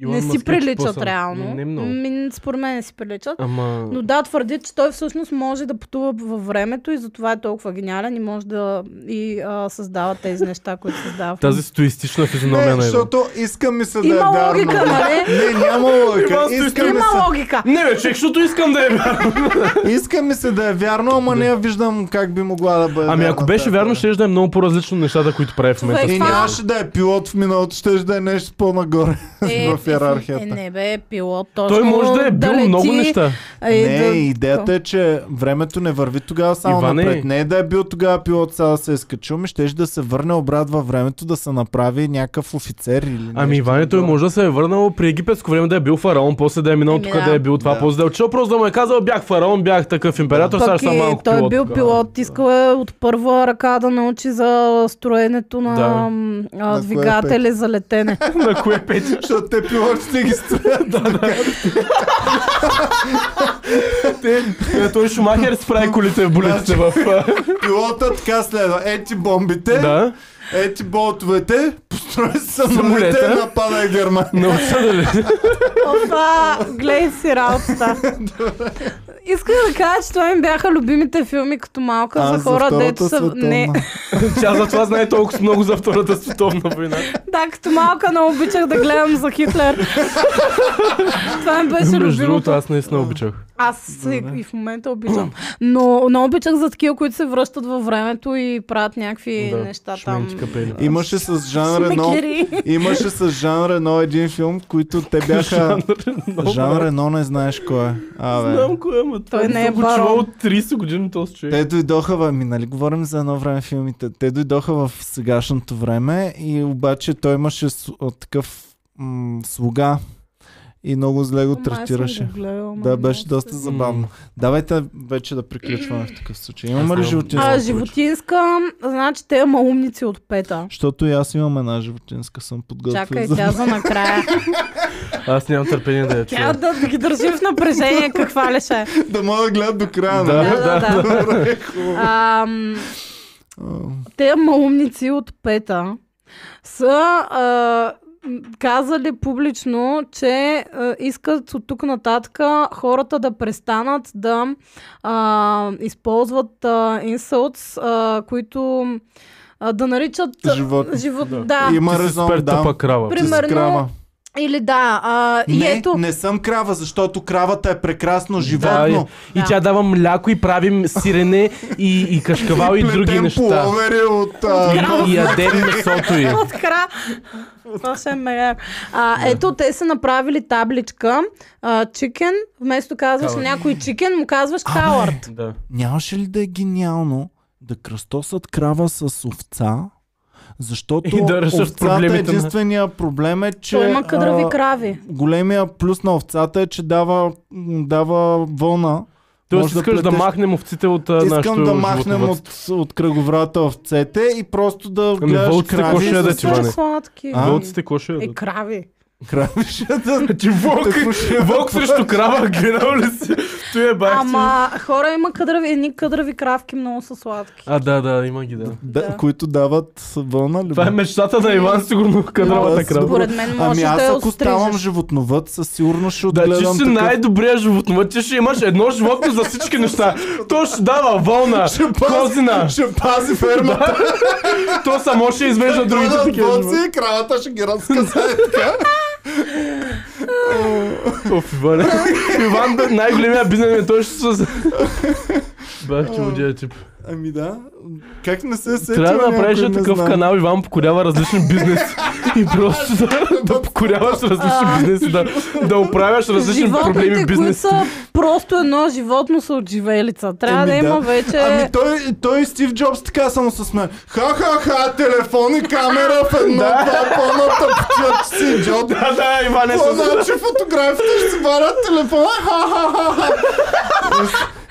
Speaker 3: Илон
Speaker 1: не си
Speaker 3: Мъск е
Speaker 1: приличат
Speaker 3: чпосан.
Speaker 1: реално.
Speaker 3: Не много.
Speaker 1: Ми, според мен не си приличат.
Speaker 3: Ама...
Speaker 1: Но да, твърди, че той всъщност може да пътува във времето и затова е толкова гениален и може да и а, създава тези неща, които създава. в
Speaker 3: Тази стоистична физиономия
Speaker 2: Не,
Speaker 3: на Иван.
Speaker 2: защото искам ми се да е
Speaker 1: Има
Speaker 2: вярно.
Speaker 1: логика, нали?
Speaker 2: Не, няма логика.
Speaker 3: Иван, стоиш,
Speaker 2: Искам ми
Speaker 1: Има
Speaker 2: се,
Speaker 1: логика.
Speaker 3: Не, бе, човек, защото искам да е вярно.
Speaker 2: искам ми се да е вярно, ама не я виждам как би могла да бъде
Speaker 3: Ами
Speaker 2: вярна
Speaker 3: ако беше
Speaker 2: тази
Speaker 3: вярно,
Speaker 2: теория.
Speaker 3: ще да е много по-различно нещата, които прави в момента.
Speaker 2: И
Speaker 1: Това-
Speaker 2: нямаше да е пилот в миналото, ще да е нещо по-нагоре в
Speaker 1: Е,
Speaker 2: иерархията.
Speaker 1: не бе, пилот. Точно
Speaker 3: Той може да е бил
Speaker 1: лети,
Speaker 3: много неща.
Speaker 1: а, и
Speaker 2: Не,
Speaker 1: да-
Speaker 2: идеята е, че времето не върви тогава само
Speaker 3: Иване.
Speaker 2: напред. Не е да е бил тогава пилот, сега да се е скачил, ми щеше да се върне обрат във времето, да се направи някакъв офицер или нещо.
Speaker 3: Ами Иване, той може да се е върнал при египетско време да е бил фараон, после да е минал
Speaker 1: Еми,
Speaker 3: тук
Speaker 1: да.
Speaker 3: да е бил това,
Speaker 2: Да.
Speaker 3: после да е отишъл, просто да му е казал бях фараон, бях такъв император, сега
Speaker 1: Пък
Speaker 3: ще съм
Speaker 1: и
Speaker 3: малко
Speaker 1: той е
Speaker 3: пилот.
Speaker 1: бил пилот, искал е от първа ръка да научи за строенето на,
Speaker 3: Да.
Speaker 1: м, а,
Speaker 2: На кое
Speaker 1: двигатели за летене.
Speaker 3: На кое пети?
Speaker 2: Защото те пилотите ги строят.
Speaker 3: Те- Той Шумахер спрай колите в болиците в...
Speaker 2: Значи- Пилота така следва. Ети бомбите,
Speaker 3: Да?
Speaker 2: ети болтовете, построй самолета,
Speaker 3: Самолета.
Speaker 2: нападай Германия.
Speaker 3: Науча да ли?
Speaker 1: Опа, гледай си работа. Исках да кажа, че това ми бяха любимите филми като малка
Speaker 2: Аз
Speaker 1: за хора,
Speaker 2: Втората
Speaker 1: дето са...
Speaker 2: световна.
Speaker 1: Не,
Speaker 3: Тя затова знае толкова много за Втората световна война.
Speaker 1: да, като малка не обичах да гледам за Хитлер. това ми беше
Speaker 3: Между другото,
Speaker 1: любимото.
Speaker 3: аз наистина обичах.
Speaker 1: Аз и, и в момента обичам. Но не обичах за такива, които се връщат във времето и правят някакви
Speaker 3: Да,
Speaker 1: неща там.
Speaker 3: шменки капели.
Speaker 2: Имаше с Жан Рено,
Speaker 1: Сумекери.
Speaker 2: имаше с Жан Рено един филм, които те бяха... Жан Рено не знаеш кой е. Абе.
Speaker 3: е Знам кое, ама това
Speaker 1: Той не
Speaker 3: съм
Speaker 1: е
Speaker 3: го
Speaker 1: барон.
Speaker 3: чувал от 30 години този човек.
Speaker 2: Те дойдоха, бе, ми нали говорим за едно време филмите, те дойдоха в сегашното време и обаче той имаше с- а, такъв м- слуга и много зле
Speaker 1: Ама
Speaker 2: го
Speaker 1: аз съм
Speaker 2: третираше.
Speaker 1: го гледала, ама
Speaker 2: Да,
Speaker 1: много
Speaker 2: беше
Speaker 1: се-
Speaker 2: доста забавно. Давайте вече да приключваме в такъв случай. Имаме
Speaker 3: Аз
Speaker 2: ли
Speaker 3: нямам-
Speaker 2: животинска?
Speaker 1: А,
Speaker 3: Няма
Speaker 1: животинска, значи те има умници от пета.
Speaker 2: Защото и аз имам една животинска, съм подготвен
Speaker 1: Чакай,
Speaker 2: за...
Speaker 1: тя за накрая.
Speaker 3: Аз нямам търпение да я
Speaker 1: Тя е
Speaker 3: чуя.
Speaker 1: да ги държи в напрежение, каква ли ще е.
Speaker 2: да мога да гледам до края.
Speaker 3: Да,
Speaker 2: нали?
Speaker 1: да, да. Ам, те малумници от пета са а, м, казали публично, че е, искат от тук нататък хората да престанат да а, използват а, insults, а, които а, да наричат
Speaker 2: Живот.
Speaker 1: живот да.
Speaker 3: Да.
Speaker 2: Има
Speaker 3: Ти си
Speaker 2: резон,
Speaker 3: супер
Speaker 2: да.
Speaker 3: тъпа крава.
Speaker 2: Ти си
Speaker 1: Примерно,
Speaker 2: крава.
Speaker 1: Или да, а, и
Speaker 2: Не,
Speaker 1: ето...
Speaker 2: не съм крава, защото кравата е прекрасно
Speaker 3: Да,
Speaker 2: животно.
Speaker 3: и, и тя дава мляко и правим сирене и, и кашкавал и други
Speaker 2: Плетем
Speaker 3: неща.
Speaker 2: пуловери от... а,
Speaker 3: И, и ядем месото й.
Speaker 1: от кра. Това ще е мега. А, ето, те са направили табличка. А, чикен, вместо казваш
Speaker 3: Калър.
Speaker 1: някой чикен, му казваш
Speaker 2: Абе.
Speaker 1: Хауърд.
Speaker 3: Да.
Speaker 2: Нямаше ли да е гениално да кръстосат крава с овца? Защото
Speaker 3: И да решат
Speaker 2: овцата
Speaker 3: проблемите на-
Speaker 2: единствения проблем е, че
Speaker 1: Той има кадрови
Speaker 2: а,
Speaker 1: крави.
Speaker 2: големия плюс на овцата е, че дава, м, дава вълна.
Speaker 3: Тоест
Speaker 2: Може да
Speaker 3: искаш да,
Speaker 2: плетеш-
Speaker 3: махнем овците от а, нашото
Speaker 2: Искам да махнем
Speaker 3: животновъдство.
Speaker 2: от, от кръговрата овцете и просто да
Speaker 3: Ами
Speaker 2: гледаш
Speaker 3: вълците какво
Speaker 2: крави
Speaker 3: ще ядат,
Speaker 2: с
Speaker 3: Иване?
Speaker 1: Супер сладки.
Speaker 2: А?
Speaker 3: Вълците какво ще
Speaker 1: Е,
Speaker 3: ядат?
Speaker 1: крави.
Speaker 2: крави. Ще да...
Speaker 3: Ти вълк,
Speaker 2: Какво ще
Speaker 3: вълк срещу крава, гледал ли си? Той е бах ти.
Speaker 1: Ама хора има кадрави, едни кадрави кравки много са сладки.
Speaker 3: А, да, да, има ги, да.
Speaker 2: Да,
Speaker 1: Да.
Speaker 2: които дават вълна. Любов.
Speaker 3: Това е мечтата на Иван, сигурно кадровата
Speaker 2: Да,
Speaker 3: крава.
Speaker 2: добре.
Speaker 1: Според мен
Speaker 2: Ами
Speaker 1: може
Speaker 2: аз
Speaker 1: да я
Speaker 2: ако ставам
Speaker 1: острижеш.
Speaker 2: животновът, със сигурност ще
Speaker 3: Да,
Speaker 2: отгледам
Speaker 3: ти си
Speaker 2: такъв...
Speaker 3: най-добрия животновът, ти ще имаш едно животно за всички неща. То ще дава вълна,
Speaker 2: Ще пази-
Speaker 3: козина,
Speaker 2: Ще пази фермата.
Speaker 3: то само ще извежда Е, другите
Speaker 2: Дойдат
Speaker 3: такива
Speaker 2: боци
Speaker 3: животни.
Speaker 2: и кравата ще ги разказае така.
Speaker 3: Оф, Иван. Иван, бе, най-големия бизнес е той ще се... Бах ти лудия тип.
Speaker 2: Ами да. Как не се сетил
Speaker 3: Трябва да направиш
Speaker 2: някой, не
Speaker 3: такъв
Speaker 2: знам.
Speaker 3: канал, Иван покорява различни бизнеси. И просто да, да покоряваш различни бизнеси, да, да оправяш различни проблеми в
Speaker 1: Животните, които
Speaker 3: бизнеса.
Speaker 1: са просто едно животно са от живелица. Трябва
Speaker 2: Еми
Speaker 1: да
Speaker 2: да.
Speaker 1: има вече...
Speaker 2: Ами той, той Стив Джобс така само се смее. Ха-ха-ха, телефон и камера в едно, това пълната пътя, че си идиот.
Speaker 3: Да, да, Иван е
Speaker 2: Това
Speaker 3: с...
Speaker 2: значи фотографите ще си варят телефона. Ха-ха-ха-ха.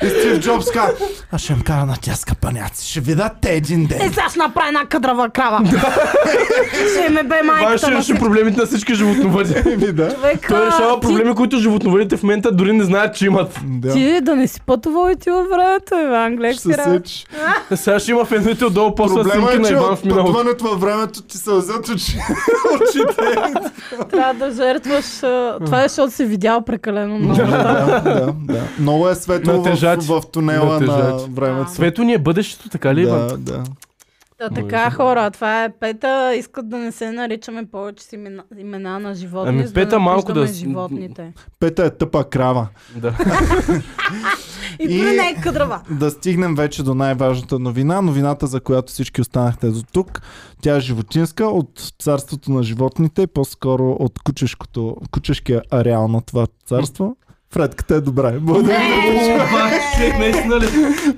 Speaker 2: И Стив Джобс ка, а ще им кара на тя скъпаняци. Ще видят те един
Speaker 1: Е,
Speaker 2: ден.
Speaker 1: сега ще направи една кадрава крава. ще ме бе
Speaker 3: Иван
Speaker 1: майката
Speaker 3: ще
Speaker 1: на
Speaker 3: реши проблемите на всички животновъди.
Speaker 2: Еми да.
Speaker 1: човека.
Speaker 3: Той решава
Speaker 1: Ти-
Speaker 3: проблеми, които животновъдите в момента дори не знаят, че имат.
Speaker 2: Да.
Speaker 1: Ти да не си пътувал и ти във времето, Иван, гледай
Speaker 2: Ще се
Speaker 1: си работа.
Speaker 2: сечеш.
Speaker 3: Сега ще има феновете отдолу после
Speaker 2: Проблема
Speaker 3: снимки
Speaker 2: е,
Speaker 3: на
Speaker 2: че
Speaker 3: Иван
Speaker 2: от
Speaker 3: в миналото.
Speaker 2: пътуването във времето ти се взят очи. очите.
Speaker 1: Трябва да жертваш. а, Това е защото си видял прекалено много.
Speaker 2: да, да, да. Много е светло в,
Speaker 3: Натежачи.
Speaker 2: в тунела на
Speaker 3: Натежачи.
Speaker 2: времето.
Speaker 3: Свето ни е бъдещето, така ли, Иван?
Speaker 2: Да, да.
Speaker 1: Та,
Speaker 3: Може
Speaker 1: така,
Speaker 3: би.
Speaker 1: хора, това е Пета. Искат да не се наричаме повече с имена, имена на животни.
Speaker 3: Ами,
Speaker 1: за
Speaker 3: Пета
Speaker 1: да не
Speaker 3: малко да
Speaker 1: обиждаме
Speaker 3: с-
Speaker 1: животните.
Speaker 2: Пета е тъпа крава.
Speaker 3: Да.
Speaker 1: И,
Speaker 2: И-
Speaker 1: и... не е кадрава.
Speaker 2: Да стигнем вече до най-важната новина. Новината, за която всички останахте до тук. Тя е животинска от царството на животните, по-скоро от кучешкото, кучешкия ареал на това царство. Фредката е добра. Благодарим,
Speaker 3: Е! Наистина ли?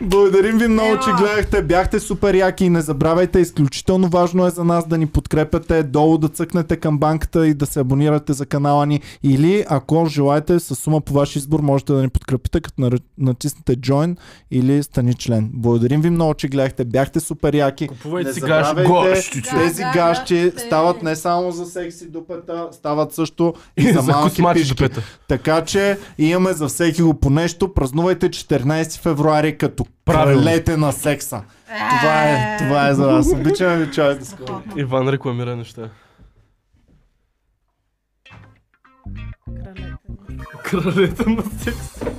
Speaker 2: благодарим ви много, че гледахте. Бяхте супер яки и не забравяйте. Изключително важно е за нас да ни подкрепяте. Долу да цъкнете към банката и да се абонирате за канала ни. Или, ако желаете, с сума по ваш избор, можете да ни подкрепите, като нар- натиснете Join или стани член. Благодарим ви много, че гледахте. Бяхте супер яки.
Speaker 3: Купувайте
Speaker 2: Не
Speaker 3: си гаш
Speaker 2: забравяйте,
Speaker 3: гощи.
Speaker 2: Тези
Speaker 1: Да, да,
Speaker 2: гащи
Speaker 1: да,
Speaker 2: стават
Speaker 1: те-
Speaker 2: не само за секси дупета, стават също и
Speaker 3: И
Speaker 2: за
Speaker 3: за
Speaker 2: малки
Speaker 3: космачи
Speaker 2: пишки.
Speaker 3: дупета.
Speaker 2: Така че имаме за всеки го по нещо. Празнувайте 14 февруари като
Speaker 3: Правилно.
Speaker 2: кралете на секса. Това е, това е за вас. Обичаме ви, чай да скоро.
Speaker 3: Иван рекламира неща. Кралете на секс.